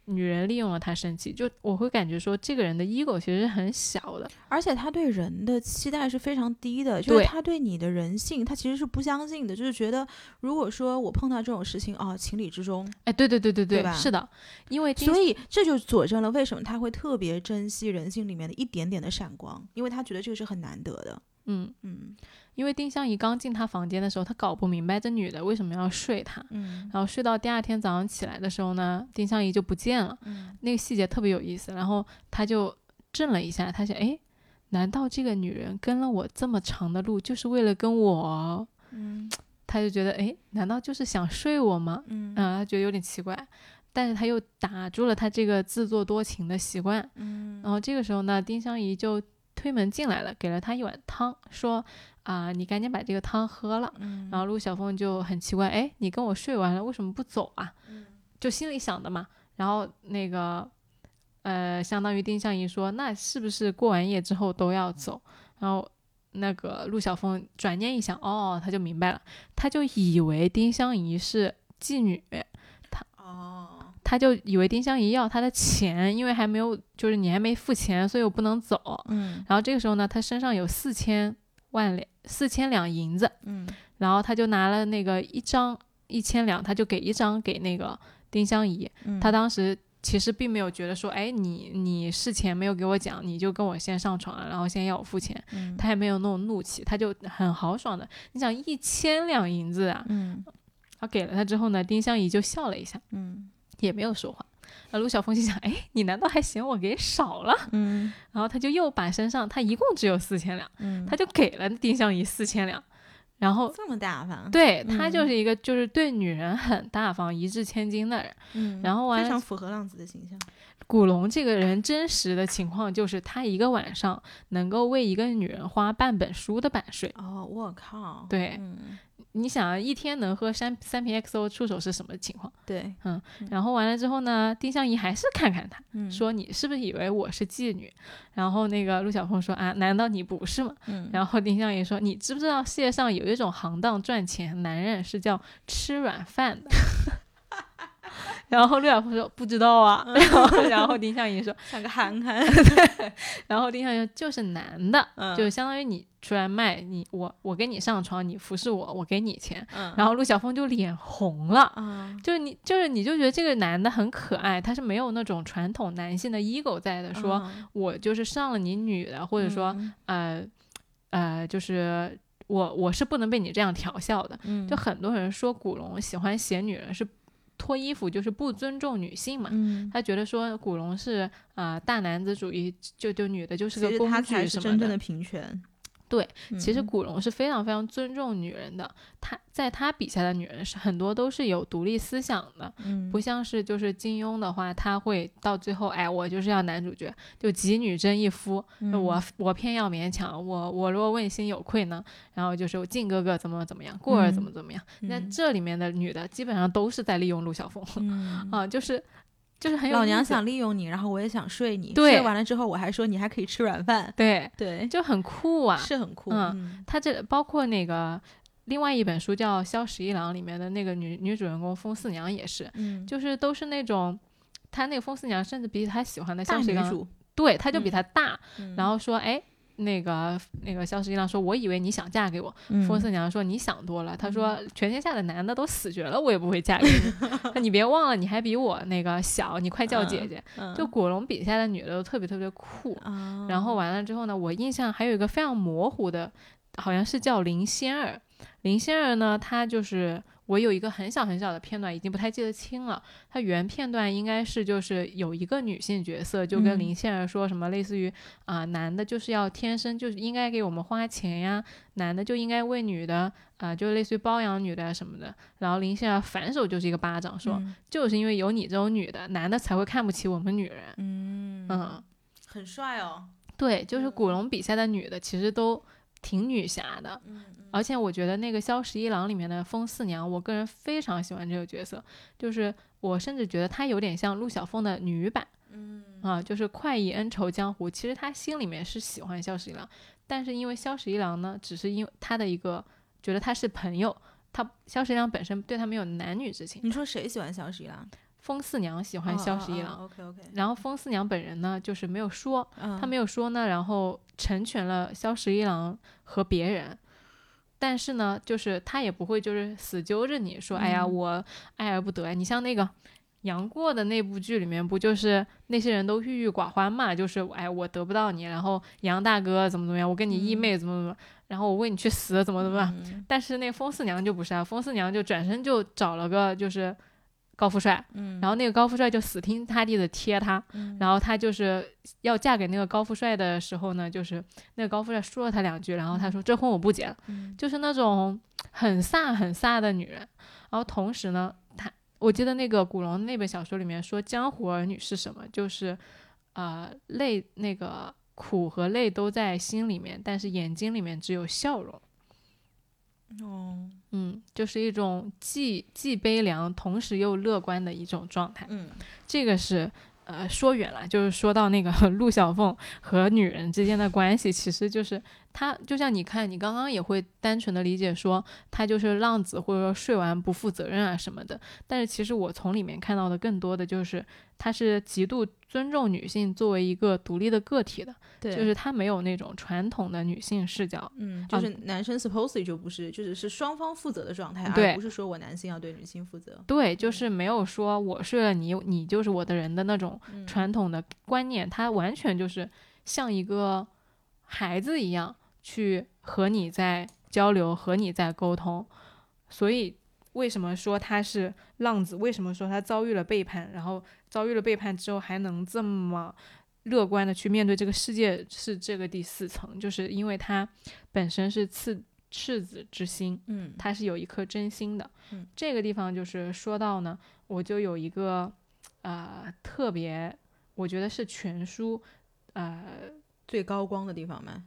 [SPEAKER 1] 女人利用了他生气，就我会感觉说，这个人的 ego 其实是很小的，
[SPEAKER 2] 而且他对人的期待是非常低的，就
[SPEAKER 1] 对
[SPEAKER 2] 是他对你的人性，他其实是不相信的，就是觉得如果说我碰到这种事情啊，情理之中。
[SPEAKER 1] 哎，对对对对
[SPEAKER 2] 对吧
[SPEAKER 1] 是的，因为丁
[SPEAKER 2] 所以这就佐证了为什么他会特别珍惜人性里面的一点点的闪光，因为他觉得这个是很难得的。
[SPEAKER 1] 嗯，
[SPEAKER 2] 嗯
[SPEAKER 1] 因为丁香姨刚进他房间的时候，他搞不明白这女的为什么要睡他，
[SPEAKER 2] 嗯
[SPEAKER 1] 然后睡到第二天早上起来的时候呢，丁香姨就不见了。
[SPEAKER 2] 嗯
[SPEAKER 1] 那个细节特别有意思，然后他就震了一下，他想，诶，难道这个女人跟了我这么长的路，就是为了跟我？
[SPEAKER 2] 嗯
[SPEAKER 1] 他就觉得，诶，难道就是想睡我吗？
[SPEAKER 2] 嗯
[SPEAKER 1] 啊、他觉得有点奇怪，但是他又打住了他这个自作多情的习惯，
[SPEAKER 2] 嗯
[SPEAKER 1] 然后这个时候呢，丁香姨就推门进来了，给了他一碗汤，说啊、你赶紧把这个汤喝了。
[SPEAKER 2] 嗯
[SPEAKER 1] 然后陆小凤就很奇怪，哎，你跟我睡完了，为什么不走啊？
[SPEAKER 2] 嗯
[SPEAKER 1] 就心里想的嘛。然后那个，呃，相当于丁香姨说，那是不是过完夜之后都要走？然后那个陆小凤转念一想，哦，他就明白了，他就以为丁香姨是妓女，
[SPEAKER 2] 哦，
[SPEAKER 1] 他就以为丁香一要他的钱，因为还没有，就是你还没付钱，所以我不能走。
[SPEAKER 2] 嗯
[SPEAKER 1] 然后这个时候呢，他身上有四千万两，四千两银子，
[SPEAKER 2] 嗯
[SPEAKER 1] 然后他就拿了那个一张一千两，他就给一张给那个丁香姨。
[SPEAKER 2] 嗯，
[SPEAKER 1] 他当时其实并没有觉得说，哎，你你事前没有给我讲，你就跟我先上床了，然后先要我付钱，
[SPEAKER 2] 嗯
[SPEAKER 1] 他也没有那种怒气，他就很豪爽的。你想一千两银子啊，
[SPEAKER 2] 嗯
[SPEAKER 1] 他给了他之后呢，丁香姨就笑了一下，
[SPEAKER 2] 嗯
[SPEAKER 1] 也没有说话。那陆小凤心想，哎，你难道还嫌我给少了？
[SPEAKER 2] 嗯
[SPEAKER 1] 然后他就又把身上他一共只有四千两，
[SPEAKER 2] 嗯，
[SPEAKER 1] 他就给了丁香姨四千两，然后。
[SPEAKER 2] 哦这么大方，
[SPEAKER 1] 对他就
[SPEAKER 2] 嗯
[SPEAKER 1] 是一个就是对女人很大方、一掷千金的人，
[SPEAKER 2] 嗯，
[SPEAKER 1] 然后完
[SPEAKER 2] 非
[SPEAKER 1] 了
[SPEAKER 2] 常符合浪子的形象。
[SPEAKER 1] 古龙这个人真实的情况就是，他一个晚上能够为一个女人花半本书的版税。
[SPEAKER 2] 哦，我靠，
[SPEAKER 1] 对
[SPEAKER 2] 嗯
[SPEAKER 1] 你想啊，一天能喝三三瓶 XO 出手是什么情况？
[SPEAKER 2] 对，
[SPEAKER 1] 然后完了之后呢，丁香姨还是看看他，
[SPEAKER 2] 嗯
[SPEAKER 1] 说你是不是以为我是妓女？然后那个陆小凤说啊，难道你不是吗？
[SPEAKER 2] 嗯，
[SPEAKER 1] 然后丁香姨说，你知不知道世界上有一种行当赚钱，男人是叫吃软饭的。 然后陆小凤说不知道
[SPEAKER 2] 嗯
[SPEAKER 1] 啊，然后然后丁香姨说。
[SPEAKER 2] 像个憨憨，
[SPEAKER 1] 然后丁香园就是男的，
[SPEAKER 2] 嗯
[SPEAKER 1] 就相当于你出来卖你我我跟你上床，你服侍我，我给你钱。
[SPEAKER 2] 嗯，
[SPEAKER 1] 然后陆小凤就脸红了，
[SPEAKER 2] 啊，
[SPEAKER 1] 就是你就是你就觉得这个男的很可爱，他是没有那种传统男性的 ego 在 的，说、
[SPEAKER 2] 嗯
[SPEAKER 1] 我就是上了你女的，或者说、，呃呃就是我我是不能被你这样调笑的。
[SPEAKER 2] 嗯，
[SPEAKER 1] 就很多人说古龙喜欢写女人是脱衣服，就是不尊重女性嘛。
[SPEAKER 2] 嗯，
[SPEAKER 1] 他觉得说古龙是啊、呃大男子主义，就就女的就是
[SPEAKER 2] 其
[SPEAKER 1] 个
[SPEAKER 2] 实
[SPEAKER 1] 工
[SPEAKER 2] 他才
[SPEAKER 1] 具
[SPEAKER 2] 是
[SPEAKER 1] 什
[SPEAKER 2] 真
[SPEAKER 1] 么
[SPEAKER 2] 正
[SPEAKER 1] 的
[SPEAKER 2] 的。平权。
[SPEAKER 1] 对，其实
[SPEAKER 2] 嗯
[SPEAKER 1] 古龙是非常非常尊重女人的，他在他笔下的女人是很多都是有独立思想的，
[SPEAKER 2] 嗯
[SPEAKER 1] 不像是就是金庸的话，他会到最后，哎，我就是要男主角，就几女争一夫，那
[SPEAKER 2] 嗯
[SPEAKER 1] 我我偏要勉强，我我若问心有愧呢，然后就是靖哥哥怎么怎么样，过儿怎么怎么样，那
[SPEAKER 2] 嗯
[SPEAKER 1] 这里面的女的基本上都是在利用陆小凤，
[SPEAKER 2] 嗯
[SPEAKER 1] 啊，就是就是很有
[SPEAKER 2] 老
[SPEAKER 1] 意
[SPEAKER 2] 娘
[SPEAKER 1] 思
[SPEAKER 2] 想利用你，然后我也想睡你，
[SPEAKER 1] 对
[SPEAKER 2] 睡完了之后我还说你还可以吃软饭，
[SPEAKER 1] 对，
[SPEAKER 2] 对，
[SPEAKER 1] 就很酷啊。
[SPEAKER 2] 是很酷，
[SPEAKER 1] 嗯他这包括那个另外一本书叫《萧十一郎》里面的那个女女主人公风四娘也是，
[SPEAKER 2] 嗯，
[SPEAKER 1] 就是都是那种。他那个风四娘甚至比他喜欢的
[SPEAKER 2] 大
[SPEAKER 1] 萧十一
[SPEAKER 2] 女
[SPEAKER 1] 郎，
[SPEAKER 2] 主，
[SPEAKER 1] 对，他就比
[SPEAKER 2] 嗯
[SPEAKER 1] 他大，
[SPEAKER 2] 嗯
[SPEAKER 1] 然后说，哎，那个那个萧十一郎说，我以为你想嫁给我，
[SPEAKER 2] 嗯
[SPEAKER 1] 风四娘说你想多了，她说全天下的男的都死绝了，我也不会嫁给你， 那你别忘了你还比我那个小，你快叫姐姐。
[SPEAKER 2] 嗯
[SPEAKER 1] 就古龙笔下的女的都特别特别酷，
[SPEAKER 2] 啊，
[SPEAKER 1] 然后完了之后呢，我印象还有一个非常模糊的，好像是叫林仙儿。林仙儿呢，她就是我有一个很小很小的片段，已经不太记得清了。她原片段应该是就是有一个女性角色，就跟
[SPEAKER 2] 嗯
[SPEAKER 1] 林仙儿说什么类似于啊、男的就是要天生就是应该给我们花钱呀，男的就应该为女的啊、就类似于包养女的啊什么的。然后林仙儿反手就是一个巴掌，说、
[SPEAKER 2] 嗯
[SPEAKER 1] 就是因为有你这种女的，男的才会看不起我们女人。
[SPEAKER 2] 嗯
[SPEAKER 1] 嗯
[SPEAKER 2] 很帅哦，
[SPEAKER 1] 对，就是
[SPEAKER 2] 嗯
[SPEAKER 1] 古龙笔下的女的其实都挺女侠的，
[SPEAKER 2] 嗯
[SPEAKER 1] 而且我觉得那个《萧十一郎》里面的风四娘，我个人非常喜欢这个角色，就是我甚至觉得她有点像陆小凤的女版
[SPEAKER 2] 嗯
[SPEAKER 1] 啊，就是快意恩仇江湖。其实她心里面是喜欢萧十一郎，但是因为萧十一郎呢，只是因为他的一个觉得他是朋友，他萧十一郎本身对他没有男女之情，
[SPEAKER 2] 你说谁喜欢萧十一郎？
[SPEAKER 1] 风四娘喜
[SPEAKER 2] 哦
[SPEAKER 1] 欢萧十一郎。
[SPEAKER 2] ，OK OK，
[SPEAKER 1] 然后风四娘本人呢，就是没有说，他
[SPEAKER 2] 他
[SPEAKER 1] 没有说呢，然后成全了萧十一郎和别人。但是呢，就是他也不会就是死揪着你说，哎呀，
[SPEAKER 2] 嗯
[SPEAKER 1] 我爱而不得呀。你像那个杨过的那部剧里面，不就是那些人都郁郁寡欢嘛？就是哎，我得不到你，然后杨大哥怎么怎么样，我跟你义 E
[SPEAKER 2] 嗯
[SPEAKER 1] 妹怎么怎么样，然后我为你去死，怎么怎么样。
[SPEAKER 2] 嗯
[SPEAKER 1] 但是那风四娘就不是啊，风四娘就转身就找了个就是高富帅，
[SPEAKER 2] 嗯
[SPEAKER 1] 然后那个高富帅就死心塌地的贴他，
[SPEAKER 2] 嗯
[SPEAKER 1] 然后她就是要嫁给那个高富帅的时候呢，就是那个高富帅说了她两句，然后她说这婚我不结了，
[SPEAKER 2] 嗯
[SPEAKER 1] 就是那种很飒很飒的女人。然后同时呢，她我记得那个古龙那本小说里面说，江湖儿女是什么？就是呃泪那个苦和泪都在心里面，但是眼睛里面只有笑容。
[SPEAKER 2] 哦
[SPEAKER 1] 嗯，就是一种既既悲凉，同时又乐观的一种状态。
[SPEAKER 2] 嗯
[SPEAKER 1] 这个是呃，说远了，就是说到那个 陆小凤和女人之间的关系，其实就是她，就像你看，你刚刚也会单纯的理解说她就是浪子，或者说睡完不负责任啊什么的。但是其实我从里面看到的更多的就是，她是极度尊重女性作为一个独立的个体的，
[SPEAKER 2] 对
[SPEAKER 1] 就是她没有那种传统的女性视角。
[SPEAKER 2] 嗯，就是男生 supposedly 就不是，就是是双方负责的状态，而
[SPEAKER 1] 对
[SPEAKER 2] 不是说我男性要对女性负责。
[SPEAKER 1] 对，就是没有说我睡了你，你就是我的人的那种传统的观念，他完全就是像一个孩子一样去和你在交流，和你在沟通。所以为什么说他是浪子？为什么说他遭遇了背叛？然后遭遇了背叛之后还能这么乐观的去面对这个世界，是这个第四层，就是因为他本身是次赤子之心。
[SPEAKER 2] 嗯
[SPEAKER 1] 他是有一颗真心的。
[SPEAKER 2] 嗯
[SPEAKER 1] 这个地方就是说到呢，我就有一个呃特别，我觉得是全书呃
[SPEAKER 2] 最高光的地方嘛，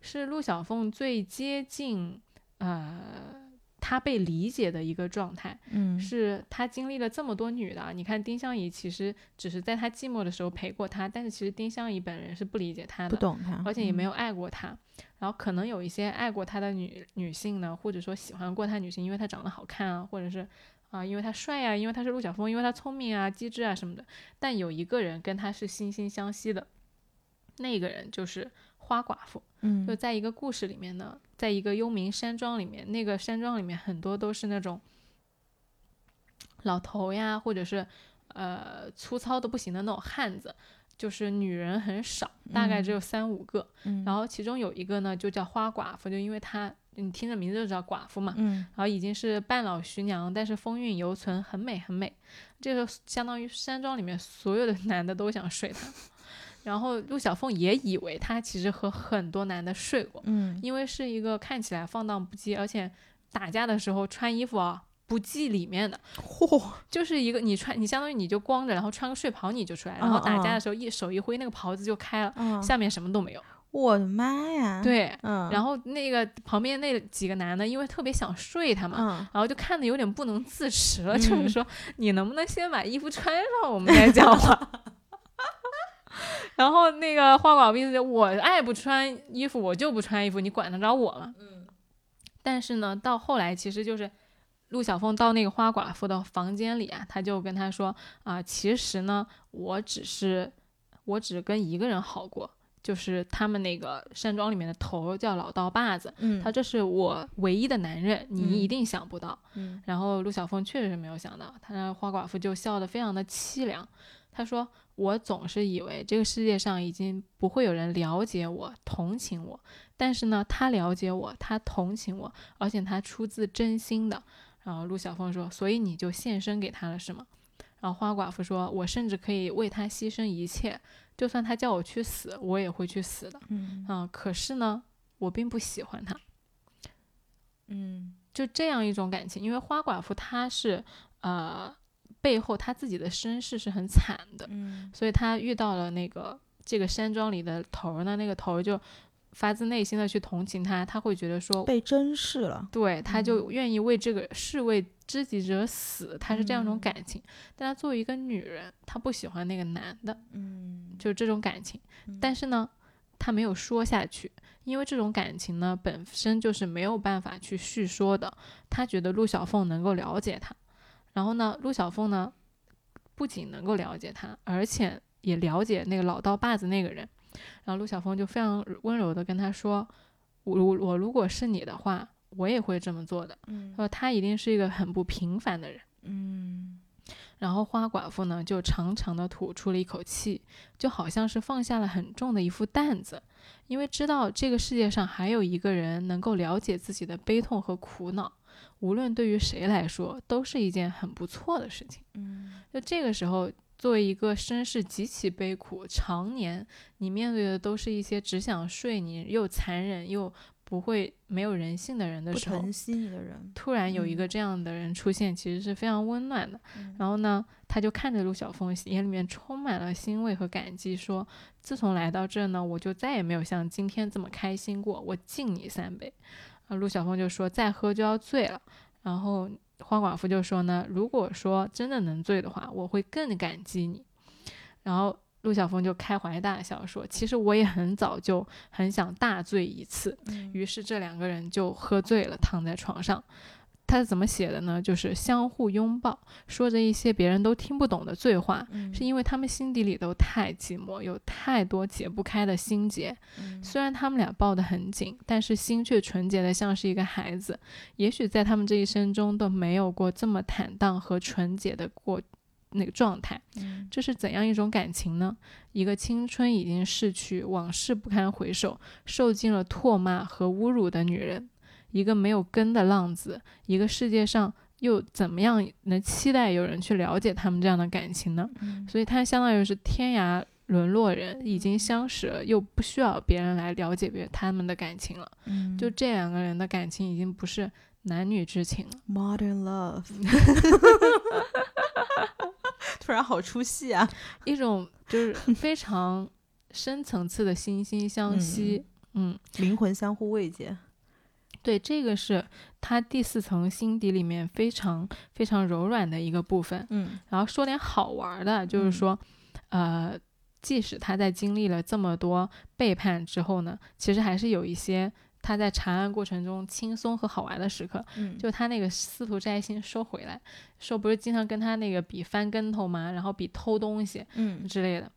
[SPEAKER 1] 是陆小凤最接近呃她被理解的一个状态。
[SPEAKER 2] 嗯
[SPEAKER 1] 是她经历了这么多女的啊，你看丁香怡其实只是在她寂寞的时候陪过她，但是其实丁香怡本人是不理解她
[SPEAKER 2] 不
[SPEAKER 1] 的。
[SPEAKER 2] 懂他，
[SPEAKER 1] 而且也没
[SPEAKER 2] 有
[SPEAKER 1] 有爱过他。然后可能有一些爱过他的女女性呢，或者说喜欢过他女性，因为他长得好看啊，或者是啊、因为他帅呀、因为他是陆小凤，因为他聪明啊、机智啊什么的。但有一个人跟他是惺惺相惜的，那个人就是花寡妇。
[SPEAKER 2] 嗯
[SPEAKER 1] 就在一个故事里面呢，在一个幽冥山庄里面，那个山庄里面很多都是那种老头呀，或者是呃粗糙的不行的那种汉子，就是女人很少，大概只有三五个。
[SPEAKER 2] 嗯
[SPEAKER 1] 然后其中有一个呢，就叫花寡妇，就因为她，你听着名字就知道寡妇嘛。
[SPEAKER 2] 嗯
[SPEAKER 1] 然后已经是半老徐娘，但是风韵犹存，很美很美。这个相当于山庄里面所有的 男的都想睡她。然后陆小凤也以为她其实和很多男的睡过，
[SPEAKER 2] 嗯
[SPEAKER 1] 因为是一个看起来放荡不羁，而且打架的时候穿衣服啊不系里面的，嚯，就是一个你穿你相当于你就光着，然后穿个睡袍你就出来，然
[SPEAKER 2] 嗯
[SPEAKER 1] 后打架的时候一手一挥那个袍子就开了，
[SPEAKER 2] 啊，
[SPEAKER 1] 下面什么都没有。
[SPEAKER 2] 我的妈呀，，
[SPEAKER 1] 对，
[SPEAKER 2] 嗯，
[SPEAKER 1] 然后那个旁边那几个男的，因为特别想睡他嘛，
[SPEAKER 2] 嗯，
[SPEAKER 1] 然后就看的有点不能自持了，
[SPEAKER 2] 嗯
[SPEAKER 1] 就是说你能不能先把衣服穿上，我们再讲话。 然后那个花寡妇意思就我爱不穿衣服，我就不穿衣服，你管得着我吗？嗯。但是呢，到后来其实就是陆小凤到那个花寡妇的房间里啊，她就跟她说啊、其实呢，我只是我只跟一个人好过，就是他们那个山庄里面的头叫老道把子，
[SPEAKER 2] 嗯，
[SPEAKER 1] 他这是我唯一的男人，
[SPEAKER 2] 嗯
[SPEAKER 1] 你一定想不到。
[SPEAKER 2] 嗯
[SPEAKER 1] 然后陆小凤确实是没有想到，他让花寡妇就笑得非常的凄凉。他说：“我总是以为这个世界上已经不会有人了解我、同情我，但是呢，他了解我，他同情我，而且他出自真心的。”然后陆小凤说：“所以你就献身给他了，是吗？”然后花寡妇说：“我甚至可以为他牺牲一切，就算他叫我去死，我也会去死的。
[SPEAKER 2] 嗯
[SPEAKER 1] 啊、可是呢，我并不喜欢他。”
[SPEAKER 2] 嗯
[SPEAKER 1] 就这样一种感情，因为花寡妇她是呃背后她自己的身世是很惨的，
[SPEAKER 2] 嗯
[SPEAKER 1] 所以她遇到了那个这个山庄里的头儿呢，那个头儿就发自内心的去同情她，她会觉得说，
[SPEAKER 3] 被珍视了。
[SPEAKER 1] 对，她
[SPEAKER 2] 嗯
[SPEAKER 1] 就愿意为这个是为知己者死，她是这样一
[SPEAKER 2] 嗯
[SPEAKER 1] 种感情。但她作为一个女人，她不喜欢那个男的，
[SPEAKER 2] 嗯，
[SPEAKER 1] 就是这种感情。但是呢，他没有说下去，因为这种感情呢本身就是没有办法去叙说的。他觉得陆小凤能够了解他，然后呢，陆小凤呢不仅能够了解他，而且也了解那个老道把子那个人。然后陆小凤就非常温柔的跟他说：“我如我如果是你的话，我也会这么做的。”他说他一定是一个很不平凡的人。
[SPEAKER 2] 嗯
[SPEAKER 1] 然后花寡妇呢，就长长的吐出了一口气，就好像是放下了很重的一副担子，因为知道这个世界上还有一个人能够了解自己的悲痛和苦恼，无论对于谁来说，都是一件很不错的事情。
[SPEAKER 2] 嗯
[SPEAKER 1] 就这个时候，作为一个身世极其悲苦，常年你面对的都是一些只想睡你又残忍又不会没有人性的人的
[SPEAKER 2] 不
[SPEAKER 1] 时候
[SPEAKER 2] 疼，惜你的人，
[SPEAKER 1] 突然有一个
[SPEAKER 2] 嗯
[SPEAKER 1] 这样的人出现，其实是非常温暖的。
[SPEAKER 2] 嗯
[SPEAKER 1] 然后呢，他就看着陆小凤，眼里面充满了欣慰和感激，说：“自从来到这儿呢，我就再也没有像今天这么开心过，我敬你三杯。”啊，陆小凤就说：“再喝就要醉了。”然后花寡妇就说呢：“如果说真的能醉的话，我会更感激你。”然后陆小凤就开怀大笑说：“其实我也很早就很想大醉一次。”
[SPEAKER 2] 呃
[SPEAKER 1] 于是这两个人就喝醉了，躺在床上。他是怎么写的呢？就是相互拥抱，说着一些别人都听不懂的醉话，
[SPEAKER 2] 嗯
[SPEAKER 1] 是因为他们心底里都太寂寞，有太多解不开的心结。
[SPEAKER 2] 嗯
[SPEAKER 1] 虽然他们俩抱得很紧，但是心却纯洁的像是一个孩子。也许在他们这一生中都没有过这么坦荡和纯洁的过那个状态。
[SPEAKER 2] 嗯
[SPEAKER 1] 这是怎样一种感情呢？一个青春已经逝去、往事不堪回首、受尽了唾骂和侮辱的女人，一个没有根的浪子，一个世界上又怎么样能期待有人去了解他们这样的感情呢？所以，他相当于是天涯沦落人，已经相识了，又不需要别人来了解别他们的感情了。
[SPEAKER 2] 嗯
[SPEAKER 1] 就这两个人的感情已经不是男女之情了。
[SPEAKER 2] Modern Love，突然好出戏啊！
[SPEAKER 1] 一种就是非常深层次的惺惺相惜。嗯，
[SPEAKER 2] 灵魂相互慰藉，
[SPEAKER 1] 对，这个是他第四层心底里面非常非常柔软的一个部分。
[SPEAKER 2] 嗯
[SPEAKER 1] 然后说点好玩的，就是说，呃，即使他在经历了这么多背叛之后呢，其实还是有一些。他在查案过程中轻松和好玩的时刻，
[SPEAKER 2] 嗯
[SPEAKER 1] 就他那个司徒摘星说回来，说不是经常跟他那个比翻跟头嘛，然后比偷东西，
[SPEAKER 2] 嗯
[SPEAKER 1] 之类的。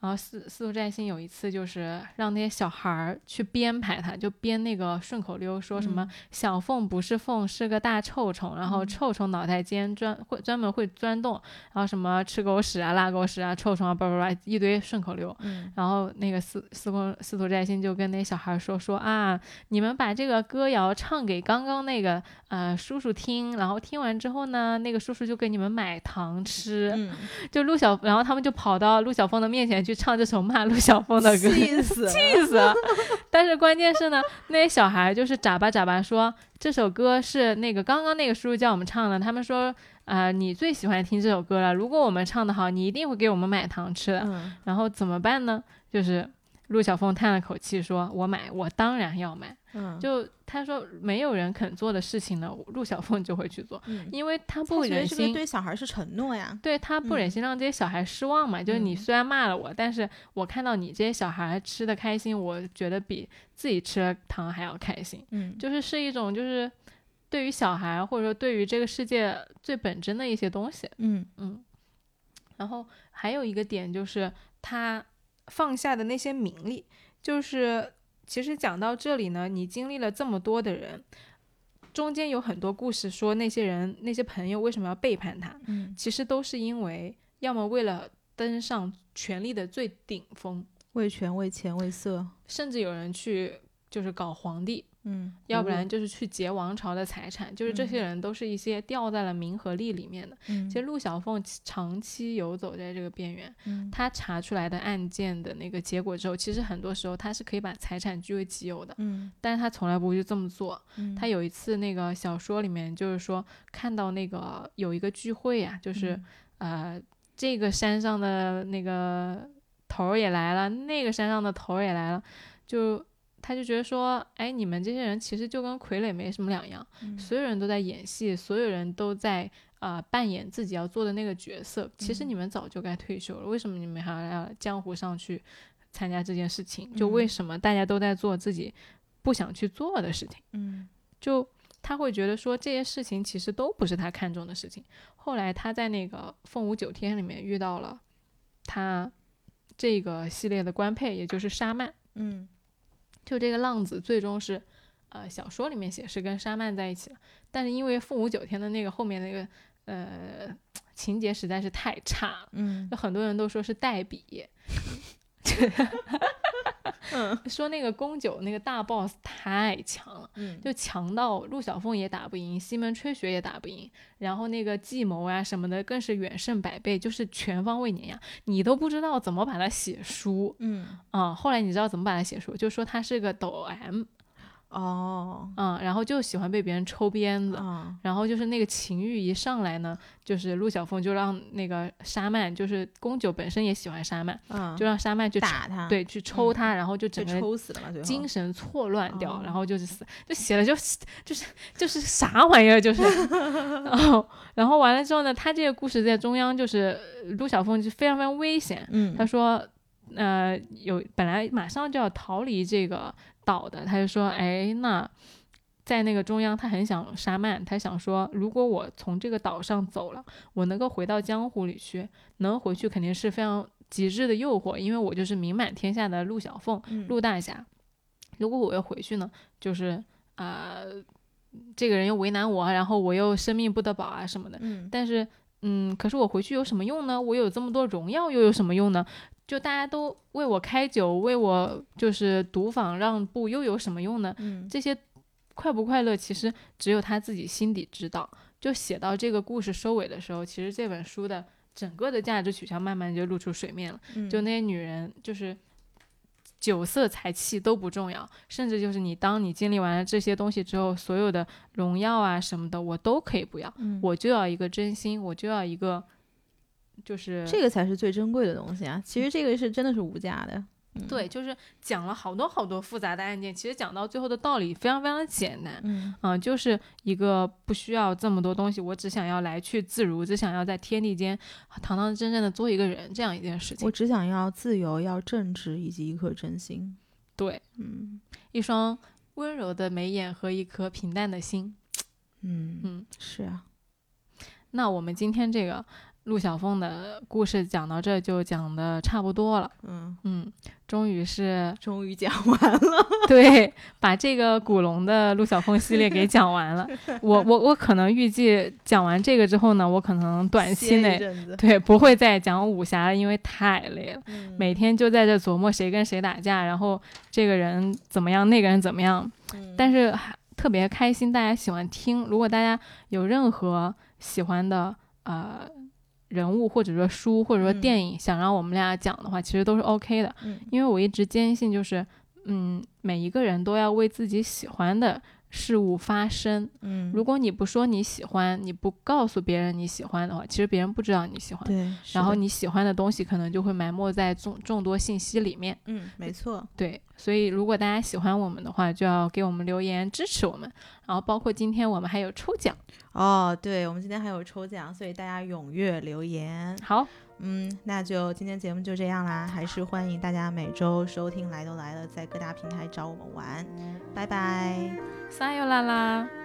[SPEAKER 1] 然后四四路占星有一次就是让那些小孩儿去编排他，就编那个顺口溜，说什么小凤不是凤，是个大臭虫，然后
[SPEAKER 2] 嗯
[SPEAKER 1] 臭虫脑袋尖，专会专门会钻洞，然后什么吃狗屎啊、拉狗屎啊、臭虫啊，叭叭叭一堆顺口溜。
[SPEAKER 2] 嗯
[SPEAKER 1] 然后那个司司空司徒摘星就跟那小孩说说啊，你们把这个歌谣唱给刚刚那个呃叔叔听，然后听完之后呢，那个叔叔就给你们买糖吃。
[SPEAKER 2] 嗯，
[SPEAKER 1] 就陆小，然后他们就跑到陆小凤的面前去唱这首骂陆小凤的歌， 气
[SPEAKER 2] 气 死了！
[SPEAKER 1] 死了。但是关键是呢，那些小孩就是眨巴眨巴说这首歌是那个刚刚那个叔叔叫我们唱的，他们说啊、呃你最喜欢听这首歌了，如果我们唱的好，你一定会给我们买糖吃的。
[SPEAKER 2] 嗯
[SPEAKER 1] 然后怎么办呢？就是陆小凤叹了口气说：“我买，我当然要买。”
[SPEAKER 2] 嗯，
[SPEAKER 1] 就他说没有人肯做的事情呢，陆小凤就会去做，
[SPEAKER 2] 嗯
[SPEAKER 1] 因为他不
[SPEAKER 2] 他觉
[SPEAKER 1] 忍
[SPEAKER 2] 得这个
[SPEAKER 1] 心
[SPEAKER 2] 对小孩是承诺呀。
[SPEAKER 1] 对他不忍
[SPEAKER 2] 嗯
[SPEAKER 1] 心让这些小孩失望嘛，就是你
[SPEAKER 2] 嗯
[SPEAKER 1] 虽然骂了我，但是我看到你这些小孩吃的开心，我觉得比自己吃了糖还要开心，
[SPEAKER 2] 嗯
[SPEAKER 1] 就是是一种就是对于小孩或者说对于这个世界最本真的一些东西，
[SPEAKER 2] 嗯
[SPEAKER 1] 嗯。然后还有一个点就是他放下的那些名利，就是其实讲到这里呢，你经历了这么多的人，中间有很多故事说那些人那些朋友为什么要背叛他，
[SPEAKER 2] 嗯，
[SPEAKER 1] 其实都是因为要么为了登上权力的最顶峰，
[SPEAKER 2] 为权为钱为色，
[SPEAKER 1] 甚至有人去就是搞皇帝，
[SPEAKER 2] 嗯，
[SPEAKER 1] 要不然就是去劫王朝的财产，就是这些人都是一些掉在了名和利里面的。
[SPEAKER 2] 嗯
[SPEAKER 1] 其实陆小凤长期游走在这个边缘，
[SPEAKER 2] 嗯
[SPEAKER 1] 她查出来的案件的那个结果之后，其实很多时候她是可以把财产据为己有的，
[SPEAKER 2] 嗯，
[SPEAKER 1] 但是她从来不会这么做。
[SPEAKER 2] 嗯
[SPEAKER 1] 她有一次那个小说里面就是说看到那个有一个聚会呀、就是、
[SPEAKER 2] 嗯
[SPEAKER 1] 呃，这个山上的那个头儿也来了，那个山上的头儿也来了，就他就觉得说，哎，你们这些人其实就跟傀儡没什么两样，
[SPEAKER 2] 嗯
[SPEAKER 1] 所有人都在演戏，所有人都在啊、呃扮演自己要做的那个角色。其实
[SPEAKER 2] 嗯
[SPEAKER 1] 你们早就该退休了，为什么你们还要江湖上去参加这件事情？就为
[SPEAKER 2] 嗯
[SPEAKER 1] 什么大家都在做自己不想去做的事情？
[SPEAKER 2] 嗯
[SPEAKER 1] 就他会觉得说这些事情其实都不是他看重的事情。后来他在那个《凤舞九天》里面遇到了他这个系列的官配，也就是沙曼。
[SPEAKER 2] 嗯
[SPEAKER 1] 就这个浪子最终是，呃，小说里面写是跟沙曼在一起了，但是因为《凤舞九天》的那个后面那个呃情节实在是太差了，
[SPEAKER 2] 嗯
[SPEAKER 1] 就很多人都说是代笔， 说那个宫九那个大 boss 太强了。
[SPEAKER 2] 嗯，
[SPEAKER 1] 就强到陆小凤也打不赢，西门吹雪也打不赢，然后那个计谋啊什么的更是远胜百倍，就是全方位碾压，你都不知道怎么把它写书
[SPEAKER 2] 嗯
[SPEAKER 1] 啊、后来你知道怎么把它写书，就说他是个抖 M，
[SPEAKER 2] 哦，
[SPEAKER 1] 嗯，然后就喜欢被别人抽鞭子，
[SPEAKER 2] 嗯，
[SPEAKER 1] 然后就是那个情欲一上来呢，就是陆小凤就让那个沙曼，就是宫九本身也喜欢沙曼，
[SPEAKER 2] 嗯，
[SPEAKER 1] 就让沙曼去抽
[SPEAKER 2] 打他，，
[SPEAKER 1] 对去抽
[SPEAKER 2] 嗯
[SPEAKER 1] 他，然后就整
[SPEAKER 2] 就
[SPEAKER 1] 个人
[SPEAKER 2] 抽死了嘛，最后
[SPEAKER 1] 精神错乱掉，
[SPEAKER 2] 哦
[SPEAKER 1] 然后就是死，就写了就 就是就是啥玩意儿，就是， 然后然后完了之后呢，他这个故事在中央就是呃陆小凤就非常非常危险，
[SPEAKER 2] 嗯，
[SPEAKER 1] 他说，呃，有本来马上就要逃离这个岛的，他就说，哎，那在那个中央，他很想沙曼，他想说，如果我从这个岛上走了，我能够回到江湖里去，能回去肯定是非常极致的诱惑，因为我就是名满天下的陆小凤、
[SPEAKER 2] 嗯
[SPEAKER 1] 陆大侠。如果我要回去呢，就是啊、呃这个人又为难我，然后我又生命不得保啊什么的。
[SPEAKER 2] 嗯，
[SPEAKER 1] 但是，嗯，可是我回去有什么用呢？我有这么多荣耀又有什么用呢？就大家都为我开酒，为我就是赌坊让步，又有什么用呢？
[SPEAKER 2] 嗯，
[SPEAKER 1] 这些快不快乐，其实只有他自己心底知道。就写到这个故事收尾的时候，其实这本书的整个的价值取向慢慢就露出水面了。
[SPEAKER 2] 嗯
[SPEAKER 1] 就那些女人，就是酒色财气都不重要，甚至就是你当你经历完了这些东西之后，所有的荣耀啊什么的，我都可以不要。
[SPEAKER 2] 嗯
[SPEAKER 1] 我就要一个真心，我就要一个，就是
[SPEAKER 2] 这个才是最珍贵的东西啊！其实这个是真的是无价的，嗯
[SPEAKER 1] 对，，就是讲了好多好多复杂的案件，其实讲到最后的道理非常非常的简单。
[SPEAKER 2] 嗯
[SPEAKER 1] 啊、就是一个不需要这么多东西，我只想要来去自如，只想要在天地间堂堂正正的做一个人，这样一件事情
[SPEAKER 2] 我。只想要自由，要正直，以及一颗真心。
[SPEAKER 1] 对，
[SPEAKER 2] 嗯
[SPEAKER 1] 一双温柔的眉眼和一颗平淡的心。
[SPEAKER 2] 嗯，
[SPEAKER 1] 嗯，
[SPEAKER 2] 是啊，
[SPEAKER 1] 那我们今天这个陆小凤的故事讲到这就讲的差不多了。
[SPEAKER 2] 嗯，
[SPEAKER 1] 嗯，终于 是
[SPEAKER 2] 终于讲完了。
[SPEAKER 1] 对，把这个古龙的陆小凤系列给讲完 了。我我我可能预计讲完这个之后呢，我可能短期
[SPEAKER 2] 歇一
[SPEAKER 1] 内
[SPEAKER 2] 阵子，
[SPEAKER 1] 对不会再讲武侠了，因为太累了，
[SPEAKER 2] 嗯
[SPEAKER 1] 每天就在这琢磨谁跟谁打架，然后这个人怎么样，那个人怎么样。
[SPEAKER 2] 嗯
[SPEAKER 1] 但是还特别开心，大家喜欢听。如果大家有任何喜欢的呃人物，或者说书，或者说
[SPEAKER 2] 嗯
[SPEAKER 1] 电影，想让我们俩讲的话，其实都是 OK 的。
[SPEAKER 2] 嗯
[SPEAKER 1] 因为我一直坚信，就是嗯，每一个人都要为自己喜欢的事物发声。
[SPEAKER 2] 嗯，
[SPEAKER 1] 如果你不说你喜欢，你不告诉别人你喜欢的话，其实别人不知道你喜欢。
[SPEAKER 2] 对，
[SPEAKER 1] 然后
[SPEAKER 2] 是的
[SPEAKER 1] 你喜欢的东西可能就会埋没在众众多信息里面。
[SPEAKER 2] 嗯，没错，
[SPEAKER 1] 对，所以如果大家喜欢我们的话，就要给我们留言支持我们。然后包括今天我们还有抽奖，
[SPEAKER 2] 哦，对，我们今天还有抽奖，所以大家踊跃留言。
[SPEAKER 1] 好，
[SPEAKER 2] 嗯，那就今天节目就这样啦，还是欢迎大家每周收听《来都来了》，在各大平台找我们玩，拜拜。
[SPEAKER 1] 撒哟啦啦。